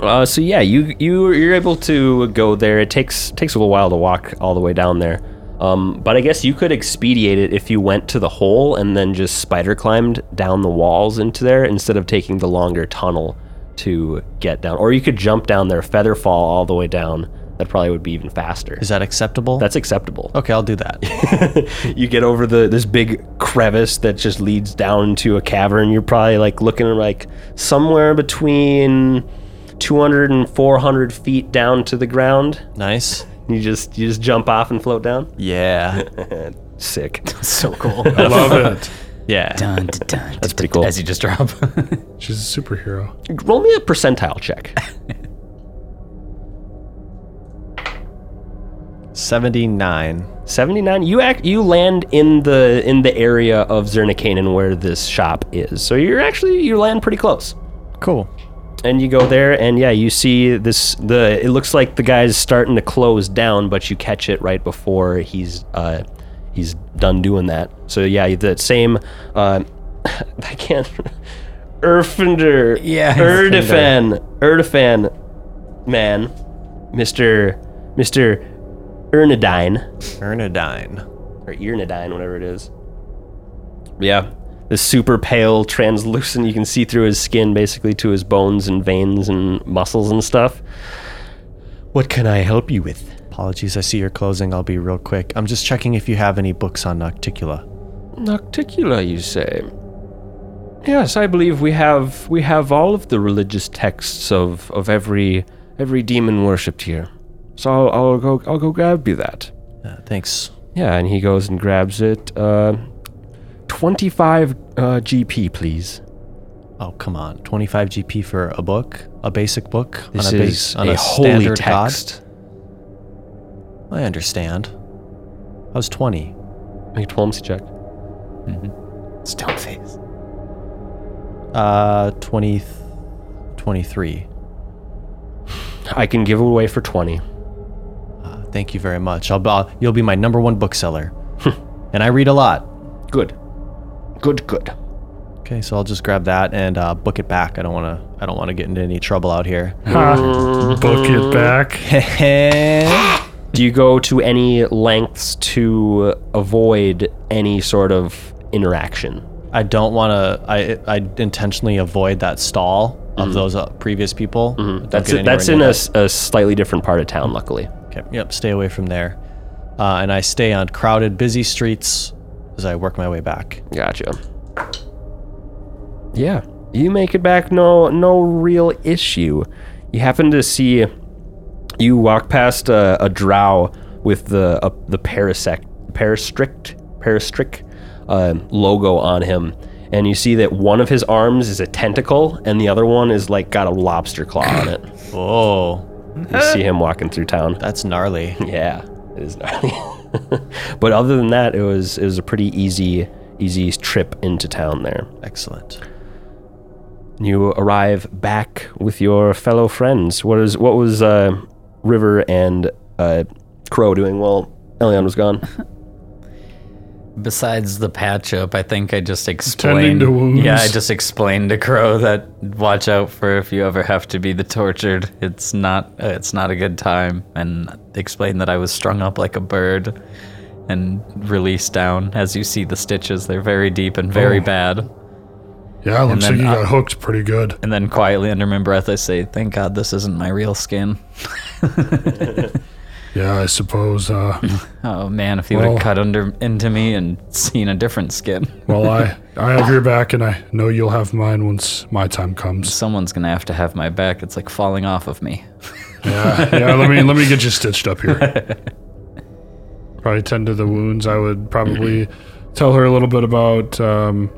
[SPEAKER 1] Uh, so yeah, you you you're able to go there. It takes takes a little while to walk all the way down there. Um, but I guess you could expedite it if you went to the hole and then just spider climbed down the walls into there instead of taking the longer tunnel to get down. Or you could jump down there, feather fall all the way down. That probably would be even faster.
[SPEAKER 4] Is that acceptable?
[SPEAKER 1] That's acceptable.
[SPEAKER 4] okay. I'll do that.
[SPEAKER 1] you get over the this big crevice that just leads down to a cavern. You're probably like looking at like somewhere between 200 and 400 feet down to the ground.
[SPEAKER 4] nice.
[SPEAKER 1] You just you just jump off and float down.
[SPEAKER 4] Yeah.
[SPEAKER 1] Sick.
[SPEAKER 3] so cool.
[SPEAKER 2] I love it.
[SPEAKER 4] Yeah.
[SPEAKER 3] That's
[SPEAKER 1] pretty cool.
[SPEAKER 3] As you just drop.
[SPEAKER 2] She's a superhero.
[SPEAKER 1] Roll me a percentile check.
[SPEAKER 4] 79.
[SPEAKER 1] 79. You act you land in the in the area of Zernikanen where this shop is. So you're actually you land pretty close.
[SPEAKER 4] Cool.
[SPEAKER 1] and you go there and yeah you see this the it looks like the guy's starting to close down but you catch it right before he's uh he's done doing that so yeah the same uh i can't erfinder
[SPEAKER 3] Yeah,
[SPEAKER 1] erdifan erdifan man mr mr ernadine
[SPEAKER 4] Ernadine.
[SPEAKER 1] or Irnadine, whatever it is. Yeah. This super pale, translucent, you can see through his skin basically to his bones and veins and muscles and stuff. What can I help you with?
[SPEAKER 4] Apologies. I see you're closing. I'll be real quick. I'm just checking if you have any books on Nocticula.
[SPEAKER 1] Nocticula, you say? Yes, I believe we have we have all of the religious texts of, of every every demon worshipped here. So I'll, I'll go I'll go grab you that.
[SPEAKER 4] Uh, thanks.
[SPEAKER 1] Yeah, and he goes and grabs it. Uh, Twenty five uh, GP, please.
[SPEAKER 4] Oh come on! Twenty-five GP for a book, a basic book
[SPEAKER 1] This
[SPEAKER 4] on a base,
[SPEAKER 1] is
[SPEAKER 4] on
[SPEAKER 1] a, holy
[SPEAKER 4] standard
[SPEAKER 1] text.
[SPEAKER 4] God? I understand. I was twenty.
[SPEAKER 1] Make a diplomacy check.
[SPEAKER 3] Stone face.
[SPEAKER 4] Uh, 20, 23.
[SPEAKER 1] I can give away for twenty.
[SPEAKER 4] Uh, thank you very much. I'll, be- I'll you'll be my number one bookseller, and I read a lot.
[SPEAKER 1] Good. Good. Good.
[SPEAKER 4] Okay, so I'll just grab that and uh, book it back. I don't want to. I don't want to get into any trouble out here.
[SPEAKER 2] Book it back.
[SPEAKER 1] Do you go to any lengths to avoid any sort of interaction?
[SPEAKER 4] I don't want to. I I intentionally avoid that stall of those uh, previous people. Don't
[SPEAKER 1] Mm-hmm. That's
[SPEAKER 4] get
[SPEAKER 1] it, that's
[SPEAKER 4] anywhere
[SPEAKER 1] in
[SPEAKER 4] near
[SPEAKER 1] a, s-
[SPEAKER 4] that.
[SPEAKER 1] a slightly different part of town, luckily.
[SPEAKER 4] Okay. Yep. Stay away from there. Uh, and I stay on crowded, busy streets as I work my way back.
[SPEAKER 1] Gotcha. Yeah, you make it back. No, no real issue. You happen to see you walk past a, a drow with the a, the parasect peristrict peristric uh, logo on him, and you see that one of his arms is a tentacle, and the other one is like got a lobster claw on it.
[SPEAKER 4] Whoa,
[SPEAKER 1] You see him walking through town.
[SPEAKER 4] that's gnarly.
[SPEAKER 1] Yeah, it is gnarly. but other than that, it was it was a pretty easy easy trip into town there.
[SPEAKER 4] Excellent.
[SPEAKER 1] You arrive back with your fellow friends. What is what was uh, River and uh, Crow doing while Elion was gone?
[SPEAKER 3] Besides the patch up, I think I just
[SPEAKER 2] Tending
[SPEAKER 3] explained.
[SPEAKER 2] to wounds.
[SPEAKER 3] Yeah, I just explained to Crow that watch out for if you ever have to be the tortured. It's not uh, it's not a good time, and explained that I was strung up like a bird and released down. As you see the stitches, they're very deep and very
[SPEAKER 2] Oh.
[SPEAKER 3] bad.
[SPEAKER 2] Yeah, looks
[SPEAKER 3] then
[SPEAKER 2] like you
[SPEAKER 3] I-
[SPEAKER 1] uh,
[SPEAKER 2] got hooked pretty good.
[SPEAKER 3] And then quietly under my breath, I say, "Thank God this isn't my real skin."
[SPEAKER 2] Yeah, I suppose. Uh,
[SPEAKER 3] Oh man, if he would have
[SPEAKER 2] Well-
[SPEAKER 3] cut under into me and seen a different skin,
[SPEAKER 2] well, I I have your back, and I know you'll have mine once my time comes.
[SPEAKER 3] someone's gonna have to have my back. It's like falling off of me.
[SPEAKER 2] Yeah, yeah. Let me let me get you stitched up here. Probably tend to the wounds. I would probably tell her a little bit about, um,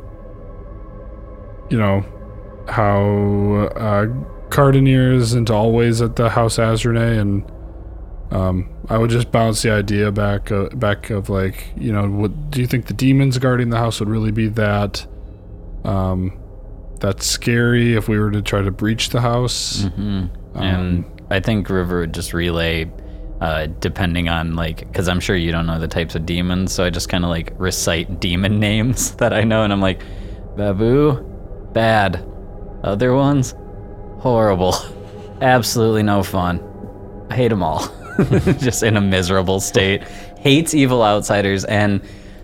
[SPEAKER 2] you know, how uh, Cardinier isn't always at the House Azrene, and um, I would just bounce the idea back uh, back of like, you know, what do you think the demons guarding the house would really be that? Um, that's scary if we were to try to breach the house.
[SPEAKER 3] and I think River would just relay, uh, depending on like, because I'm sure you don't know the types of demons, so I just kind of like recite demon names that I know, and I'm like, Babu, bad, other ones, horrible, absolutely no fun. I hate them all. just in a miserable state. Hates evil outsiders and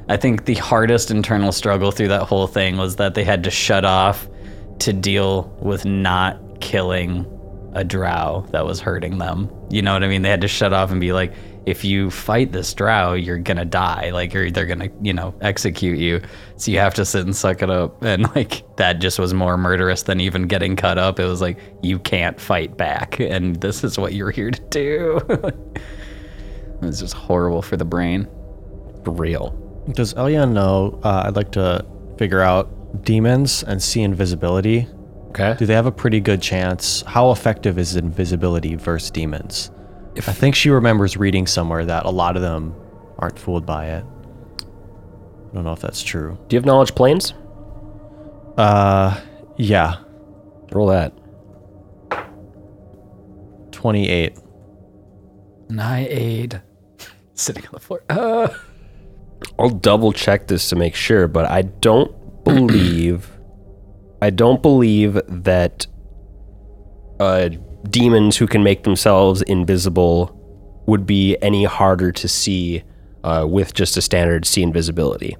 [SPEAKER 3] I think the hardest internal struggle through that whole thing was that they had to shut off to deal with not killing a drow that was hurting them. You know what I mean? They had to shut off and be like, if you fight this drow, you're gonna die. Like you're either gonna, you know, execute you. So you have to sit and suck it up. And like that just was more murderous than even getting cut up. It was like you can't fight back, and this is what you're here to do. it was just horrible for the brain.
[SPEAKER 1] Real.
[SPEAKER 4] Does Elian know? Uh, I'd like to figure out demons and see invisibility.
[SPEAKER 1] Okay.
[SPEAKER 4] Do they have a pretty good chance? How effective is invisibility versus demons? I think she remembers reading somewhere that a lot of them aren't fooled by it. I don't know if that's true.
[SPEAKER 1] Do you have knowledge planes?
[SPEAKER 4] Uh, yeah,
[SPEAKER 1] Roll that.
[SPEAKER 4] 28.
[SPEAKER 3] And I aid sitting on the floor. Ah.
[SPEAKER 1] I'll double check this to make sure, but I don't believe I don't believe that uh, demons who can make themselves invisible would be any harder to see uh, with just a standard see invisibility.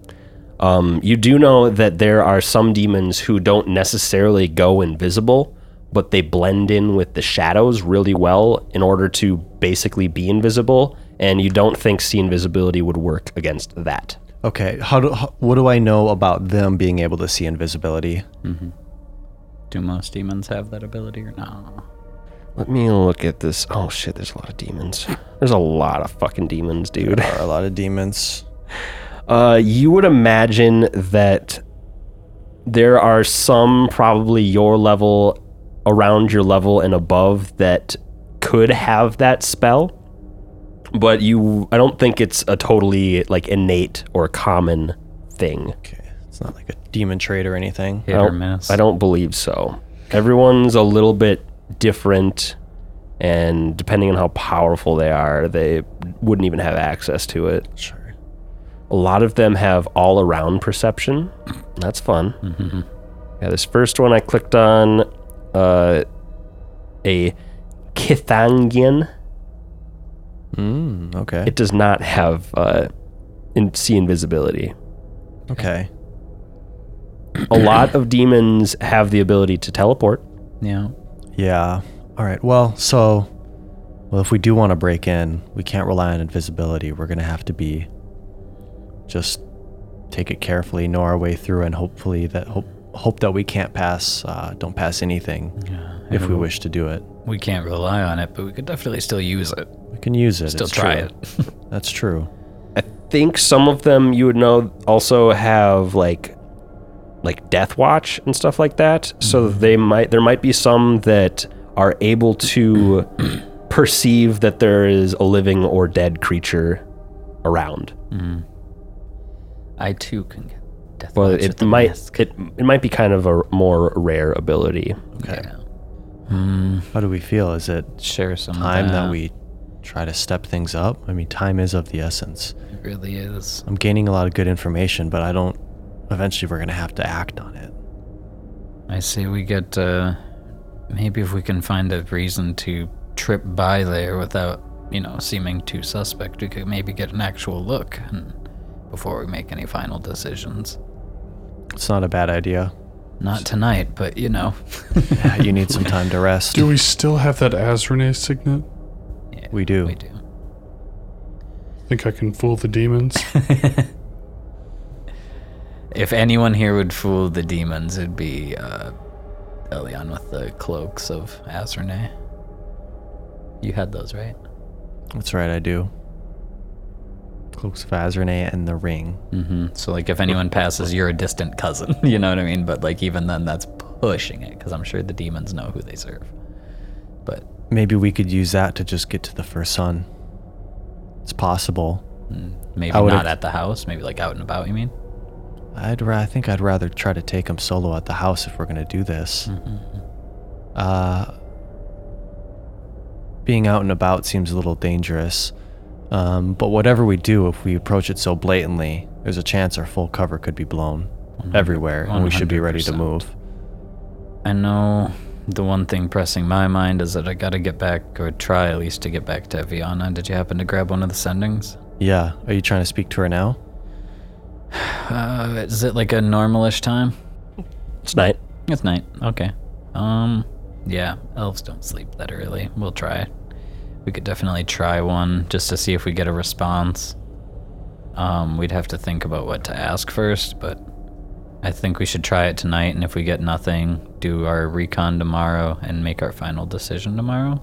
[SPEAKER 1] Um, you do know that there are some demons who don't necessarily go invisible, but they blend in with the shadows really well in order to basically be invisible. And you don't think see invisibility would work against that.
[SPEAKER 4] Okay, how do how, what do I know about them being able to see invisibility?
[SPEAKER 3] Do most demons have that ability or no?
[SPEAKER 1] Let me look at this. Oh shit, there's a lot of demons. There's a lot of fucking demons, dude.
[SPEAKER 4] There are a lot of demons.
[SPEAKER 1] Uh, you would imagine that there are some probably your level, around your level and above that could have that spell, but you I don't think it's a totally like innate or common thing.
[SPEAKER 4] Okay, it's not like a demon trait or anything.
[SPEAKER 3] Hit
[SPEAKER 1] I
[SPEAKER 3] or
[SPEAKER 1] don't-
[SPEAKER 3] miss?
[SPEAKER 1] I don't believe so. Everyone's a little bit different, and depending on how powerful they are, they wouldn't even have access to it.
[SPEAKER 4] Sure.
[SPEAKER 1] A lot of them have all around perception. That's fun. Yeah, this first one I clicked on uh, a Kithangian.
[SPEAKER 4] Mm, okay.
[SPEAKER 1] It does not have uh, in- see invisibility.
[SPEAKER 4] okay.
[SPEAKER 1] A lot of demons have the ability to teleport.
[SPEAKER 3] Yeah.
[SPEAKER 4] Yeah. All right. Well, so well if we do want to break in, we can't rely on invisibility. We're going to have to be just take it carefully, know our way through and hopefully that hope hope that we can't pass uh, don't pass anything if we wish to do it.
[SPEAKER 3] We can't rely on it, but we could definitely still use it.
[SPEAKER 4] We can use it.
[SPEAKER 3] Still
[SPEAKER 4] it's
[SPEAKER 3] try
[SPEAKER 4] true.
[SPEAKER 3] it.
[SPEAKER 4] That's true.
[SPEAKER 1] I think some of them you would know also have like like Death Watch and stuff like that. So they might there might be some that are able to perceive that there is a living or dead creature around.
[SPEAKER 3] I too can get death.
[SPEAKER 1] Well,
[SPEAKER 3] watch
[SPEAKER 1] it
[SPEAKER 3] with the
[SPEAKER 1] might
[SPEAKER 3] mask.
[SPEAKER 1] it it might be kind of a more rare ability.
[SPEAKER 4] How do we feel? Is it
[SPEAKER 3] Hmm, Share some of
[SPEAKER 4] time that we try to step things up? I mean, time is of the essence.
[SPEAKER 3] It really is.
[SPEAKER 4] I'm gaining a lot of good information, but I don't. Eventually, we're gonna have to act on it.
[SPEAKER 3] I say we get. Uh, maybe if we can find a reason to trip by there without, you know, seeming too suspect, we could maybe get an actual look and, before we make any final decisions.
[SPEAKER 4] It's not a bad idea.
[SPEAKER 3] Not tonight, but you know.
[SPEAKER 4] you need some time to rest.
[SPEAKER 2] Do we still have that Azrene signet?
[SPEAKER 3] Yeah,
[SPEAKER 4] We do.
[SPEAKER 3] We do.
[SPEAKER 2] Think I can fool the demons?
[SPEAKER 3] If anyone here would fool the demons, it'd be uh, Elion with the cloaks of Azrene. You had those, right?
[SPEAKER 4] That's right, I do. Cloaks of Azrene and the ring.
[SPEAKER 3] Mm-hmm. So, like, if anyone passes, you're a distant cousin. You know what I mean? But, like, even then, that's pushing it because I'm sure the demons know who they serve. But
[SPEAKER 4] Maybe we could use that to just get to the first sun. It's possible.
[SPEAKER 3] maybe
[SPEAKER 4] I would've-
[SPEAKER 3] not at the house, maybe, like, out and about, you mean?
[SPEAKER 4] I'd ra- I think I'd rather try to take him solo at the house if we're gonna do this. Uh, being out and about seems a little dangerous. Um, but whatever we do, if we approach it so blatantly, there's a chance our full cover could be blown everywhere, and we should be ready to
[SPEAKER 3] 100%.
[SPEAKER 4] move.
[SPEAKER 3] I know the one thing pressing my mind is that I gotta get back, or try at least to get back to Eviana. Did you happen to grab one of the sendings?
[SPEAKER 4] Yeah. Are you trying to speak to her now?
[SPEAKER 3] Uh, is it like a normalish time?
[SPEAKER 1] It's night.
[SPEAKER 3] It's night. Okay. Um, yeah, elves don't sleep that early. We'll try. We could definitely try one just to see if we get a response. Um, we'd have to think about what to ask first, but I think we should try it tonight. And if we get nothing, do our recon tomorrow and make our final decision tomorrow.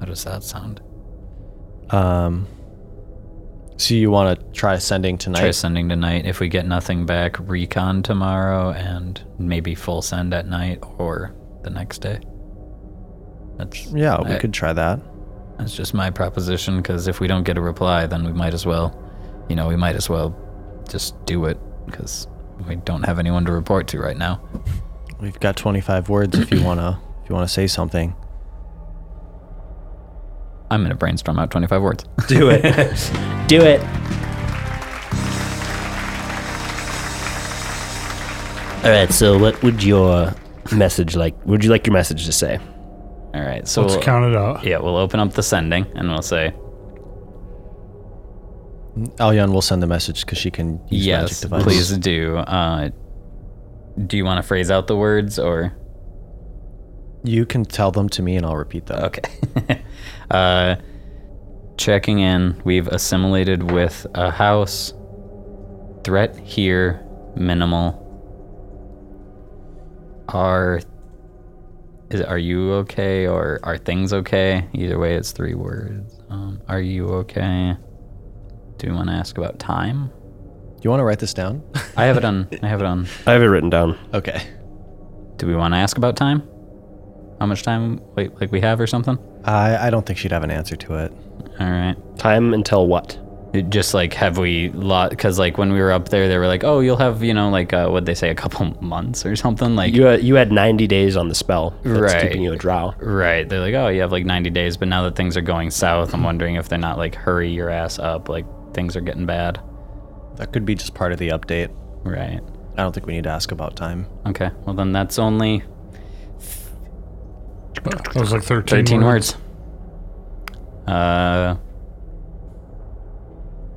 [SPEAKER 3] How does that sound?
[SPEAKER 4] Um. So you want to try sending tonight?
[SPEAKER 3] Try sending tonight. If we get nothing back, recon tomorrow and maybe full send at night or the next day. That's
[SPEAKER 4] yeah, we
[SPEAKER 3] I-
[SPEAKER 4] could try that.
[SPEAKER 3] That's just my proposition because if we don't get a reply, then we might as well, you know, we might as well just do it because we don't have anyone to report to right now.
[SPEAKER 4] We've got 25 words if you wanna if you wanna say something.
[SPEAKER 3] I'm gonna brainstorm out 25 words.
[SPEAKER 1] Do it. Do it. All right. So, what would your message like? what Would you like your message to say?
[SPEAKER 3] All right, so
[SPEAKER 2] Let's
[SPEAKER 3] we'll-
[SPEAKER 2] count it out.
[SPEAKER 3] yeah, we'll open up the sending and we'll say
[SPEAKER 4] Elyon will send the message because she can use magic
[SPEAKER 3] yes,
[SPEAKER 4] device.
[SPEAKER 3] please do. Uh, do you want to phrase out the words or?
[SPEAKER 4] You can tell them to me and I'll repeat them.
[SPEAKER 3] Okay. uh, checking in, we've assimilated with a house. Threat here, minimal. Are is are you okay or are things okay? Either way, it's three words. Um, are you okay? Do you want to ask about time?
[SPEAKER 4] You want to write this down?
[SPEAKER 3] I have it on. I have it on.
[SPEAKER 1] I have it written down.
[SPEAKER 4] okay.
[SPEAKER 3] Do we want to ask about time? How much time? Wait, like we have or something?
[SPEAKER 4] I I don't think she'd have an answer to it.
[SPEAKER 3] All right.
[SPEAKER 1] Time until what?
[SPEAKER 3] It just like have we lot because like when we were up there they were like oh you'll have you know like uh, what they say a couple months or something like
[SPEAKER 1] You uh, you had 90 days on the spell. That's
[SPEAKER 3] Right.
[SPEAKER 1] keeping you a drow.
[SPEAKER 3] right they're like oh you have like 90 days but now that things are going south i'm wondering if they're not like hurry your ass up like things are getting bad
[SPEAKER 4] That could be just part of the update.
[SPEAKER 3] right
[SPEAKER 4] I don't think we need to ask about time.
[SPEAKER 3] okay well then that's only
[SPEAKER 2] That was like 13,
[SPEAKER 3] 13
[SPEAKER 2] words.
[SPEAKER 3] words. Uh,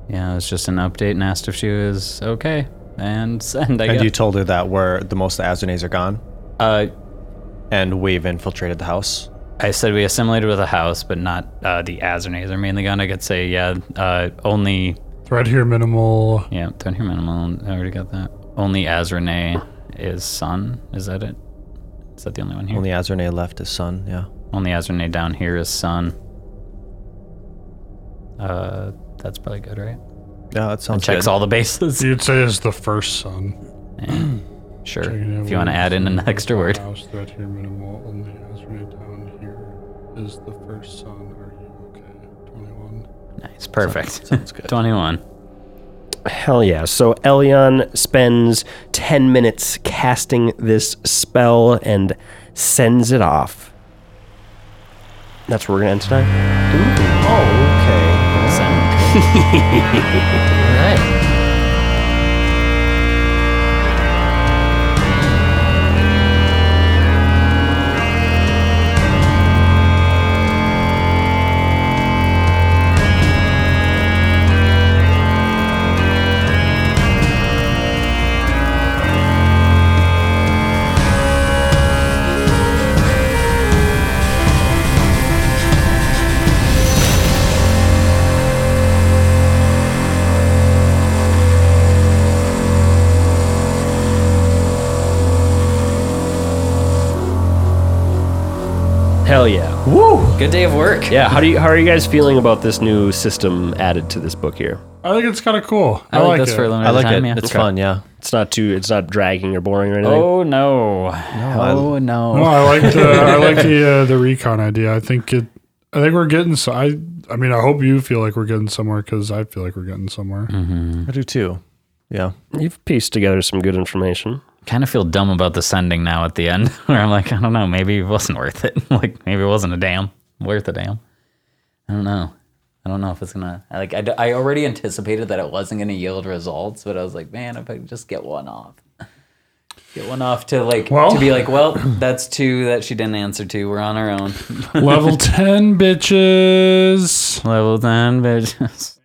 [SPEAKER 3] yeah it was just an update and asked if she was okay and send I
[SPEAKER 4] And
[SPEAKER 3] guess
[SPEAKER 4] you told her that we're the most of the Azunes are gone
[SPEAKER 3] uh
[SPEAKER 4] and we've infiltrated the house.
[SPEAKER 3] I said we assimilated with a house, but not uh, the Azernes are mainly gone. I could say, yeah, uh, only,
[SPEAKER 2] Thread here minimal.
[SPEAKER 3] yeah, don't hear minimal. I already got that. Only Azrene is sun. Is that it? Is that the only one here?
[SPEAKER 4] Only
[SPEAKER 3] Only,
[SPEAKER 4] Azrene left is son, yeah.
[SPEAKER 3] Azrene down here is sun. Uh, That's probably good, right?
[SPEAKER 4] Yeah, that sounds
[SPEAKER 3] Checks all the bases.
[SPEAKER 2] You'd say it's the first son.
[SPEAKER 3] Sure.
[SPEAKER 2] Checking
[SPEAKER 3] If you want to add
[SPEAKER 2] everyone.
[SPEAKER 3] in an extra word.
[SPEAKER 2] House threat here minimal. Only house right down here is the first son. Are you okay? Twenty-one.
[SPEAKER 3] Nice. Perfect.
[SPEAKER 4] Sounds good.
[SPEAKER 3] 21.
[SPEAKER 1] Hell yeah. So Elion spends 10 minutes casting this spell and sends it off. That's where we're going to end tonight. Oh, okay. Hell yeah. Woo!
[SPEAKER 3] Good day of work.
[SPEAKER 1] Yeah, how do you how are you guys feeling about this new system added to this book here?
[SPEAKER 2] I think it's kind of cool. I,
[SPEAKER 3] I, like
[SPEAKER 2] like
[SPEAKER 3] this
[SPEAKER 2] it.
[SPEAKER 3] for a limited
[SPEAKER 4] I like
[SPEAKER 3] time.
[SPEAKER 4] it.
[SPEAKER 3] Yeah.
[SPEAKER 4] It's fun. Yeah.
[SPEAKER 1] It's not too it's not dragging or boring or anything.
[SPEAKER 3] Oh no! oh no!
[SPEAKER 2] No, I like the I like the uh, the recon idea. I think it. I think we're getting. So I. I mean, I hope you feel like we're getting somewhere because I feel like we're getting somewhere.
[SPEAKER 3] Mm. Mm-hmm.
[SPEAKER 4] I do too. Yeah.
[SPEAKER 1] You've pieced together some good information.
[SPEAKER 3] Kind of feel dumb about the sending now at the end, where I'm like, I don't know, maybe it wasn't worth it. like maybe it wasn't a damn worth a damn. I don't know. I don't know if it's gonna. I Like I, d- I already anticipated that it wasn't gonna yield results, but I was like, man, if I could just get one off, get one off to like
[SPEAKER 2] Well-
[SPEAKER 3] to be like, well, that's two that she didn't answer to. We're on our own.
[SPEAKER 2] Level ten, bitches.
[SPEAKER 3] Level ten bitches.